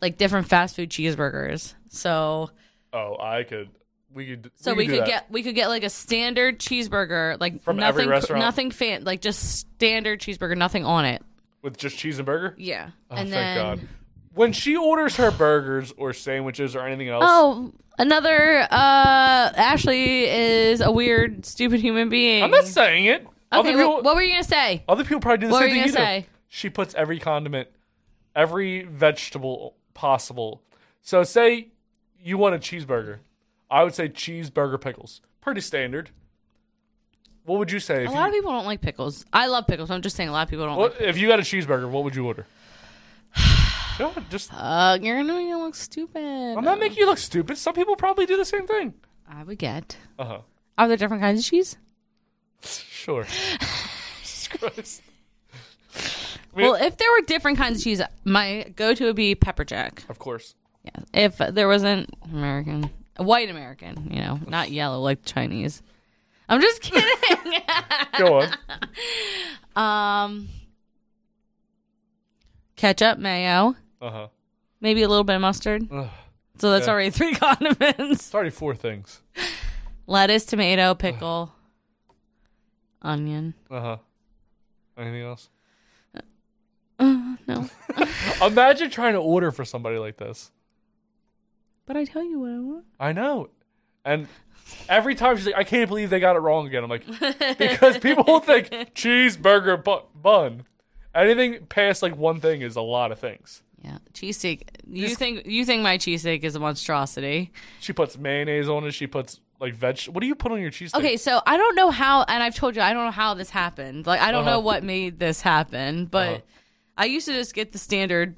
[SPEAKER 2] like different fast food cheeseburgers. So
[SPEAKER 1] Oh, I could. We could.
[SPEAKER 2] so we,
[SPEAKER 1] do
[SPEAKER 2] could
[SPEAKER 1] that.
[SPEAKER 2] get we could get like a standard cheeseburger, like
[SPEAKER 1] From every
[SPEAKER 2] nothing
[SPEAKER 1] restaurant?
[SPEAKER 2] nothing fan like just standard cheeseburger, nothing on it.
[SPEAKER 1] with just cheese and burger.
[SPEAKER 2] Yeah.
[SPEAKER 1] Oh,
[SPEAKER 2] and
[SPEAKER 1] thank
[SPEAKER 2] then
[SPEAKER 1] God. When she orders her burgers or sandwiches or anything else,
[SPEAKER 2] Oh, another uh Ashley is a weird stupid human being.
[SPEAKER 1] I'm not saying it. other
[SPEAKER 2] Okay, wh-
[SPEAKER 1] people,
[SPEAKER 2] what were you going to say?
[SPEAKER 1] other people probably do the
[SPEAKER 2] what
[SPEAKER 1] same
[SPEAKER 2] were
[SPEAKER 1] thing
[SPEAKER 2] you
[SPEAKER 1] you
[SPEAKER 2] gonna say?
[SPEAKER 1] do. She puts every condiment, every vegetable possible. So say you want a cheeseburger, I would say cheeseburger pickles, pretty standard. What would you say? Oh, If
[SPEAKER 2] A
[SPEAKER 1] you,
[SPEAKER 2] lot of people don't like pickles. I love pickles. I'm just saying a lot of people don't
[SPEAKER 1] what,
[SPEAKER 2] like
[SPEAKER 1] if you got a cheeseburger, what would you order? Go ahead, just
[SPEAKER 2] Uh, you're gonna make me look stupid.
[SPEAKER 1] I'm not making you look stupid. Some people probably do the same thing.
[SPEAKER 2] I would get.
[SPEAKER 1] Uh huh.
[SPEAKER 2] Are there different kinds of cheese?
[SPEAKER 1] Sure. Jesus Christ.
[SPEAKER 2] Well, if there were different kinds of cheese, my go-to would be pepper jack.
[SPEAKER 1] Of course.
[SPEAKER 2] Yeah. If there wasn't American, white American, you know, not yellow like Chinese. I'm just kidding.
[SPEAKER 1] Go on.
[SPEAKER 2] Um, ketchup, mayo,
[SPEAKER 1] Uh huh.
[SPEAKER 2] maybe a little bit of mustard.
[SPEAKER 1] Ugh.
[SPEAKER 2] So that's
[SPEAKER 1] Yeah.
[SPEAKER 2] already three condiments.
[SPEAKER 1] It's already four things.
[SPEAKER 2] Lettuce, tomato, pickle, onion.
[SPEAKER 1] Uh huh. Anything else?
[SPEAKER 2] Uh, no.
[SPEAKER 1] Imagine trying to order for somebody like this.
[SPEAKER 2] But I tell you what I want.
[SPEAKER 1] I know. And every time she's like, I can't believe they got it wrong again. I'm like, because people think cheeseburger bu- bun. Anything past like one thing is a lot of things.
[SPEAKER 2] Yeah, cheesesteak. You think you think my cheesesteak is a monstrosity?
[SPEAKER 1] She puts mayonnaise on it. She puts like veg. What do you put on your cheesesteak?
[SPEAKER 2] Okay, so I don't know how, and I've told you I don't know how this happened. Like I don't
[SPEAKER 1] Uh-huh.
[SPEAKER 2] know what made this happen, but
[SPEAKER 1] Uh-huh.
[SPEAKER 2] I used to just get the standard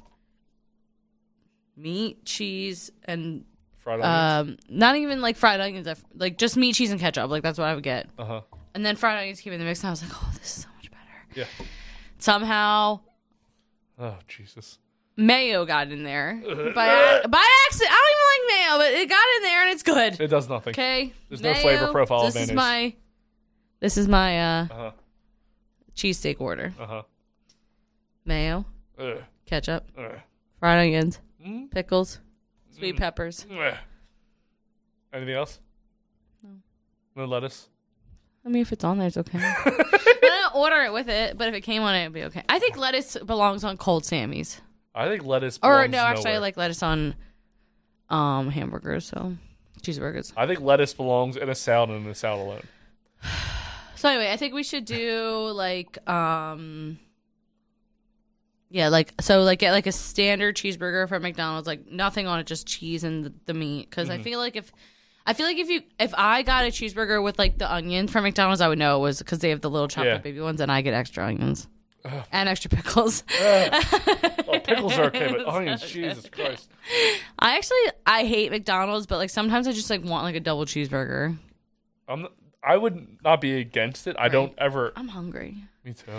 [SPEAKER 2] meat, cheese, and
[SPEAKER 1] Fried onions.
[SPEAKER 2] um, not even like fried onions, I f- like just meat, cheese, and ketchup. Like that's what I would get.
[SPEAKER 1] Uh huh.
[SPEAKER 2] And then fried onions came in the mix, and I was like, oh, this is so much better.
[SPEAKER 1] Yeah.
[SPEAKER 2] Somehow
[SPEAKER 1] Oh Jesus.
[SPEAKER 2] mayo got in there by ac- by accident. I don't even like mayo, but it got in there and it's good.
[SPEAKER 1] It does nothing.
[SPEAKER 2] Okay.
[SPEAKER 1] There's no flavor
[SPEAKER 2] Mayo.
[SPEAKER 1] profile
[SPEAKER 2] This
[SPEAKER 1] of
[SPEAKER 2] is
[SPEAKER 1] mayonnaise.
[SPEAKER 2] my this is my uh
[SPEAKER 1] Uh-huh.
[SPEAKER 2] cheesesteak order.
[SPEAKER 1] Uh-huh.
[SPEAKER 2] Mayo,
[SPEAKER 1] Ugh.
[SPEAKER 2] ketchup,
[SPEAKER 1] Ugh.
[SPEAKER 2] fried onions,
[SPEAKER 1] Mm.
[SPEAKER 2] pickles, sweet peppers.
[SPEAKER 1] Ugh. Anything else? No. No lettuce.
[SPEAKER 2] I mean if it's on there it's okay. I didn't order it with it, but if it came on it it'd be okay. I think lettuce belongs on cold Sammy's.
[SPEAKER 1] I think lettuce.
[SPEAKER 2] Or
[SPEAKER 1] belongs
[SPEAKER 2] no, actually I
[SPEAKER 1] nowhere.
[SPEAKER 2] like lettuce on um hamburgers, so cheeseburgers.
[SPEAKER 1] I think lettuce belongs in a salad and in a salad alone.
[SPEAKER 2] So anyway, I think we should do like um yeah, like so like get like a standard cheeseburger from McDonald's, like nothing on it, just cheese and the, the meat because I
[SPEAKER 1] Mm-hmm.
[SPEAKER 12] Mhm.
[SPEAKER 2] feel like if I feel like if you if I got a cheeseburger with like the onion from McDonald's, I would know it was because they have the little chopped
[SPEAKER 1] Yeah.
[SPEAKER 2] up baby ones, and I get extra onions
[SPEAKER 1] Ugh.
[SPEAKER 2] and extra pickles.
[SPEAKER 1] Oh, pickles are okay, but onions, Jesus Christ.
[SPEAKER 2] I actually I hate McDonald's, but like sometimes I just like want like a double cheeseburger.
[SPEAKER 1] I'm. Not, I would not be against it. I don't ever.
[SPEAKER 2] I'm hungry.
[SPEAKER 1] Me too.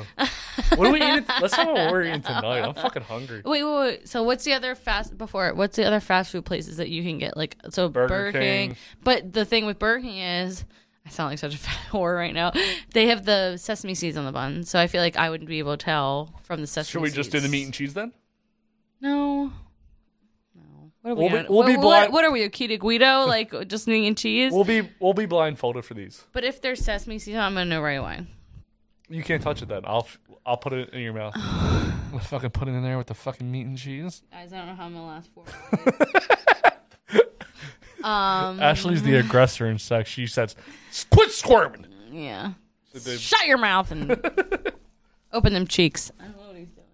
[SPEAKER 1] what are we eating? Let's have what we're eating tonight. I'm fucking hungry.
[SPEAKER 2] Wait, wait, wait. So what's the other fast before? What's the other fast food places that you can get like so Burger,
[SPEAKER 1] Burger
[SPEAKER 2] King.
[SPEAKER 1] King.
[SPEAKER 2] But the thing with Burger King is, I I sound like such a fat whore right now. They have the sesame seeds on the bun, so I feel like I wouldn't be able to tell from the sesame.
[SPEAKER 1] Should we just do the meat and cheese then?
[SPEAKER 2] No. No. What are we?
[SPEAKER 1] We'll be-
[SPEAKER 2] doing?
[SPEAKER 1] we'll
[SPEAKER 2] what,
[SPEAKER 1] be
[SPEAKER 2] what,
[SPEAKER 1] blind-
[SPEAKER 2] what are we? A keto guido? Like just meat and cheese?
[SPEAKER 1] We'll be we'll be blindfolded for these.
[SPEAKER 2] but if there's sesame seeds, on, I'm gonna know right away.
[SPEAKER 1] You can't touch it then. I'll f- I'll put it in your mouth. I'm gonna fucking put it in there with the fucking meat and cheese.
[SPEAKER 2] Guys, I don't know how I'm gonna last four. um.
[SPEAKER 1] Ashley's the aggressor in sex. She says, "Quit squirming."
[SPEAKER 2] Yeah.
[SPEAKER 1] So they-
[SPEAKER 2] Shut your mouth and open them cheeks. I don't know what he's doing.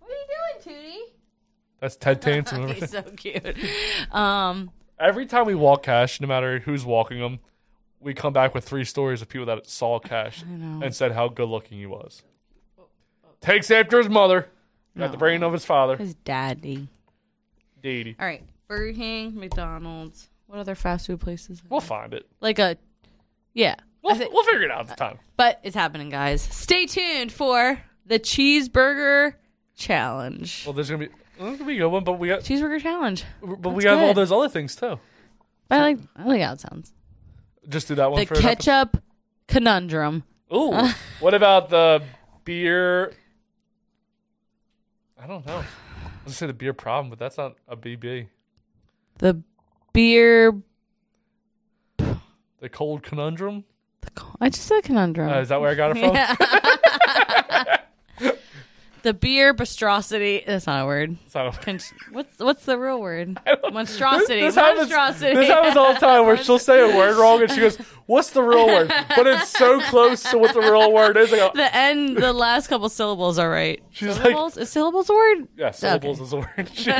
[SPEAKER 2] What are you doing, Tootie?
[SPEAKER 1] That's Ted Tance. whatever.
[SPEAKER 2] He's so cute. Um,
[SPEAKER 1] Every time we walk Cash, no matter who's walking him, we come back with three stories of people that saw Cash
[SPEAKER 2] know.
[SPEAKER 1] and said how good looking he was. Takes after his mother, got the
[SPEAKER 2] No.
[SPEAKER 1] brain of his father,
[SPEAKER 2] his daddy.
[SPEAKER 1] Dady.
[SPEAKER 2] All right, Burger King, McDonald's. What other fast food places?
[SPEAKER 1] We'll find it.
[SPEAKER 2] Like a, yeah.
[SPEAKER 1] We'll, we'll figure it out at the time.
[SPEAKER 2] But it's happening, guys. Stay tuned for the cheeseburger challenge.
[SPEAKER 1] Well, there's gonna be there's gonna be a good one, but we got
[SPEAKER 2] Cheeseburger challenge.
[SPEAKER 1] but we
[SPEAKER 2] That's
[SPEAKER 1] have all
[SPEAKER 2] good.
[SPEAKER 1] those other things too.
[SPEAKER 2] But I like I like how it sounds.
[SPEAKER 1] Just do that one
[SPEAKER 2] The
[SPEAKER 1] for an episode.
[SPEAKER 2] ketchup conundrum.
[SPEAKER 1] Ooh, what about the beer? I don't know. I was gonna say the beer problem, but that's not a BB.
[SPEAKER 2] The beer.
[SPEAKER 1] The cold conundrum.
[SPEAKER 2] I just said conundrum.
[SPEAKER 1] Uh, is that where I got it from?
[SPEAKER 2] the beer monstrosity. That's not a word.
[SPEAKER 1] So
[SPEAKER 2] Con- what's what's the real word? Monstrosity.
[SPEAKER 1] this happens,
[SPEAKER 2] monstrosity.
[SPEAKER 1] this happens all the time where she'll say a word wrong and she goes, "What's the real word?" But it's so close to what the real word is. I go,
[SPEAKER 2] the end. The last couple syllables are right.
[SPEAKER 1] She's like-
[SPEAKER 2] syllables? is syllables a word?
[SPEAKER 1] Yeah, syllables is a word. She,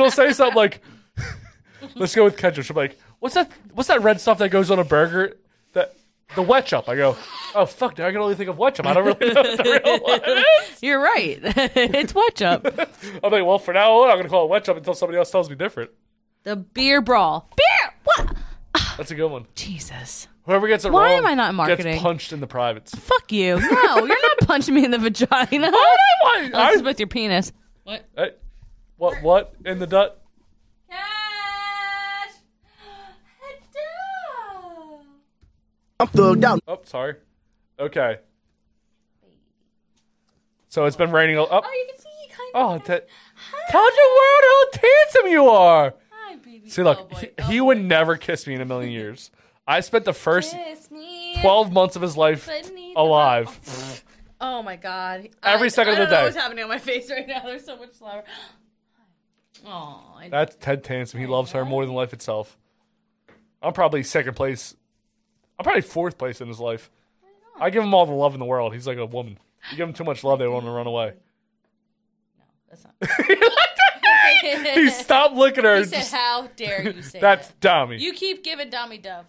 [SPEAKER 1] will say something like, "Let's go with ketchup." She'll be like, "What's that? What's that red stuff that goes on a burger? That the wetchup?" I go, "Oh fuck, dude, I can only think of wetchup. I don't really know what the real one is."
[SPEAKER 2] You're right. it's what's up.
[SPEAKER 1] I'm like, "Well, for now on, I'm gonna call it wetchup until somebody else tells me different."
[SPEAKER 2] The beer brawl. Beer. What?
[SPEAKER 1] That's a good one.
[SPEAKER 2] Jesus.
[SPEAKER 1] Whoever gets it
[SPEAKER 2] Why
[SPEAKER 1] wrong,
[SPEAKER 2] am I not in
[SPEAKER 1] Gets
[SPEAKER 2] marketing?
[SPEAKER 1] punched in the privates.
[SPEAKER 2] Fuck you. No, you're not punching me in the vagina.
[SPEAKER 1] Why-
[SPEAKER 2] Oh, this is
[SPEAKER 1] I-
[SPEAKER 2] with your penis. What?
[SPEAKER 1] Hey, what? What in the dut?
[SPEAKER 5] Cash!
[SPEAKER 11] I'm thugged out.
[SPEAKER 1] Oh, sorry. Okay. So it's been raining. Up. Oh,
[SPEAKER 5] you can see he kind
[SPEAKER 1] Oh, t- tell the world how handsome you are.
[SPEAKER 5] Hi, baby.
[SPEAKER 1] See, look, he, he would never kiss me in a million years. I spent the first
[SPEAKER 2] Kiss me.
[SPEAKER 1] twelve months of his life
[SPEAKER 2] Beneath the
[SPEAKER 1] alive.
[SPEAKER 2] Oh my god.
[SPEAKER 1] Every
[SPEAKER 2] I,
[SPEAKER 1] second
[SPEAKER 2] I
[SPEAKER 1] of the
[SPEAKER 2] don't know
[SPEAKER 1] day.
[SPEAKER 2] what's happening on my face right now. There's so much flour. Oh, I,
[SPEAKER 1] That's Ted Tansom. He loves her more than life itself. I'm probably second place. I'm probably fourth place in his life. I give him all the love in the world. He's like a woman. You give him too much love, they want to run away.
[SPEAKER 2] that's not.
[SPEAKER 1] He stopped looking at her.
[SPEAKER 2] He
[SPEAKER 1] and
[SPEAKER 2] said,
[SPEAKER 1] just-
[SPEAKER 2] "How dare you say
[SPEAKER 1] That's
[SPEAKER 2] that?
[SPEAKER 1] dummy.
[SPEAKER 2] You keep giving Dommy Dove."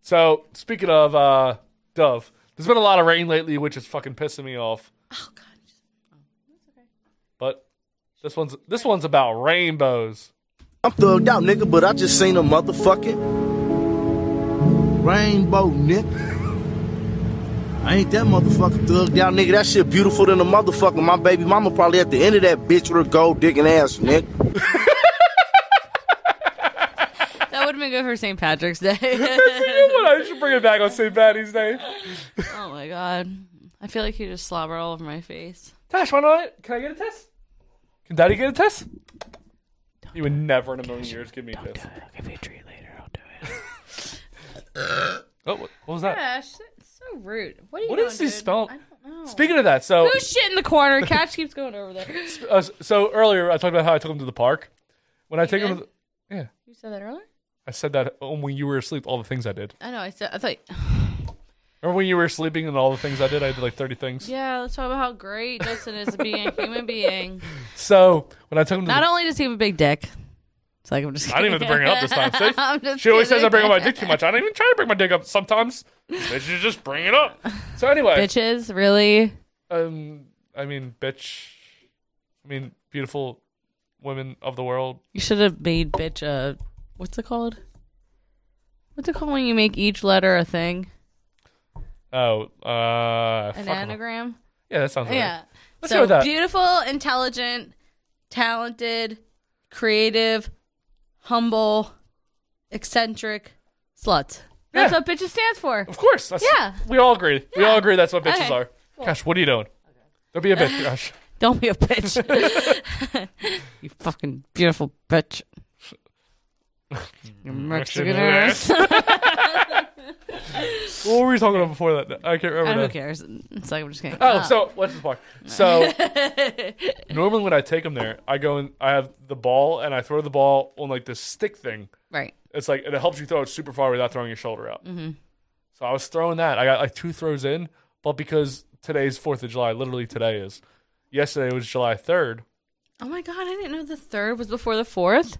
[SPEAKER 1] So speaking of uh, Dove, there's been a lot of rain lately, which is fucking pissing me off.
[SPEAKER 2] Oh god.
[SPEAKER 1] But this one's this one's about rainbows.
[SPEAKER 11] I'm thugged out, nigga, but I just seen a motherfucking rainbow, nigga. I ain't that motherfucker thugged out, nigga. That shit beautiful than a motherfucker. My baby mama probably at the end of that bitch with her gold digging ass, nigga.
[SPEAKER 2] That would have been good for St. Patrick's Day.
[SPEAKER 1] What, I should bring it back on St. Patty's Day.
[SPEAKER 2] oh my god. I feel like you just slobbered all over my face.
[SPEAKER 1] Tash, why not? Can I get a test? Can Daddy get a test? You would never in a million years give me a kiss.
[SPEAKER 2] I'll give you a treat later. I'll do it.
[SPEAKER 1] Oh, what, what was that?
[SPEAKER 2] Gosh, that's so rude. What are you
[SPEAKER 1] What
[SPEAKER 2] doing,
[SPEAKER 1] is this
[SPEAKER 2] dude?
[SPEAKER 1] spell?
[SPEAKER 2] I don't know.
[SPEAKER 1] Speaking of that, so
[SPEAKER 2] Who's shit in the corner? Catch keeps going over there.
[SPEAKER 1] uh, so earlier I talked about how I took him to the park. When I take him, to
[SPEAKER 2] did?
[SPEAKER 1] the, yeah,
[SPEAKER 2] You said that earlier.
[SPEAKER 1] I said that um, when you were asleep, all the things I did.
[SPEAKER 2] I know. I said. I thought.
[SPEAKER 1] Remember when you were sleeping and all the things I did? I did like thirty things.
[SPEAKER 2] Yeah, let's talk about how great Justin is at being a human being.
[SPEAKER 1] So when I took him to
[SPEAKER 2] Not
[SPEAKER 1] the,
[SPEAKER 2] only does he have a big dick, it's like I'm just.
[SPEAKER 1] I didn't even bring it up this time. See?
[SPEAKER 2] I'm just
[SPEAKER 1] she always says I
[SPEAKER 2] kidding.
[SPEAKER 1] bring up my dick too much. I don't even try to bring my dick up sometimes. Bitches just bring it up. So anyway,
[SPEAKER 2] Bitches, really?
[SPEAKER 1] um, I mean, bitch. I mean, beautiful women of the world.
[SPEAKER 2] You should have made bitch a. What's it called? What's it called when you make each letter a thing?
[SPEAKER 1] Oh, uh, fuck
[SPEAKER 2] An
[SPEAKER 1] 'em.
[SPEAKER 2] anagram?
[SPEAKER 1] Yeah, that sounds right.
[SPEAKER 2] Yeah.
[SPEAKER 1] Let's go
[SPEAKER 2] so
[SPEAKER 1] with that.
[SPEAKER 2] beautiful, intelligent, talented, creative, humble, eccentric slut. That's what bitches stands for. Of
[SPEAKER 1] course. That's,
[SPEAKER 2] yeah.
[SPEAKER 1] We all agree. We all agree that's what bitches
[SPEAKER 2] Okay.
[SPEAKER 1] are.
[SPEAKER 2] Cool.
[SPEAKER 1] Gosh, what are you doing? Don't be a bitch, Josh.
[SPEAKER 2] Don't be a bitch. you fucking beautiful bitch. You
[SPEAKER 1] Mm.
[SPEAKER 2] Mexican ass.
[SPEAKER 1] what were we talking about before that? I can't remember.
[SPEAKER 2] And
[SPEAKER 1] now.
[SPEAKER 2] who cares? It's like I'm just kidding.
[SPEAKER 1] Oh, so what's the point? So normally when I take them there, I go and I have the ball and I throw the ball on like this stick thing.
[SPEAKER 2] Right.
[SPEAKER 1] It's like it helps you throw it super far without throwing your shoulder out.
[SPEAKER 2] hmm
[SPEAKER 1] So I was throwing that. I got like two throws in, but because today's Fourth of July, literally today is. Yesterday was July third.
[SPEAKER 2] Oh my god, I didn't know the third was before the fourth.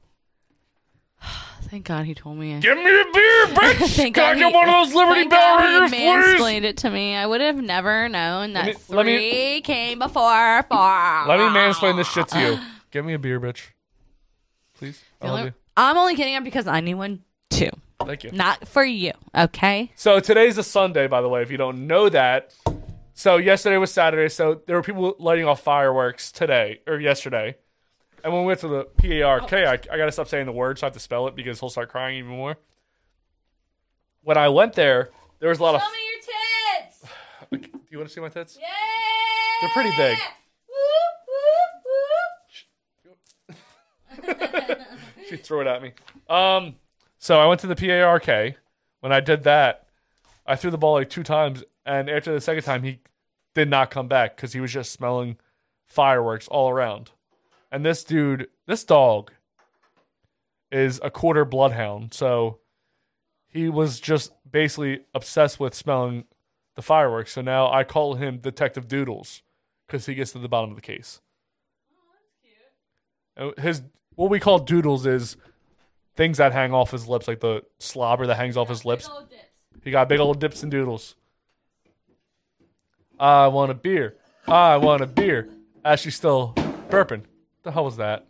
[SPEAKER 2] Thank God he told me.
[SPEAKER 1] Give me a beer, bitch!
[SPEAKER 2] Thank
[SPEAKER 1] Can I
[SPEAKER 2] God
[SPEAKER 1] get
[SPEAKER 2] he-
[SPEAKER 1] one of those Liberty
[SPEAKER 2] thank
[SPEAKER 1] Bell
[SPEAKER 2] God
[SPEAKER 1] ringers,
[SPEAKER 2] he
[SPEAKER 1] please?
[SPEAKER 2] Explained it to me. I would have never known that
[SPEAKER 1] Let me-
[SPEAKER 2] three
[SPEAKER 1] let me-
[SPEAKER 2] came before four.
[SPEAKER 1] Let me mansplain this shit to you. Give me a beer, bitch. Please. I love you.
[SPEAKER 2] I'm only kidding because I need one too.
[SPEAKER 1] Thank you.
[SPEAKER 2] Not for you, okay?
[SPEAKER 1] So today's a Sunday, by the way, if you don't know that. So yesterday was Saturday, so there were people lighting off fireworks today or yesterday. And when we went to the PARK, I, I gotta stop saying the word, so I have to spell it because he'll start crying even more. When I went there, there was a lot of.
[SPEAKER 2] me your tits.
[SPEAKER 1] Do you want to see my tits? Yeah. They're pretty big. she threw it at me. Um, so I went to the PARK. When I did that, I threw the ball like two times, and after the second time, he did not come back because he was just smelling fireworks all around. And this dude, this dog, is a quarter bloodhound, so he was just basically obsessed with smelling the fireworks. So now I call him Detective Doodles because he gets to the bottom of the case. Uh, his what we call doodles is things that hang off his lips, like the slobber that hangs off his lips. He got big old dips and doodles. I want a beer. I want a beer. Ashley's still burping. The hell was that?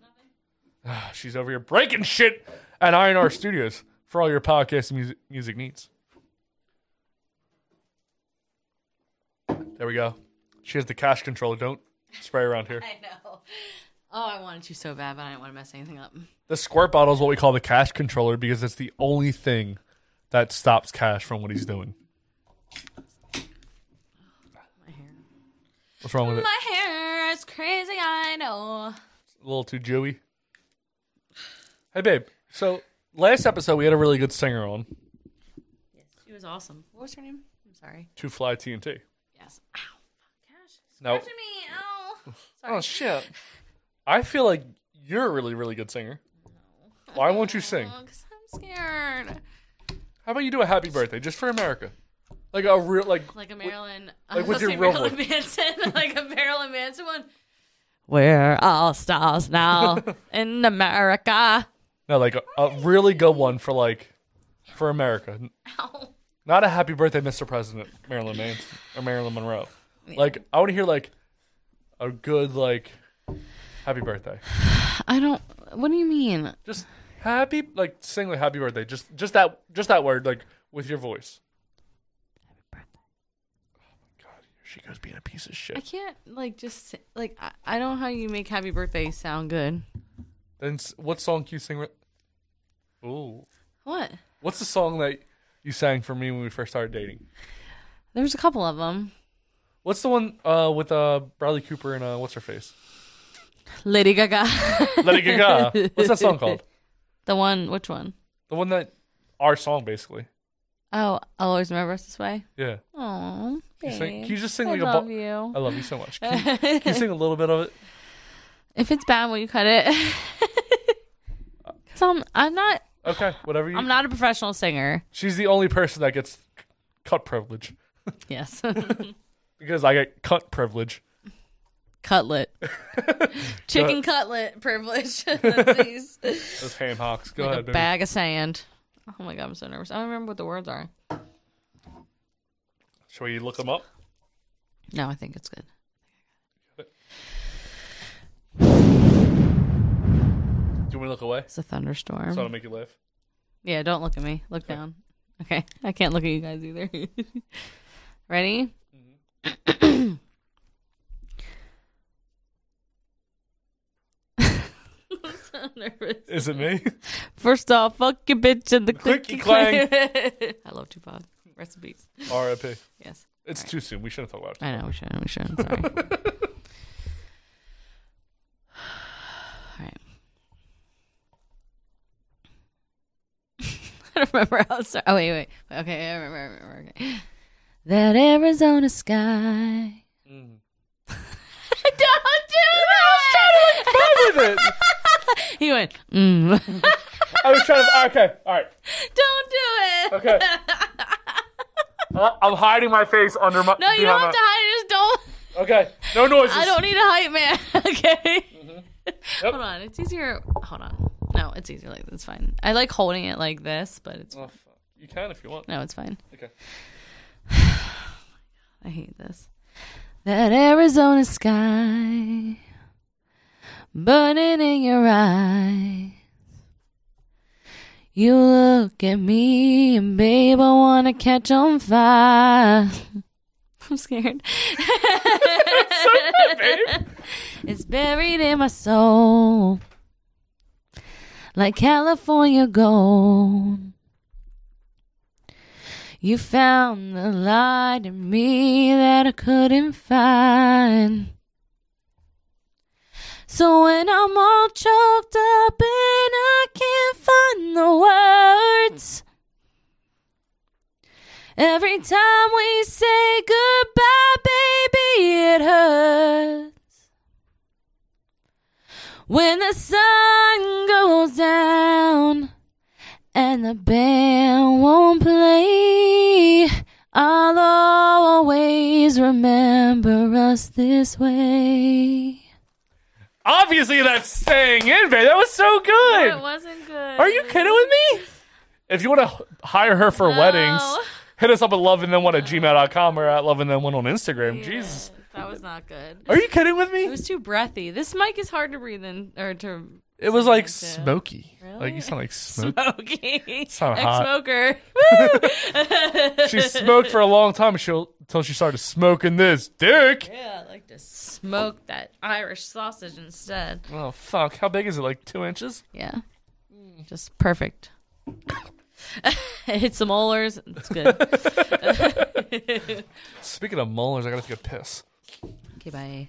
[SPEAKER 1] Ah, She's over here breaking shit at INR Studios for all your podcast and music, music needs. There we go. She has the cash controller. Don't spray around here.
[SPEAKER 2] I know. Oh, I wanted you so bad, but I didn't want to mess anything up.
[SPEAKER 1] The squirt bottle is what we call the cash controller because it's the only thing that stops Cash from what he's doing. What's wrong with it?
[SPEAKER 2] My hair is crazy, I know.
[SPEAKER 1] A little too Jewy. Hey, babe. So last episode we had a really good singer on,
[SPEAKER 2] She was awesome. What was her name? I'm sorry.
[SPEAKER 1] Two Fly TNT.
[SPEAKER 2] Yes. Ow.
[SPEAKER 1] No,
[SPEAKER 2] Touching me. Ow.
[SPEAKER 1] oh shit. I feel like you're a really, really good singer. Why won't you sing?
[SPEAKER 2] Oh, I'm scared.
[SPEAKER 1] How about you do a happy birthday just for America, like a real like
[SPEAKER 2] Like a Marilyn. I
[SPEAKER 1] like with
[SPEAKER 2] was
[SPEAKER 1] your
[SPEAKER 2] gonna say
[SPEAKER 1] real
[SPEAKER 2] Marilyn
[SPEAKER 1] voice.
[SPEAKER 2] Manson. Like a Marilyn Manson one. We're all stars now in America.
[SPEAKER 1] No, like a, a really good one for like for America. Not a happy birthday, Mr. President, Marilyn Manson or Marilyn Monroe. Like I want to hear like a good like happy birthday.
[SPEAKER 2] I don't. What do you mean?
[SPEAKER 1] Just happy like sing like happy birthday. Just just that just that word like with your voice. Happy birthday. Oh my god, here she goes being a piece of shit.
[SPEAKER 2] I can't like just si- like I, I don't know how you make Happy Birthday sound good.
[SPEAKER 1] Then s- what song can you sing? With? Ooh,
[SPEAKER 2] What?
[SPEAKER 1] what's the song that you sang for me when we first started dating?
[SPEAKER 2] There was a couple of them.
[SPEAKER 1] What's the one uh, with uh, Bradley Cooper and uh, what's her face?
[SPEAKER 2] Lady Gaga.
[SPEAKER 1] Lady Gaga. What's that song called?
[SPEAKER 2] The one. Which one?
[SPEAKER 1] The one that our song basically.
[SPEAKER 2] Oh, I'll always remember us this way.
[SPEAKER 1] Yeah.
[SPEAKER 2] Oh,
[SPEAKER 1] Can you, sing,
[SPEAKER 2] babe.
[SPEAKER 1] can you just sing
[SPEAKER 2] I
[SPEAKER 1] like
[SPEAKER 2] love
[SPEAKER 1] a
[SPEAKER 2] you.
[SPEAKER 1] I love you so much. Can you, can you sing a little bit of it?
[SPEAKER 2] If it's bad, will you cut it? Cause I'm I'm not
[SPEAKER 1] Okay, whatever you.
[SPEAKER 2] I'm not a professional singer.
[SPEAKER 1] She's the only person that gets c- cut privilege
[SPEAKER 2] Yes.
[SPEAKER 1] because I get cut privilege.
[SPEAKER 2] cutlet. Chicken cutlet privilege. Please.
[SPEAKER 1] Those ham hocks. Go
[SPEAKER 2] like
[SPEAKER 1] ahead,
[SPEAKER 2] a
[SPEAKER 1] baby.
[SPEAKER 2] bag of sand. Oh my god, I'm so nervous. I don't remember what the words are.
[SPEAKER 1] Shall we look them up?
[SPEAKER 2] No, I think it's good.
[SPEAKER 1] Do you want me to look away?
[SPEAKER 2] It's a thunderstorm.
[SPEAKER 1] So it'll make you laugh.
[SPEAKER 2] Yeah, don't look at me. Look down. Okay. I can't look at you guys either. Ready? so nervous.
[SPEAKER 1] Is it me?
[SPEAKER 2] First off, fuck your bitch and the
[SPEAKER 1] Clicky
[SPEAKER 2] clicky
[SPEAKER 1] clang.
[SPEAKER 2] clang. I love Tupac. Recipes.
[SPEAKER 1] R.I.P.
[SPEAKER 2] Yes.
[SPEAKER 1] It's too soon. We shouldn't talk about it.
[SPEAKER 2] I know we shouldn't. We shouldn't. Sorry. All right. I don't remember how. it start- Oh wait, wait. Okay, I remember. I remember. Okay. That Arizona sky. Mm-hmm. Don't do that. he went. Mm.
[SPEAKER 1] I was trying to. Okay, all right.
[SPEAKER 2] Don't do it.
[SPEAKER 1] Okay. I'm hiding my face under my.
[SPEAKER 2] No, you don't have to hide. Just don't.
[SPEAKER 1] Okay, no noises.
[SPEAKER 2] I don't e- need a hype man. okay. Hold on. It's easier. Hold on. No, it's easier like this. It's fine. I like holding it like this, but it's.
[SPEAKER 1] Oh, fuck. You can if you want.
[SPEAKER 2] No, it's fine.
[SPEAKER 1] Okay.
[SPEAKER 2] I hate this. That Arizona sky burning in your eyes. You look at me, and babe, I wanna catch on fire. I'm scared. It's buried in my soul, like California gold. You found the light in me that I couldn't find. So when I'm all choked up and I can't find the words, every time we say goodbye, baby, it hurts. When the sun goes down and the band won't play, I'll always remember us this way.
[SPEAKER 1] Obviously, that's staying in, babe. That was so good.
[SPEAKER 2] wasn't good.
[SPEAKER 1] Are you kidding with me? If you want to hire her for weddings, hit us up at loveandthenone at gmail.com or at loveandthenone on Instagram. Jesus.
[SPEAKER 2] That was not good.
[SPEAKER 1] Are you kidding with me?
[SPEAKER 2] It was too breathy. This mic is hard to breathe in or to.
[SPEAKER 1] It was like
[SPEAKER 2] Smoky.
[SPEAKER 1] smoky. Like you sound like smoke.
[SPEAKER 2] Smoky.
[SPEAKER 1] Sound
[SPEAKER 2] Ex
[SPEAKER 1] hot.
[SPEAKER 2] smoker.
[SPEAKER 1] she smoked for a long time she'll, until she started smoking this dick.
[SPEAKER 2] Yeah, I like to smoke that Irish sausage instead.
[SPEAKER 1] Oh fuck! How big is it? Like two inches?
[SPEAKER 2] Yeah. Mm. Just perfect. it hits the molars. It's good. okay,
[SPEAKER 1] Speaking of molars, I gotta take a piss.
[SPEAKER 2] bye.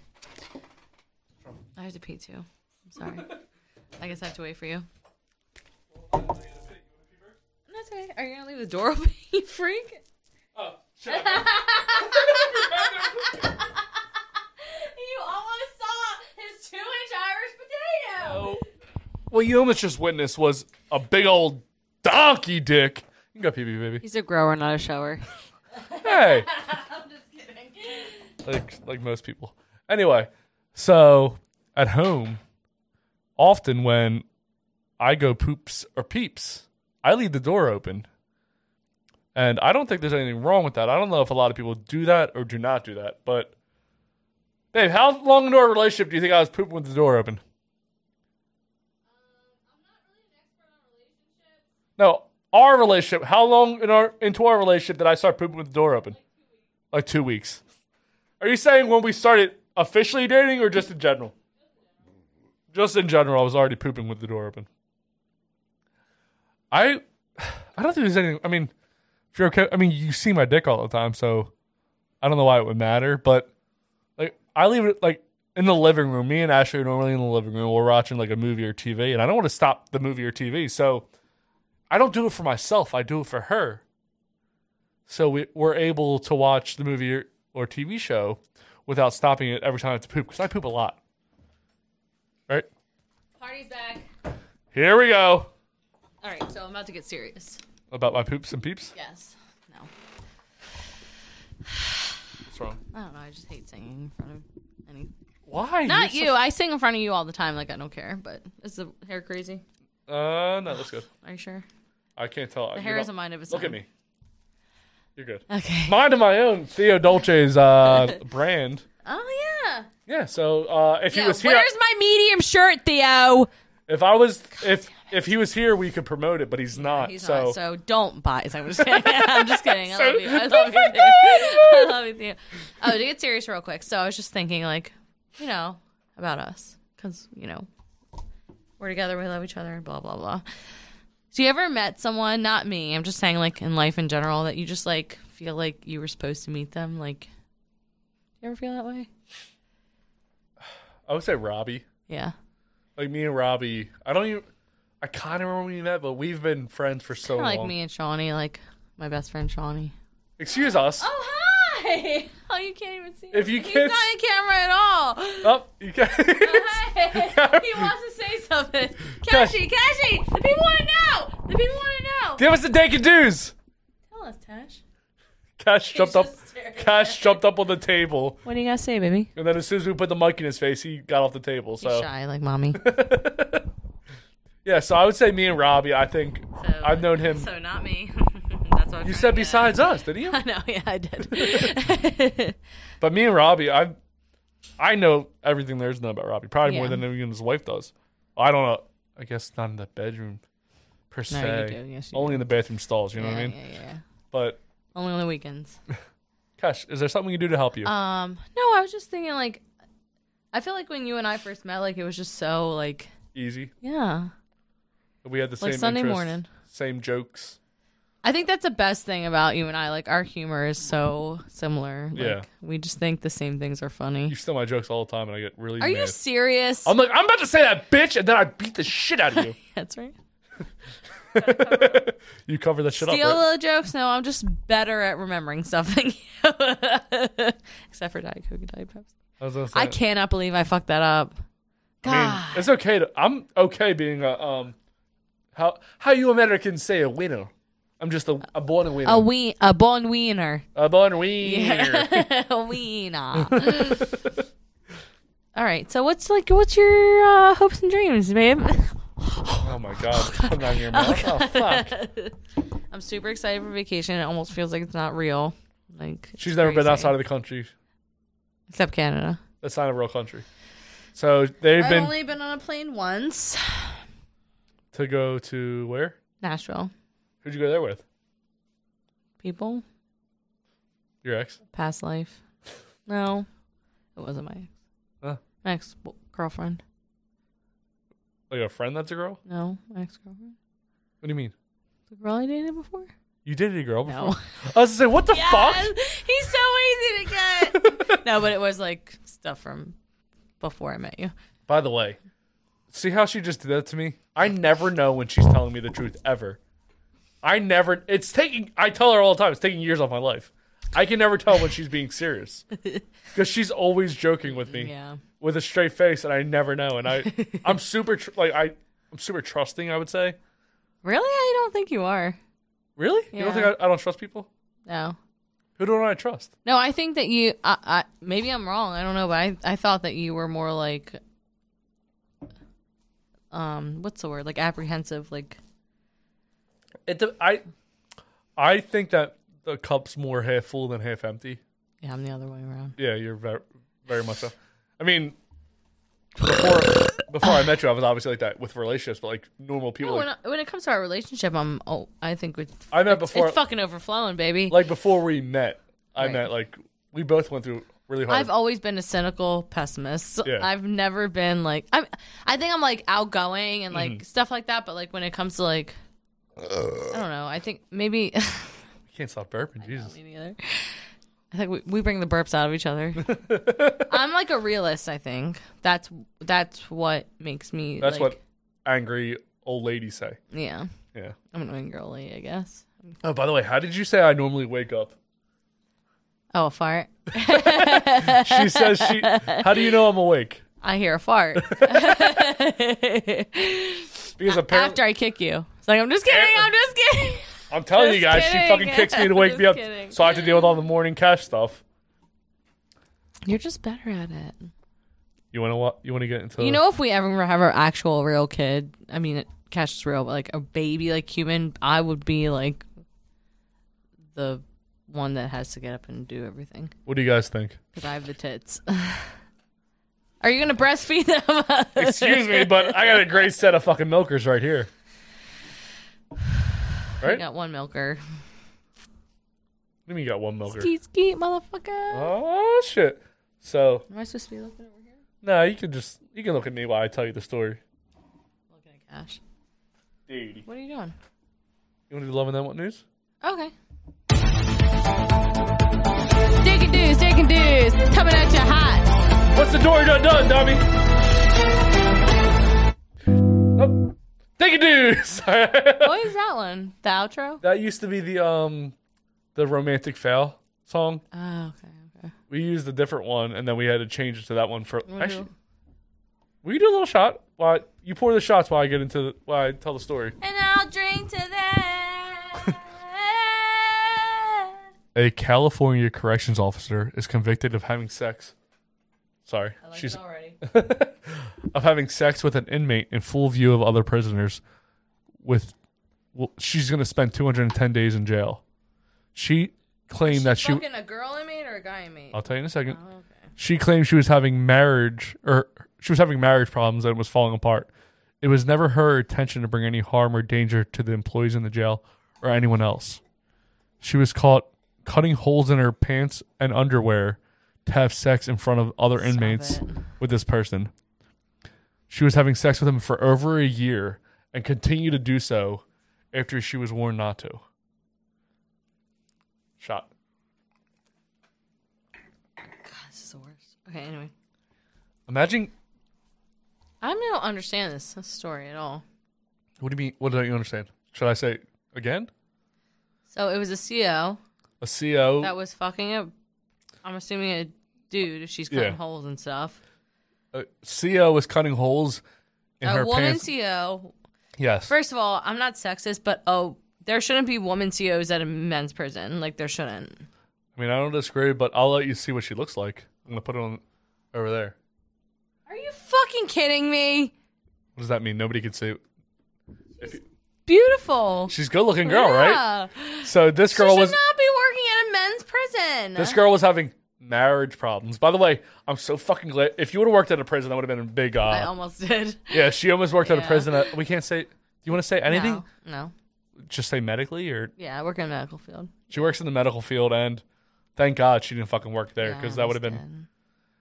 [SPEAKER 2] I have to pee too. I'm sorry. I guess I have to wait for you. That's okay. Are you gonna leave the door open, you freak?
[SPEAKER 1] Oh,
[SPEAKER 2] You almost saw his two inch Irish potato.
[SPEAKER 1] What you almost just witnessed was a big old donkey dick. You can go pee pee, baby.
[SPEAKER 2] He's a grower, not a shower.
[SPEAKER 1] Hey. like like most people. Anyway, so at home, often when I go poops or peeps, I leave the door open. And I don't think there's anything wrong with that. I don't know if a lot of people do that or do not do that, but babe, how long into our relationship do you think I was pooping with the door open? Um, No, our relationship. How long in our into our relationship did I start pooping with the door open? Like two weeks. Are you saying when we started officially dating or just in general? Just in general, I was already pooping with the door open. I I don't think there's anything I mean, if you're okay I mean you see my dick all the time, so I don't know why it would matter, but like I leave it like in the living room. Me and Ashley are normally in the living room. We're watching like a movie or TV, and I don't want to stop the movie or TV. So I don't do it for myself. I do it for her. So we, we're able to watch the movie or, or TV show without stopping it every time I have to poop because I poop a lot. Right?
[SPEAKER 2] Party's back.
[SPEAKER 1] Here we go.
[SPEAKER 2] All right, so I'm about to get serious.
[SPEAKER 1] About my poops and peeps.
[SPEAKER 2] Yes. No.
[SPEAKER 1] What's wrong?
[SPEAKER 2] I don't know. I just hate singing in front of any.
[SPEAKER 1] Why?
[SPEAKER 2] Not
[SPEAKER 1] You're
[SPEAKER 2] you. I sing in front of you all the time. Like I don't care. But is the hair crazy?
[SPEAKER 1] Uh, no, that's good.
[SPEAKER 2] Are you sure?
[SPEAKER 1] I can't tell.
[SPEAKER 2] The
[SPEAKER 1] You
[SPEAKER 2] hair
[SPEAKER 1] don't-
[SPEAKER 2] is a mind of its
[SPEAKER 1] Look
[SPEAKER 2] own.
[SPEAKER 1] at me. You're good.
[SPEAKER 2] Okay.
[SPEAKER 1] Mind of my own. Theo Dolce's uh, brand.
[SPEAKER 2] Oh yeah.
[SPEAKER 1] Yeah. So uh, if he
[SPEAKER 2] yeah
[SPEAKER 1] was here,
[SPEAKER 2] where's my medium shirt, Theo?
[SPEAKER 1] if I was, if if he was here, we could promote it, but he's not.
[SPEAKER 2] He's
[SPEAKER 1] so
[SPEAKER 2] not. So don't buy. So I'm just kidding. I'm just kidding. I love you. I love you. Theo. I love you. Theo. Oh, to get serious real quick. So I was just thinking, like, you know, about us because you know, we're We're together. We love each other. Blah blah blah. So you ever met someone? Not me. I'm just saying, like in life in general, that you just like feel like you were supposed to meet them. Like, you ever feel that way?
[SPEAKER 1] I would say Robbie.
[SPEAKER 2] Yeah.
[SPEAKER 1] Like me and Robbie, I don't even. I kind of remember when we met, but we've been friends for so
[SPEAKER 2] Kinda
[SPEAKER 1] long.
[SPEAKER 2] like me and Shawnee, like my best friend Shawnee.
[SPEAKER 1] Excuse us.
[SPEAKER 2] Oh hi! Oh, you can't even see.
[SPEAKER 1] If you
[SPEAKER 2] He's
[SPEAKER 1] can't
[SPEAKER 2] not on camera at all.
[SPEAKER 1] Oh, you can
[SPEAKER 2] Hey, he wants to say something. Cashy, Cashy, the people want to know. The people want to know.
[SPEAKER 1] Give us the dank and dues.
[SPEAKER 2] Tell us, Tash.
[SPEAKER 1] Cash jumped up. Cash jumped up on the table,
[SPEAKER 2] What do you guys say, baby?
[SPEAKER 1] and then as soon as we put the mic in his face, he got off the table. So
[SPEAKER 2] shy, like mommy.
[SPEAKER 1] yeah, so I would say me and Robbie. I think I've known him.
[SPEAKER 2] So not me. That's what I'm
[SPEAKER 1] you
[SPEAKER 2] trying
[SPEAKER 1] said
[SPEAKER 2] to get at.
[SPEAKER 1] besides us, didn't you?
[SPEAKER 2] I know. Yeah, I did.
[SPEAKER 1] But me and Robbie, I I know everything there is to know about Robbie, probably more
[SPEAKER 2] Yeah.
[SPEAKER 1] than even his wife does. I don't know. I guess not in the bedroom per se.
[SPEAKER 2] do. Yes, you
[SPEAKER 1] Only in the bathroom stalls. You know what I mean?
[SPEAKER 2] yeah, yeah.
[SPEAKER 1] But
[SPEAKER 2] Only on the weekends.
[SPEAKER 1] gosh, is there something we can do to help you?
[SPEAKER 2] Um, no, I was just thinking like, I feel like when you and I first met, like it was just so like,
[SPEAKER 1] Easy.
[SPEAKER 2] yeah.
[SPEAKER 1] We had the
[SPEAKER 2] like
[SPEAKER 1] same
[SPEAKER 2] Sunday
[SPEAKER 1] interests,
[SPEAKER 2] morning.
[SPEAKER 1] same jokes.
[SPEAKER 2] I think that's the best thing about you and I. Like our humor is so similar. Like,
[SPEAKER 1] Yeah.
[SPEAKER 2] we just think the same things are funny.
[SPEAKER 1] You steal my jokes all the time, and I get really.
[SPEAKER 2] Are you
[SPEAKER 1] mad.
[SPEAKER 2] serious?
[SPEAKER 1] I'm like, I'm about to say that bitch, and then I beat the shit out of you.
[SPEAKER 2] that's right.
[SPEAKER 1] you cover that shit
[SPEAKER 2] Steal
[SPEAKER 1] up. Right?
[SPEAKER 2] the jokes? No, I'm just better at remembering something. Except for Diet Coke and Diet Pepsi.
[SPEAKER 1] I was gonna say-
[SPEAKER 2] I Ah. cannot believe I fucked that up.
[SPEAKER 1] I mean, it's okay. To, I'm okay being a um. How how you Americans say a winner? I'm just a, a born winner.
[SPEAKER 2] A we a bon wiener.
[SPEAKER 1] A born winner.
[SPEAKER 2] Yeah. wiener. All right. So what's like what's your uh, hopes and dreams, babe?
[SPEAKER 1] oh my god! Come down here, man. Oh, fuck.
[SPEAKER 2] I'm super excited for vacation. It almost feels like it's not real. Like it's
[SPEAKER 1] She's never been
[SPEAKER 2] crazy.
[SPEAKER 1] outside of the country.
[SPEAKER 2] Except Canada.
[SPEAKER 1] That's not a real country. So they've
[SPEAKER 2] I've
[SPEAKER 1] been
[SPEAKER 2] only been on a plane once.
[SPEAKER 1] to go to where?
[SPEAKER 2] Nashville.
[SPEAKER 1] Who'd you go there with?
[SPEAKER 2] People.
[SPEAKER 1] Your ex?
[SPEAKER 2] Past life. No. It wasn't my ex.
[SPEAKER 1] Huh?
[SPEAKER 2] My ex girlfriend.
[SPEAKER 1] Like a Oh, friend that's a girl?
[SPEAKER 2] No, my ex girlfriend.
[SPEAKER 1] What do you mean?
[SPEAKER 2] The girl I dated before?
[SPEAKER 1] You dated a girl before?
[SPEAKER 2] No.
[SPEAKER 1] I was gonna say, what the fuck?
[SPEAKER 2] He's so easy to get. no, but it was like stuff from before I met you.
[SPEAKER 1] By the way, see how she just did that to me? I never know when she's telling me the truth ever. I never. It's taking. I tell her all the time. It's taking years off my life. I can never tell when she's being serious because she's always joking with me,
[SPEAKER 2] Yeah.
[SPEAKER 1] with a straight face, and I never know. And I, I'm super tr- like I, I'm super trusting. I would say.
[SPEAKER 2] Really? I don't think you are.
[SPEAKER 1] Really? You don't think
[SPEAKER 2] Yeah.
[SPEAKER 1] I, I don't trust people?
[SPEAKER 2] No.
[SPEAKER 1] Who don't I trust?
[SPEAKER 2] No, I think that you. I, I maybe I'm wrong. I don't know, but I I thought that you were more like, um, what's the word? Like apprehensive. Like
[SPEAKER 1] It. de- I. I think that the cup's more half full than half empty.
[SPEAKER 2] yeah, I'm the other way around.
[SPEAKER 1] Yeah, you're very, very much so. I mean, before before I met you, I was obviously like that with relationships, but like normal people.
[SPEAKER 2] No,
[SPEAKER 1] like,
[SPEAKER 2] when, I, when it comes to our relationship, I'm. Oh, I think it's.
[SPEAKER 1] I met
[SPEAKER 2] it's-
[SPEAKER 1] before-
[SPEAKER 2] It's fucking overflowing, baby.
[SPEAKER 1] like before we met, I
[SPEAKER 2] Right.
[SPEAKER 1] met like we both went through really hard.
[SPEAKER 2] I've always been a cynical pessimist.
[SPEAKER 1] Yeah.
[SPEAKER 2] I've never been like I. I think I'm like outgoing and
[SPEAKER 1] Mm-hmm.
[SPEAKER 2] like stuff like that. But like when it comes to like, I don't know. I think maybe
[SPEAKER 1] can't stop burping. Jesus,
[SPEAKER 2] I think we, we bring the burps out of each other. I'm like a realist. I think that's that's what makes me.
[SPEAKER 1] that's
[SPEAKER 2] like,
[SPEAKER 1] what angry old ladies say.
[SPEAKER 2] Yeah,
[SPEAKER 1] Yeah.
[SPEAKER 2] I'm an annoying girly, I guess.
[SPEAKER 1] Oh, by the way, how did you say I normally wake up?
[SPEAKER 2] Oh, a fart.
[SPEAKER 1] She says she. How do you know I'm awake?
[SPEAKER 2] I hear a fart
[SPEAKER 1] Because apparently,
[SPEAKER 2] after I kick you. It's like I'm just kidding. I'm just kidding.
[SPEAKER 1] I'm telling you
[SPEAKER 2] Just
[SPEAKER 1] guys, she
[SPEAKER 2] kidding.
[SPEAKER 1] fucking kicks me to wake
[SPEAKER 2] Just
[SPEAKER 1] me up,
[SPEAKER 2] kidding.
[SPEAKER 1] so I have to deal with all the morning cash stuff.
[SPEAKER 2] You're just better at it.
[SPEAKER 1] You want to wa- you want to get into
[SPEAKER 2] You know, if we ever have our actual real kid, I mean, Cash is real, but like a baby, like human, I would be like the one that has to get up and do everything
[SPEAKER 1] What do you guys think?
[SPEAKER 2] because I have the tits. Are you gonna breastfeed them?
[SPEAKER 1] Excuse me, but I got a great set of fucking milkers right here.
[SPEAKER 2] I
[SPEAKER 1] Right?
[SPEAKER 2] got one milker.
[SPEAKER 1] What do you mean you got one milker?
[SPEAKER 2] Skeet skeet, motherfucker.
[SPEAKER 1] Oh shit! So
[SPEAKER 2] Am I supposed to be looking over here?
[SPEAKER 1] no, you can just you can look at me while I tell you the story.
[SPEAKER 2] gosh.
[SPEAKER 1] Dude.
[SPEAKER 2] What are you doing?
[SPEAKER 1] You want to do love and then what news?
[SPEAKER 2] Okay. Digging dudes, digging dudes, coming at you hot.
[SPEAKER 1] What's the door done done, dummy? Oh, digging dudes.
[SPEAKER 2] What is that one? The outro?
[SPEAKER 1] that used to be the um, the romantic fail song.
[SPEAKER 2] Oh, okay.
[SPEAKER 1] We used a different one, and then we had to change it to that one for.
[SPEAKER 2] wanna
[SPEAKER 1] Actually, we can do a little shot. While you pour the shots, while I get into the, while I tell the story.
[SPEAKER 2] And I'll drink to that.
[SPEAKER 1] A California corrections officer is convicted of having sex. Sorry, she's of having sex with an inmate in full view of other prisoners. With, well, she's going to spend 210 days in jail. She claimed that she. Uh,
[SPEAKER 2] Fucking a girl inmate or a guy inmate?
[SPEAKER 1] I'll tell you in a second. She claimed she was having marriage or she was having marriage problems and was falling apart. It was never her intention to bring any harm or danger to the employees in the jail or anyone else. She was caught cutting holes in her pants and underwear to have sex in front of other inmates with this person. She was having sex with him for over a year and continued to do so after she was warned not to. Shot.
[SPEAKER 2] This is the worst. Okay, anyway.
[SPEAKER 1] Imagine
[SPEAKER 2] I don't understand this story at all.
[SPEAKER 1] What do you mean? What don't you understand? Should I say it again?
[SPEAKER 2] So it was a CO
[SPEAKER 1] A CO.
[SPEAKER 2] that was fucking a, I'm assuming a dude if she's cutting
[SPEAKER 1] Yeah.
[SPEAKER 2] holes and stuff.
[SPEAKER 1] a CO was cutting holes in
[SPEAKER 2] a
[SPEAKER 1] her
[SPEAKER 2] woman
[SPEAKER 1] pants.
[SPEAKER 2] CO.
[SPEAKER 1] Yes.
[SPEAKER 2] First of all, I'm not sexist, but oh, there shouldn't be woman COs at a men's prison. Like there shouldn't.
[SPEAKER 1] I mean, I don't disagree, but I'll let you see what she looks like. I'm gonna put it on over there.
[SPEAKER 2] Are you fucking kidding me?
[SPEAKER 1] What does that mean? Nobody can see. If you-
[SPEAKER 2] Beautiful.
[SPEAKER 1] She's a good-looking girl, right? So this
[SPEAKER 2] She
[SPEAKER 1] girl
[SPEAKER 2] should
[SPEAKER 1] was
[SPEAKER 2] not be working at a men's prison.
[SPEAKER 1] this girl was having marriage problems. By the way, I'm so fucking glad. If you would have worked at a prison, that would have been a big. Uh,
[SPEAKER 2] I almost did.
[SPEAKER 1] Yeah, she almost worked at a
[SPEAKER 2] Yeah.
[SPEAKER 1] prison. uh, we can't say. Do you want to say anything?
[SPEAKER 2] No, no.
[SPEAKER 1] Just say medically or
[SPEAKER 2] Yeah, I work in a medical field.
[SPEAKER 1] She works in the medical field, and thank God she didn't fucking work there
[SPEAKER 2] Yeah,
[SPEAKER 1] because
[SPEAKER 2] I
[SPEAKER 1] that would have been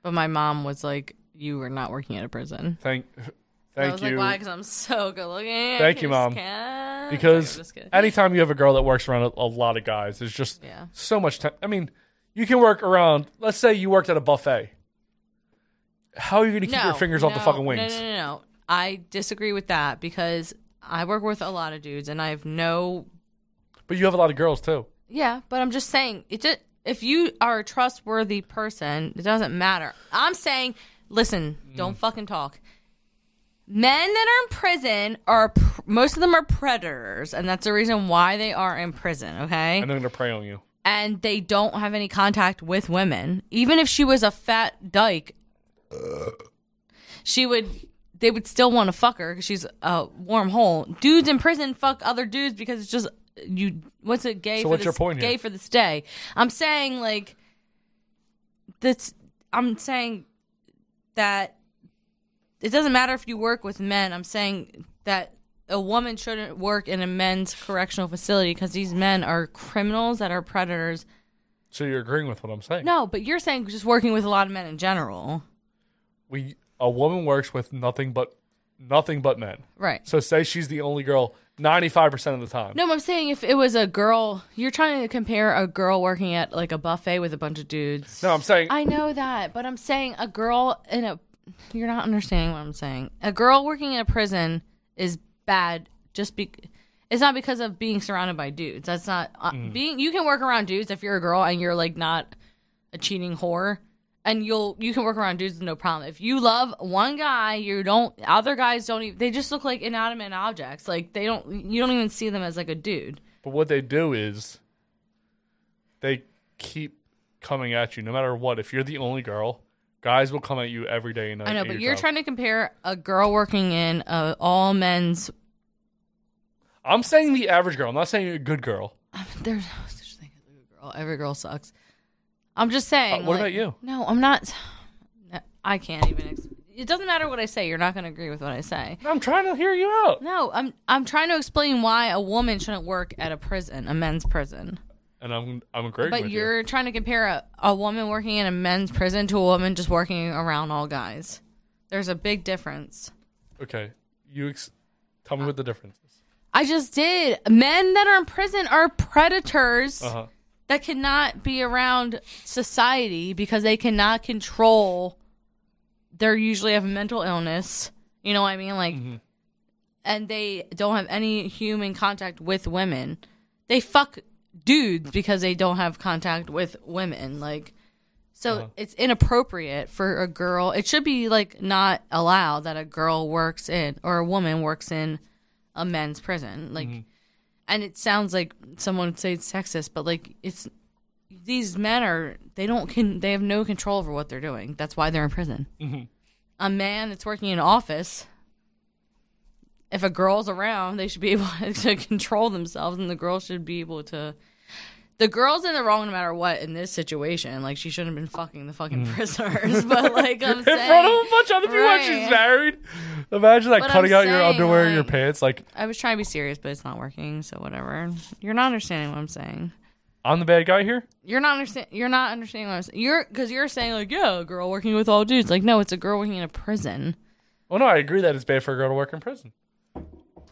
[SPEAKER 2] But my mom was like, "You were not working at a prison."
[SPEAKER 1] thank,
[SPEAKER 2] I
[SPEAKER 1] thank
[SPEAKER 2] was
[SPEAKER 1] you,
[SPEAKER 2] like, why? Because I'm so good looking.
[SPEAKER 1] thank you, mom. Because
[SPEAKER 2] any
[SPEAKER 1] anytime you have a girl that works around a, a lot of guys, there's just
[SPEAKER 2] Yeah.
[SPEAKER 1] so much time. I mean, you can work around. Let's say you worked at a buffet. How are you going to keep your fingers off the fucking wings?
[SPEAKER 2] No, no, no, no. I disagree with that because I work with a lot of dudes, and I have no.
[SPEAKER 1] But you have a lot of girls too.
[SPEAKER 2] Yeah, but I'm just saying it. Just, if you are a trustworthy person, it doesn't matter. I'm saying, listen,
[SPEAKER 1] Mm.
[SPEAKER 2] don't fucking talk. Men that are in prison are pr- most of them are predators, and that's the reason why they are in prison. Okay,
[SPEAKER 1] And they're going to prey on you.
[SPEAKER 2] and they don't have any contact with women. Even if she was a fat dyke, she would. They would still want to fuck her because she's a warm hole. Dudes in prison fuck other dudes because it's just you. What's it? Gay.
[SPEAKER 1] So
[SPEAKER 2] for
[SPEAKER 1] what's your
[SPEAKER 2] this-
[SPEAKER 1] point here?
[SPEAKER 2] Gay for this day. I'm saying like that's. I'm saying that it doesn't matter if you work with men. I'm saying that a woman shouldn't work in a men's correctional facility because these men are criminals that are predators.
[SPEAKER 1] So you're agreeing with what I'm saying?
[SPEAKER 2] No, but you're saying just working with a lot of men in general.
[SPEAKER 1] We a woman works with nothing but nothing but men.
[SPEAKER 2] Right.
[SPEAKER 1] So say she's the only girl 95 percent of the time.
[SPEAKER 2] No, but I'm saying if it was a girl, you're trying to compare a girl working at like a buffet with a bunch of dudes.
[SPEAKER 1] No, I'm saying
[SPEAKER 2] I know that, but I'm saying a girl in a you're not understanding what I'm saying. A girl working in a prison is bad just be it's not because of being surrounded by dudes. That's not uh,
[SPEAKER 12] Mm.
[SPEAKER 2] being you can work around dudes if you're a girl and you're like not a cheating whore and you'll you can work around dudes with no problem. If you love one guy, you don't other guys don't even they just look like inanimate objects. Like they don't you don't even see them as like a dude.
[SPEAKER 1] But what they do is they keep coming at you no matter what. If you're the only girl, guys will come at you every day and night.
[SPEAKER 2] I know,
[SPEAKER 1] at
[SPEAKER 2] but
[SPEAKER 1] your
[SPEAKER 2] you're
[SPEAKER 1] job.
[SPEAKER 2] trying to compare a girl working in a all men's
[SPEAKER 1] I'm saying the average girl. I'm not saying you're a good girl.
[SPEAKER 2] There's no such thing as a good girl. Every girl sucks. I'm just saying.
[SPEAKER 1] Uh, what about
[SPEAKER 2] like-
[SPEAKER 1] you?
[SPEAKER 2] No, I'm not. I can't even. Ex- it doesn't matter what I say. You're not going to agree with what I say.
[SPEAKER 1] I'm trying to hear you out.
[SPEAKER 2] No, I'm. I'm trying to explain why a woman shouldn't work at a prison, a men's prison.
[SPEAKER 1] And I'm I'm agreeing
[SPEAKER 2] but
[SPEAKER 1] with
[SPEAKER 2] you're trying to compare a, a woman working in a men's prison to a woman just working around all guys. There's a big difference.
[SPEAKER 1] you. Okay. You ex- Tell me what the difference is.
[SPEAKER 2] I just did. Men that are in prison are predators
[SPEAKER 1] Uh-huh.
[SPEAKER 2] that cannot be around society because they cannot control. They're usually have a mental illness. You know what I mean? Like, and they don't have any human contact with women. They fuck dudes because they don't have contact with women. Like, so it's inappropriate for a girl. It should be like not allowed that a girl works in or a woman works in a men's prison.
[SPEAKER 1] Mm-hmm.
[SPEAKER 2] Like,
[SPEAKER 5] Mhm.
[SPEAKER 2] and it sounds like someone would say it's sexist, but like it's these men are they don't can they have no control over what they're doing. That's why they're in prison.
[SPEAKER 1] Mhm.
[SPEAKER 2] A man that's working in an office. If a girl's around, they should be able to control themselves, and the girl should be able to. The girl's in the wrong no matter what in this situation. Like she shouldn't have been fucking the fucking
[SPEAKER 1] Mm.
[SPEAKER 2] prisoners, but like I'm
[SPEAKER 1] In
[SPEAKER 2] saying,
[SPEAKER 1] front of a bunch of other people while she's
[SPEAKER 2] Right.
[SPEAKER 1] married. Imagine that
[SPEAKER 2] But
[SPEAKER 1] cutting
[SPEAKER 2] I'm
[SPEAKER 1] out your
[SPEAKER 2] saying,
[SPEAKER 1] underwear,
[SPEAKER 2] like-
[SPEAKER 1] your pants. Like
[SPEAKER 2] I was trying to be serious, but it's not working. So whatever. You're not understanding what I'm saying.
[SPEAKER 1] I'm the bad guy here.
[SPEAKER 2] You're not understand. You're not understanding what I'm saying. You're because you're saying like, yeah, a girl working with all dudes. Like, no, it's a girl working in a prison.
[SPEAKER 1] Well, Oh, no, I agree that it's bad for a girl to work in prison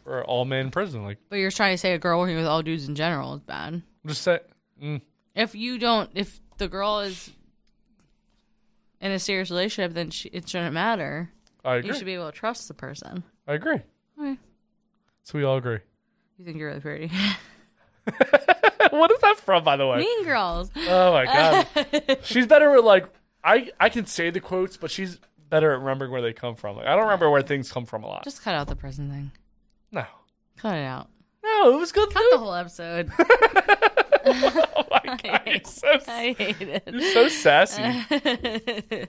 [SPEAKER 1] or all men in prison. Like
[SPEAKER 2] But you're trying to say a girl working with all dudes in general is bad.
[SPEAKER 1] I'm just say, mm,
[SPEAKER 2] If you don't, if the girl is in a serious relationship, then she, it shouldn't matter.
[SPEAKER 1] I
[SPEAKER 2] You
[SPEAKER 1] agree.
[SPEAKER 2] should be able to trust the person.
[SPEAKER 1] I agree.
[SPEAKER 2] Okay.
[SPEAKER 1] So we all agree.
[SPEAKER 2] You think you're really pretty.
[SPEAKER 1] what is that from, by the way?
[SPEAKER 2] mean girls.
[SPEAKER 1] Oh my god, she's better at like I I can say the quotes, but she's better at remembering where they come from. Like I don't remember where things come from a lot.
[SPEAKER 2] Just cut out the prison thing.
[SPEAKER 1] No.
[SPEAKER 2] Cut it out.
[SPEAKER 1] No, it was good.
[SPEAKER 2] Cut the whole episode.
[SPEAKER 1] oh my god, you're so,
[SPEAKER 2] I hate it.
[SPEAKER 1] You're so sassy.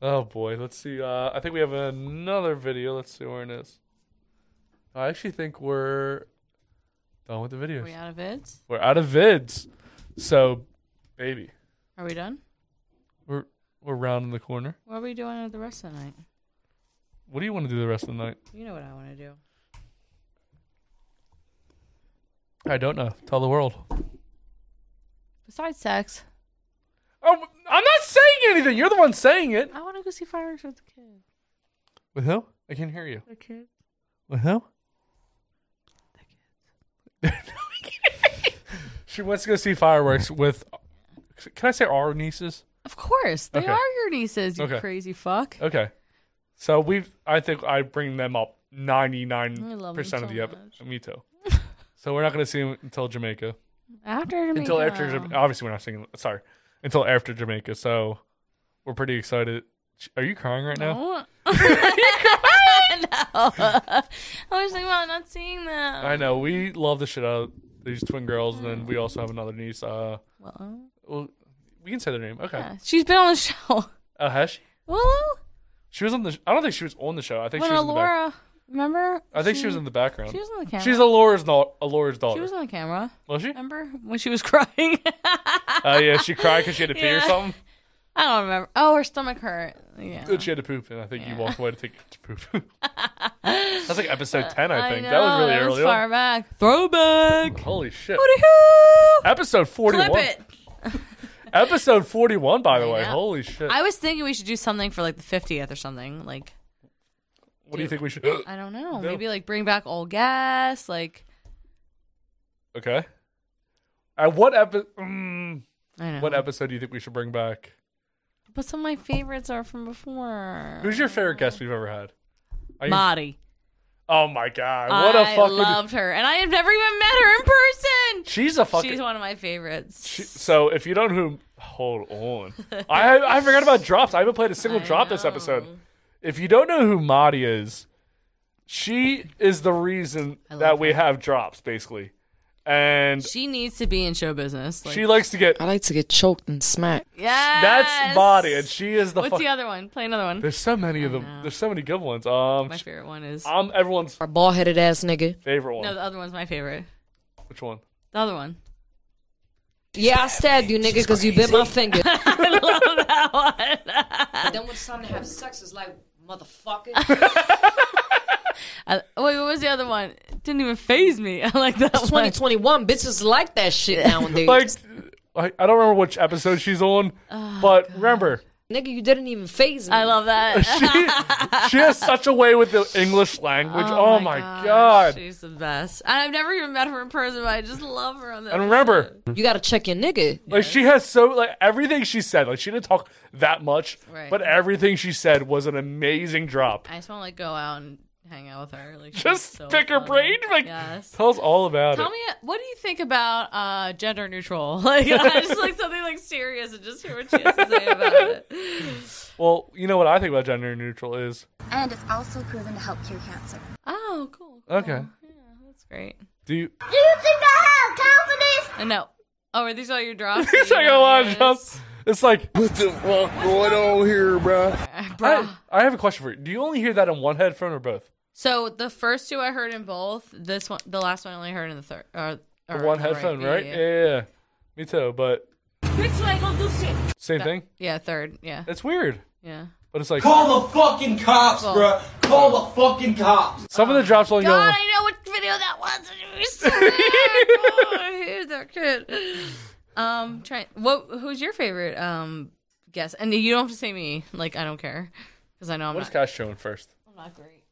[SPEAKER 1] Oh boy, let's see. Uh, I think we have another video. Let's see where it is. I actually think we're done with the videos.
[SPEAKER 2] we out of vids?
[SPEAKER 1] We're out of vids. So, baby,
[SPEAKER 2] Are we done?
[SPEAKER 1] we're we're rounding the corner.
[SPEAKER 2] What are we doing with the rest of the night?
[SPEAKER 1] What do you want to do the rest of the night?
[SPEAKER 2] You know what I want to do.
[SPEAKER 1] I don't know. Tell the world.
[SPEAKER 2] Besides sex,
[SPEAKER 1] Oh, I'm not saying anything. You're the one saying it.
[SPEAKER 2] I want to go see fireworks with the kids.
[SPEAKER 1] With who? I can't hear you.
[SPEAKER 2] The kids.
[SPEAKER 1] With who? she wants to go see fireworks with. Can I say our nieces?
[SPEAKER 2] Of course, they
[SPEAKER 1] Okay.
[SPEAKER 2] are your nieces. You
[SPEAKER 1] Okay.
[SPEAKER 2] crazy fuck.
[SPEAKER 1] Okay. So we've. I think I bring them up ninety
[SPEAKER 2] I
[SPEAKER 1] nine
[SPEAKER 2] love them
[SPEAKER 1] percent of
[SPEAKER 2] so
[SPEAKER 1] the episode. Me too. so we're not going to see them until Jamaica.
[SPEAKER 2] After Jamaica.
[SPEAKER 1] Until after Jamaica. Obviously, we're not seeing. Sorry. Until after Jamaica. So we're pretty excited. Are you crying right now?
[SPEAKER 2] No. no. I was thinking about not seeing them.
[SPEAKER 1] I know we love the shit out of these twin girls, and then we also have another niece. Uh,
[SPEAKER 2] Willow.
[SPEAKER 1] well, we can say their name. Okay.
[SPEAKER 2] Yeah, she's been on the show.
[SPEAKER 1] Uh, has she?
[SPEAKER 2] Willow?
[SPEAKER 1] She was on the. sh- I don't think she was on the show. I think
[SPEAKER 2] When
[SPEAKER 1] she was. In the back-
[SPEAKER 2] Alora, remember?
[SPEAKER 1] I think she, was in the background.
[SPEAKER 2] she was on the camera.
[SPEAKER 1] She's Alora's, no- Alora's daughter.
[SPEAKER 2] She was on the camera.
[SPEAKER 1] Was she?
[SPEAKER 2] Remember when she was crying?
[SPEAKER 1] Oh yeah, she cried because she had to pee or
[SPEAKER 2] Yeah.
[SPEAKER 1] something.
[SPEAKER 2] I don't remember. Oh, her stomach hurt. Yeah.
[SPEAKER 1] She had to poop, and I think you walked away to take to poop. That's like episode ten, I
[SPEAKER 2] I
[SPEAKER 1] think. that was
[SPEAKER 2] know,
[SPEAKER 1] really
[SPEAKER 2] that was
[SPEAKER 1] early.
[SPEAKER 2] far
[SPEAKER 1] on.
[SPEAKER 2] back. Throwback.
[SPEAKER 1] Holy shit!
[SPEAKER 2] Hoo-dee-hoo.
[SPEAKER 1] Episode forty-one.
[SPEAKER 2] Clip it.
[SPEAKER 1] Episode forty-one, by the way.
[SPEAKER 2] know.
[SPEAKER 1] Holy shit!
[SPEAKER 2] I was thinking we should do something for like the 50th or something. Like
[SPEAKER 1] what do you think we should?
[SPEAKER 2] I don't
[SPEAKER 1] No.
[SPEAKER 2] know. Maybe like bring back old gas. Like
[SPEAKER 1] Okay. At what episode? Mm,
[SPEAKER 2] I know.
[SPEAKER 1] What episode do you think we should bring back?
[SPEAKER 2] but some of my favorites are from before.
[SPEAKER 1] Who's your favorite guest we've ever had? Are you-
[SPEAKER 2] Marty.
[SPEAKER 1] Oh my god! What a
[SPEAKER 2] I
[SPEAKER 1] fucking.
[SPEAKER 2] loved her, and I have never even met her in person.
[SPEAKER 1] She's a fucking-
[SPEAKER 2] She's one of my favorites.
[SPEAKER 1] She- so if you don't know who, hold on. I I forgot about drops. I haven't played a single drop this episode. If you don't know who Madi is, she is the reason that we have drops basically, and
[SPEAKER 2] She needs to be in show business. Like,
[SPEAKER 1] she likes to get.
[SPEAKER 12] I like to get choked and smacked.
[SPEAKER 2] yeah.
[SPEAKER 1] That's Madi, and she is the.
[SPEAKER 2] What's
[SPEAKER 1] fuck-
[SPEAKER 2] the other one? Play another one.
[SPEAKER 1] There's so many of them. There's so many good ones. Um,
[SPEAKER 2] My favorite one is.
[SPEAKER 1] I'm everyone's
[SPEAKER 12] Our bald headed ass nigga.
[SPEAKER 1] favorite one.
[SPEAKER 2] No, the other one's my favorite.
[SPEAKER 1] Which one?
[SPEAKER 2] The other one.
[SPEAKER 12] Yeah, I stabbed you, nigga, because you bit my finger.
[SPEAKER 5] Then when it's time to have sex, it's like, motherfucker.
[SPEAKER 2] I, Oh, wait, what was the other one? It didn't even phase me. I like that.
[SPEAKER 12] It's 2021. Bitches like that shit nowadays.
[SPEAKER 1] Like, I, I don't remember which episode she's on, but remember,
[SPEAKER 12] Nigga, you didn't even phase me. I
[SPEAKER 2] love that.
[SPEAKER 1] she has such a way with the English language. Oh, my, god.
[SPEAKER 2] She's the best. And I've never even met her in person, but I just love her on the.
[SPEAKER 1] And remember,
[SPEAKER 12] you gotta check your nigga.
[SPEAKER 1] Like she has so like everything she said. Like she didn't talk that much,
[SPEAKER 2] Right.
[SPEAKER 1] but everything she said was an amazing drop.
[SPEAKER 2] I just want to like go out and hang out with her. Like she's
[SPEAKER 1] Just
[SPEAKER 2] so
[SPEAKER 1] pick her
[SPEAKER 2] funny.
[SPEAKER 1] brain. Like
[SPEAKER 2] Yes.
[SPEAKER 1] tell us all about
[SPEAKER 2] Tell
[SPEAKER 1] it.
[SPEAKER 2] me, what do you think about uh, gender neutral? Like, I just like something like serious and just hear what she has to say about it.
[SPEAKER 1] Well, you know what I think about gender neutral is
[SPEAKER 13] And it's also proven to help cure cancer.
[SPEAKER 2] Oh, cool.
[SPEAKER 1] okay.
[SPEAKER 2] That's great.
[SPEAKER 1] Do you?
[SPEAKER 13] Do you think I have
[SPEAKER 2] I know. Oh, are these all your drops?
[SPEAKER 1] It's like a lot of jobs. It's like what the fuck going on here, bro? I, I have a question for you. Do you only hear that in one headphone or both?
[SPEAKER 2] So the first two I heard in both. This one, the last one, I only heard in the third. Or,
[SPEAKER 1] The one
[SPEAKER 2] or the right,
[SPEAKER 1] headphone,
[SPEAKER 2] yeah,
[SPEAKER 1] right?
[SPEAKER 2] yeah,
[SPEAKER 1] Yeah,
[SPEAKER 2] yeah.
[SPEAKER 1] yeah, yeah. Me too, but
[SPEAKER 4] Bitch, you ain't gonna do shit.
[SPEAKER 1] same
[SPEAKER 2] Th-
[SPEAKER 1] thing.
[SPEAKER 2] Yeah, third. Yeah.
[SPEAKER 1] It's weird.
[SPEAKER 2] Yeah.
[SPEAKER 1] But it's like
[SPEAKER 4] Call the fucking cops, bruh. Call the fucking cops.
[SPEAKER 1] some of the drops only go.
[SPEAKER 2] God, I know what video that was. It was so bad. oh, I hated that kid. Um, try. What? Who's your favorite? Um, guess. And you don't have to say me. Like I don't care, because I know I'm
[SPEAKER 1] What
[SPEAKER 2] not.
[SPEAKER 1] is Cash showing first?
[SPEAKER 2] I'm not great.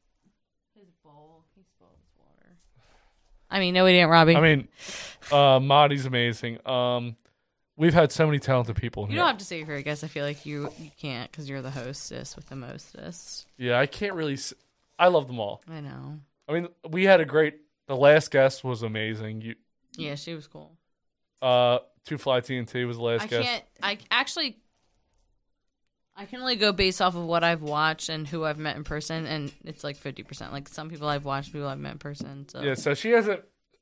[SPEAKER 2] I mean, no, we didn't, Robbie.
[SPEAKER 1] I mean, uh, Maddie's amazing. Um, we've had so many talented people. in
[SPEAKER 2] You
[SPEAKER 1] here.
[SPEAKER 2] don't have to say your favorite guest. I feel like you you can't because you're the hostess with the mostest.
[SPEAKER 1] Yeah, I can't really. S- I love them all.
[SPEAKER 2] I know.
[SPEAKER 1] I mean, we had a great. The last guest was amazing. You,
[SPEAKER 2] Yeah, she was cool.
[SPEAKER 1] uh, Two Fly TNT was the last
[SPEAKER 2] I
[SPEAKER 1] guest.
[SPEAKER 2] can't. I actually. I can only go based off of what I've watched and who I've met in person, and it's like fifty percent. Like some people I've watched, people I've met in person. So
[SPEAKER 1] Yeah, so she has a.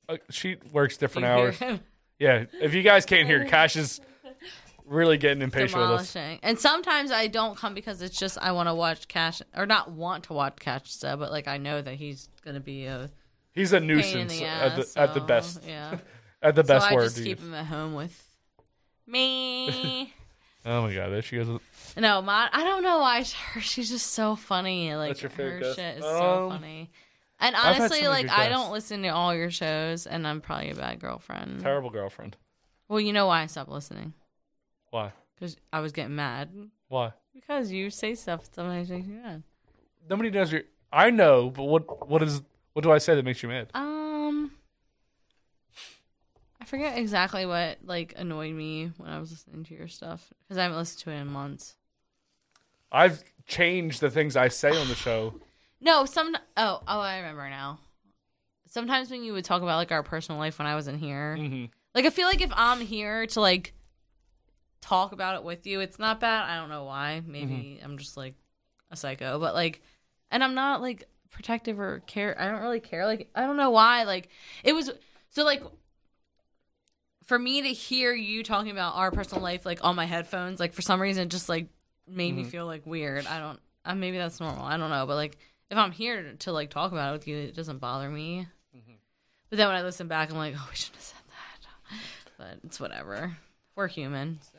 [SPEAKER 1] Uh, she works different
[SPEAKER 2] You hear
[SPEAKER 1] hours.
[SPEAKER 2] him?
[SPEAKER 1] Yeah, if you guys can't hear, Cash is really getting impatient with us.
[SPEAKER 2] demolishing. And sometimes I don't come because it's just I want to watch Cash or not want to watch Cash Sub, but like I know that he's gonna be a
[SPEAKER 1] He's a
[SPEAKER 2] pain in the
[SPEAKER 1] nuisance at the
[SPEAKER 2] ass,
[SPEAKER 1] at the
[SPEAKER 2] so,
[SPEAKER 1] best.
[SPEAKER 2] Yeah,
[SPEAKER 1] at the
[SPEAKER 2] So
[SPEAKER 1] best
[SPEAKER 2] I
[SPEAKER 1] word.
[SPEAKER 2] just
[SPEAKER 1] to
[SPEAKER 2] keep
[SPEAKER 1] use.
[SPEAKER 2] him at home with me.
[SPEAKER 1] Oh my god, there she goes.
[SPEAKER 2] no, my, I don't know why her, she's just so funny. Like
[SPEAKER 1] That's your
[SPEAKER 2] her
[SPEAKER 1] favorite guest?
[SPEAKER 2] shit is
[SPEAKER 1] Um,
[SPEAKER 2] so funny. And
[SPEAKER 1] I've had so
[SPEAKER 2] honestly,
[SPEAKER 1] many
[SPEAKER 2] like
[SPEAKER 1] good
[SPEAKER 2] I
[SPEAKER 1] guests.
[SPEAKER 2] don't listen to all your shows, and I'm probably a bad girlfriend.
[SPEAKER 1] Terrible girlfriend.
[SPEAKER 2] Well, you know why I stopped listening
[SPEAKER 1] Why?
[SPEAKER 2] because I was getting mad
[SPEAKER 1] Why?
[SPEAKER 2] because you say stuff that sometimes makes me mad.
[SPEAKER 1] Nobody knows your. I know, but what what is what do I say that makes you mad?
[SPEAKER 2] Um, I forget exactly what like annoyed me when I was listening to your stuff because I haven't listened to it in months.
[SPEAKER 1] I've changed the things I say on the show.
[SPEAKER 2] No, some oh oh I remember now. Sometimes when you would talk about like our personal life when I wasn't here, like I feel like if I'm here to like talk about it with you, it's not bad. I don't know why. Maybe I'm just like a psycho, but like, and I'm not like protective or care. I don't really care. Like I don't know why. Like it was so like for me to hear you talking about our personal life like on my headphones, like for some reason, it just like made me
[SPEAKER 1] Mm-hmm.
[SPEAKER 14] Mhm.
[SPEAKER 2] feel like weird. I don't. Uh, maybe that's normal. I don't know. But like, if I'm here to, to, like talk about it with you, it doesn't bother me.
[SPEAKER 1] Mm-hmm.
[SPEAKER 2] But then when I listen back, I'm like, oh, we shouldn't have said that. But it's whatever. We're human. So.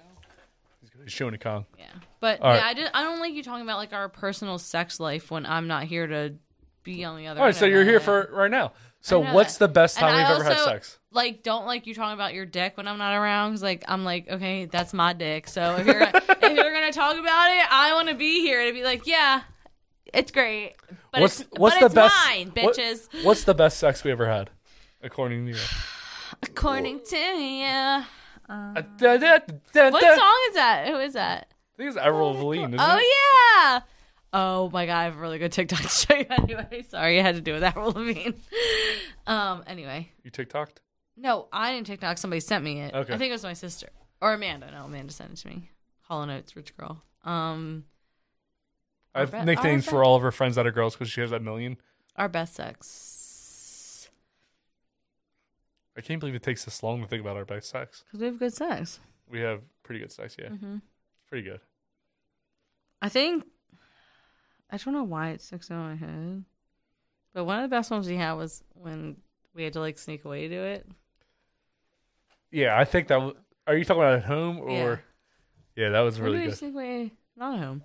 [SPEAKER 1] Shona Kong.
[SPEAKER 2] Yeah. But
[SPEAKER 1] All
[SPEAKER 2] yeah,
[SPEAKER 1] right.
[SPEAKER 2] I, did, I don't like you talking about like our personal sex life when I'm not here to be on the other.
[SPEAKER 1] All right,
[SPEAKER 2] end
[SPEAKER 1] so
[SPEAKER 2] of
[SPEAKER 1] you're
[SPEAKER 2] that.
[SPEAKER 1] here for right now. So
[SPEAKER 2] I know
[SPEAKER 1] what's
[SPEAKER 2] that.
[SPEAKER 1] the best
[SPEAKER 2] And
[SPEAKER 1] time
[SPEAKER 2] I
[SPEAKER 1] you've ever had
[SPEAKER 2] also,
[SPEAKER 1] sex?
[SPEAKER 2] Like, don't like you talking about your dick when I'm not around. 'cause, like, I'm like, okay, that's my dick. So if you're gonna, if you're gonna talk about it, I want to be here to be like, yeah, it's great. But
[SPEAKER 1] what's
[SPEAKER 2] it's,
[SPEAKER 1] what's
[SPEAKER 2] but
[SPEAKER 1] the
[SPEAKER 2] it's
[SPEAKER 1] best
[SPEAKER 2] Mine,
[SPEAKER 1] what-
[SPEAKER 2] bitches.
[SPEAKER 1] what's the best sex we ever had, according to you?
[SPEAKER 2] According to you. Uh,
[SPEAKER 1] I think
[SPEAKER 2] what song is that? Who is that?
[SPEAKER 1] it's Avril Lavigne. isn't it?
[SPEAKER 2] Oh yeah. Oh my god, I have a really good TikTok to show you. Anyway, sorry I had to do with Avril Lavigne. Um. Anyway,
[SPEAKER 1] You TikToked?
[SPEAKER 2] no, I didn't TikTok. Somebody sent me it.
[SPEAKER 1] Okay.
[SPEAKER 2] I think it was my sister or Amanda. No, Amanda sent it to me. Hollow Notes, rich girl. Um.
[SPEAKER 1] I
[SPEAKER 2] our
[SPEAKER 1] have
[SPEAKER 2] be- our
[SPEAKER 1] nicknames
[SPEAKER 2] be-
[SPEAKER 1] for all of her friends that are girls because she has a million.
[SPEAKER 2] Our best sex
[SPEAKER 1] I can't believe it takes this long to think about our best sex.
[SPEAKER 2] because we have good sex.
[SPEAKER 1] We have pretty good sex, yeah.
[SPEAKER 2] Mhm.
[SPEAKER 1] It's pretty good.
[SPEAKER 2] I think I don't know why it sticks in my head, but one of the best ones we had was when we had to like sneak away to it.
[SPEAKER 1] Yeah, I think that. W- are you talking about at home or? Yeah, that was
[SPEAKER 2] Maybe
[SPEAKER 1] really
[SPEAKER 2] we
[SPEAKER 1] good.
[SPEAKER 2] Sneak away, not at home.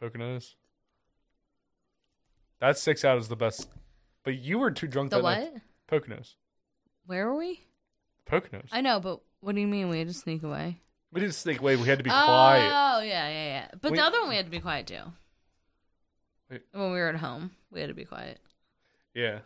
[SPEAKER 1] Poconos. That six out is the best. But you were too drunk.
[SPEAKER 2] The
[SPEAKER 1] that Night. Poconos.
[SPEAKER 2] Where were we?
[SPEAKER 1] Poconos.
[SPEAKER 2] I know, but what do you mean we had to sneak away?
[SPEAKER 1] We didn't sneak away. We had to be
[SPEAKER 2] oh,
[SPEAKER 1] quiet.
[SPEAKER 2] yeah, yeah, yeah. But
[SPEAKER 1] We-
[SPEAKER 2] the other one we had to be quiet too.
[SPEAKER 1] Wait.
[SPEAKER 2] When we were at home, we had to be quiet.
[SPEAKER 1] Yeah.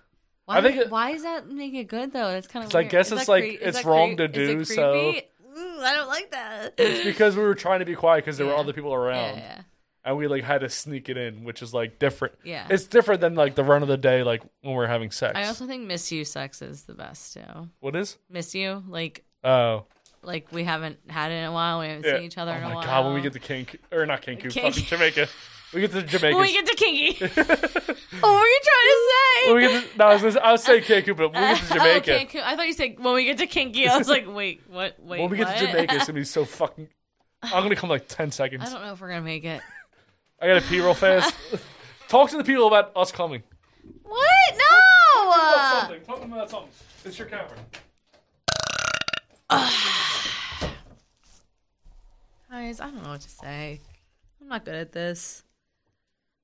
[SPEAKER 2] Why,
[SPEAKER 1] I think it-
[SPEAKER 2] why does that make it good though? That's kind of.
[SPEAKER 1] 'Cause I guess it's like, it's wrong to do, so-
[SPEAKER 2] I don't like that.
[SPEAKER 1] it's because we were trying to be quiet because there were
[SPEAKER 2] Yeah.
[SPEAKER 1] other people around.
[SPEAKER 2] Yeah, yeah.
[SPEAKER 1] And we like had to sneak it in, which is like different.
[SPEAKER 2] Yeah.
[SPEAKER 1] It's different than like the run of the day, like when we're having sex.
[SPEAKER 2] I also think miss you sex is the best too.
[SPEAKER 1] What is?
[SPEAKER 2] Miss you like
[SPEAKER 1] Oh.
[SPEAKER 2] like we haven't had it in a while. We haven't
[SPEAKER 1] Yeah.
[SPEAKER 2] seen each other
[SPEAKER 1] oh
[SPEAKER 2] in a
[SPEAKER 1] my
[SPEAKER 2] while.
[SPEAKER 1] god, when we get to Kink or not Cancun,
[SPEAKER 2] Kink-
[SPEAKER 1] fucking Jamaica. We get to Jamaica.
[SPEAKER 2] when we get to kinky. Oh, what were you trying to say?
[SPEAKER 1] When we get to- no, I was, gonna say- I was saying Cancun, but when we get to
[SPEAKER 2] Oh,
[SPEAKER 1] Jamaica,
[SPEAKER 2] Cancun. I thought you said when we get to kinky. I was like, wait, what? Wait,
[SPEAKER 1] when we get
[SPEAKER 2] what?
[SPEAKER 1] to Jamaica, it's gonna be so fucking. I'm gonna come like ten seconds.
[SPEAKER 2] I don't know if we're gonna make it.
[SPEAKER 1] I gotta pee real fast. Talk to the people about us coming.
[SPEAKER 2] What? No.
[SPEAKER 1] Talk to them about something. It's your camera.
[SPEAKER 2] Guys, I don't know what to say. I'm not good at this.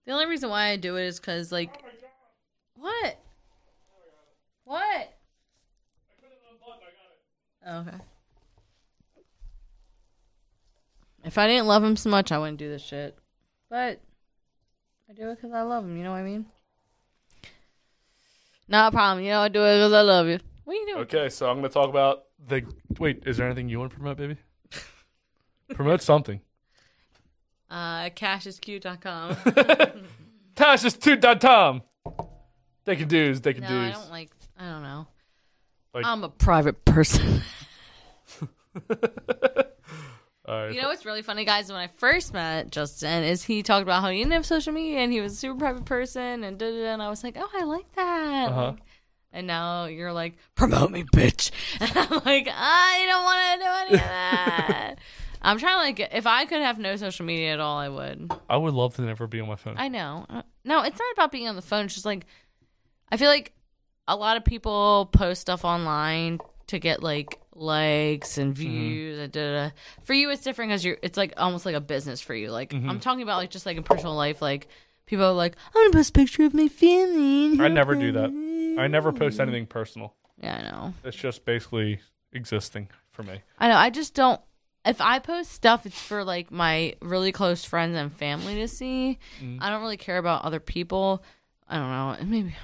[SPEAKER 2] The only reason why I do it is because, like, what? What? Oh, Okay. If I didn't love him so much, I wouldn't do this shit. But I do it because I love him. You know what I mean? Not a problem. You know, I do it because I love you. What are you doing?
[SPEAKER 1] Okay, so I'm gonna talk about the. Wait, is there anything you want to promote, baby? promote something.
[SPEAKER 2] Uh, cashisq.com.
[SPEAKER 1] Tash is two dot Tom. They can do's. They can
[SPEAKER 2] no, I
[SPEAKER 1] do's.
[SPEAKER 2] don't like. I don't know.
[SPEAKER 1] Like-
[SPEAKER 2] I'm a private person.
[SPEAKER 1] All right.
[SPEAKER 2] You know what's really funny, guys? When I first met Justin, is he talked about how he didn't have social media and he was a super private person, and da da. da, And I was like, oh, I like that.
[SPEAKER 5] Uh-huh.
[SPEAKER 2] Like, and now you're like, promote me, bitch. And I'm like, I don't want to do any of that. I'm trying to like, if I could have no social media at all, I would.
[SPEAKER 1] I would love to never be on my phone.
[SPEAKER 2] I know. Uh, No, it's not about being on the phone. It's just like I feel like a lot of people post stuff online to get like likes and views. and da, da, da. For you, it's different because you're. It's like almost like a business for you. Like
[SPEAKER 1] Mhm.
[SPEAKER 2] I'm talking about like just like in personal life, like. People are like, I'm gonna post a picture of my family.
[SPEAKER 1] I never do that. I never post anything personal.
[SPEAKER 2] Yeah, I know.
[SPEAKER 1] It's just basically existing for me.
[SPEAKER 2] I know. I just don't. If I post stuff, it's for like my really close friends and family to see.
[SPEAKER 1] Mm.
[SPEAKER 2] I don't really care about other people. I don't know. and Maybe.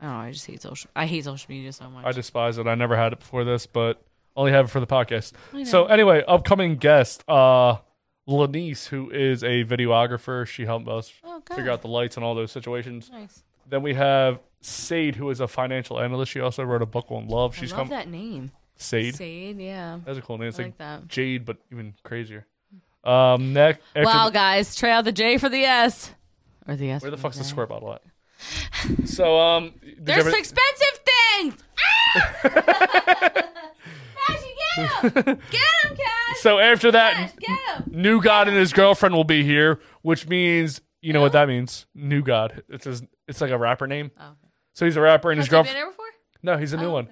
[SPEAKER 2] I don't know. I just hate social. I hate social media so much.
[SPEAKER 1] I despise it. I never had it before this, but only have it for the podcast.
[SPEAKER 2] I
[SPEAKER 1] So
[SPEAKER 2] know.
[SPEAKER 1] anyway, upcoming guest, uh Lanice, who is a videographer. She helped us
[SPEAKER 2] Oh, good.
[SPEAKER 1] figure out the lights and all those situations.
[SPEAKER 2] Nice.
[SPEAKER 1] Then we have Sade, who is a financial analyst. She also wrote a book on love. She's
[SPEAKER 2] I love
[SPEAKER 1] come
[SPEAKER 2] that name.
[SPEAKER 1] Sade.
[SPEAKER 2] Sade. Yeah.
[SPEAKER 1] That's a cool name. It's
[SPEAKER 2] I
[SPEAKER 1] like
[SPEAKER 2] like that.
[SPEAKER 1] Jade, but even crazier. Um, next.
[SPEAKER 2] wow, guys, try out the J for the S. Or the S.
[SPEAKER 1] Where the fuck's the square bottle at? So um, did you
[SPEAKER 2] There's
[SPEAKER 1] ever-
[SPEAKER 2] expensive things. Ah! Cassie, get him! Get him, Cash!
[SPEAKER 1] So after that,
[SPEAKER 2] Get him!
[SPEAKER 1] New God and his girlfriend will be here, which means you know what that means. New God. It's his, it's like a rapper name. So he's a rapper and his
[SPEAKER 2] Oh, Has he been
[SPEAKER 1] girlfriend.
[SPEAKER 2] here Oh, before?
[SPEAKER 1] No, he's a new one.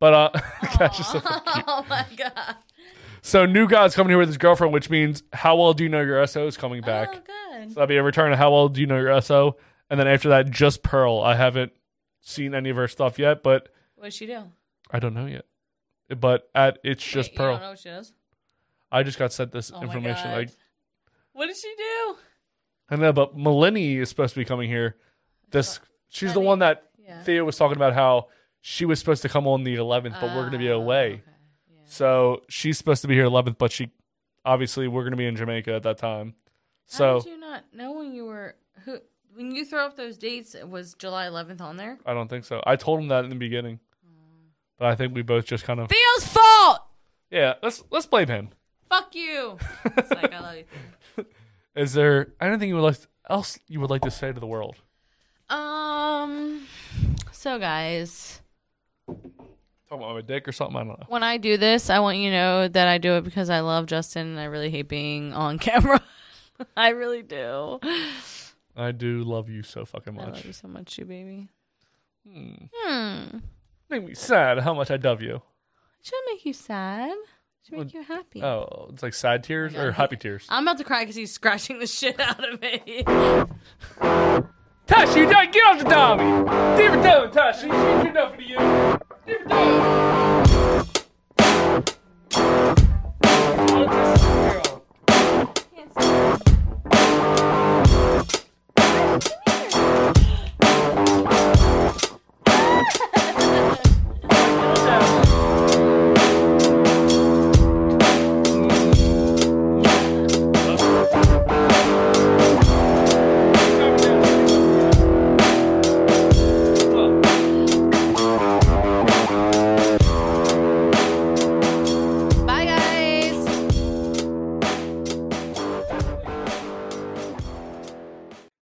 [SPEAKER 1] But uh, gosh, it's so fucking cute.
[SPEAKER 2] Oh my god.
[SPEAKER 1] So new God's coming here with his girlfriend, which means how well do you know your SO is coming back.
[SPEAKER 2] Oh, good.
[SPEAKER 1] So that'll be a return of how well do you know your SO, and then after that, just Pearl. I haven't seen any of her stuff yet, but
[SPEAKER 2] What does she do?
[SPEAKER 1] I don't know yet. But at it's just
[SPEAKER 2] Wait, You
[SPEAKER 1] Pearl.
[SPEAKER 2] don't know what she does.
[SPEAKER 1] I just got sent this
[SPEAKER 2] Oh my
[SPEAKER 1] information.
[SPEAKER 2] God.
[SPEAKER 1] Like
[SPEAKER 2] What does she do?
[SPEAKER 1] I know, but Melanie is supposed to be coming here. This she's the one that
[SPEAKER 2] yeah.
[SPEAKER 1] Thea was talking about how she was supposed to come on the 11th, but we're going to
[SPEAKER 2] Ah,
[SPEAKER 1] be away. So she's supposed to be here 11th, but she obviously we're going to be in Jamaica at that time. So
[SPEAKER 2] How did you not know when you were who when you throw up those dates? It was July 11th on there.
[SPEAKER 1] I don't think so. I told him that in the beginning,
[SPEAKER 2] Oh.
[SPEAKER 1] but I think we both just kind of
[SPEAKER 2] Theo's fault.
[SPEAKER 1] yeah. Let's let's blame him.
[SPEAKER 2] Fuck you. It's like I love you.
[SPEAKER 1] Is there anything you would like else you would like to say to the world?
[SPEAKER 2] Um. So guys,
[SPEAKER 1] Talking about my dick or something? I don't know.
[SPEAKER 2] when I do this, I want you to know that I do it because I love Justin and I really hate being on camera. I really do.
[SPEAKER 1] I do love you so fucking
[SPEAKER 2] I
[SPEAKER 1] much.
[SPEAKER 2] love you so much, you baby.
[SPEAKER 1] Hmm.
[SPEAKER 2] Hmm.
[SPEAKER 1] Make me sad how much I love you.
[SPEAKER 2] Should make you sad. Should make you happy.
[SPEAKER 1] Oh, it's like sad tears or happy tears.
[SPEAKER 2] I'm about to cry because he's scratching the shit out of me.
[SPEAKER 1] Tashi, you don't get off the dummy. Never done, Tashi. She ain't do nothing to you. Never done.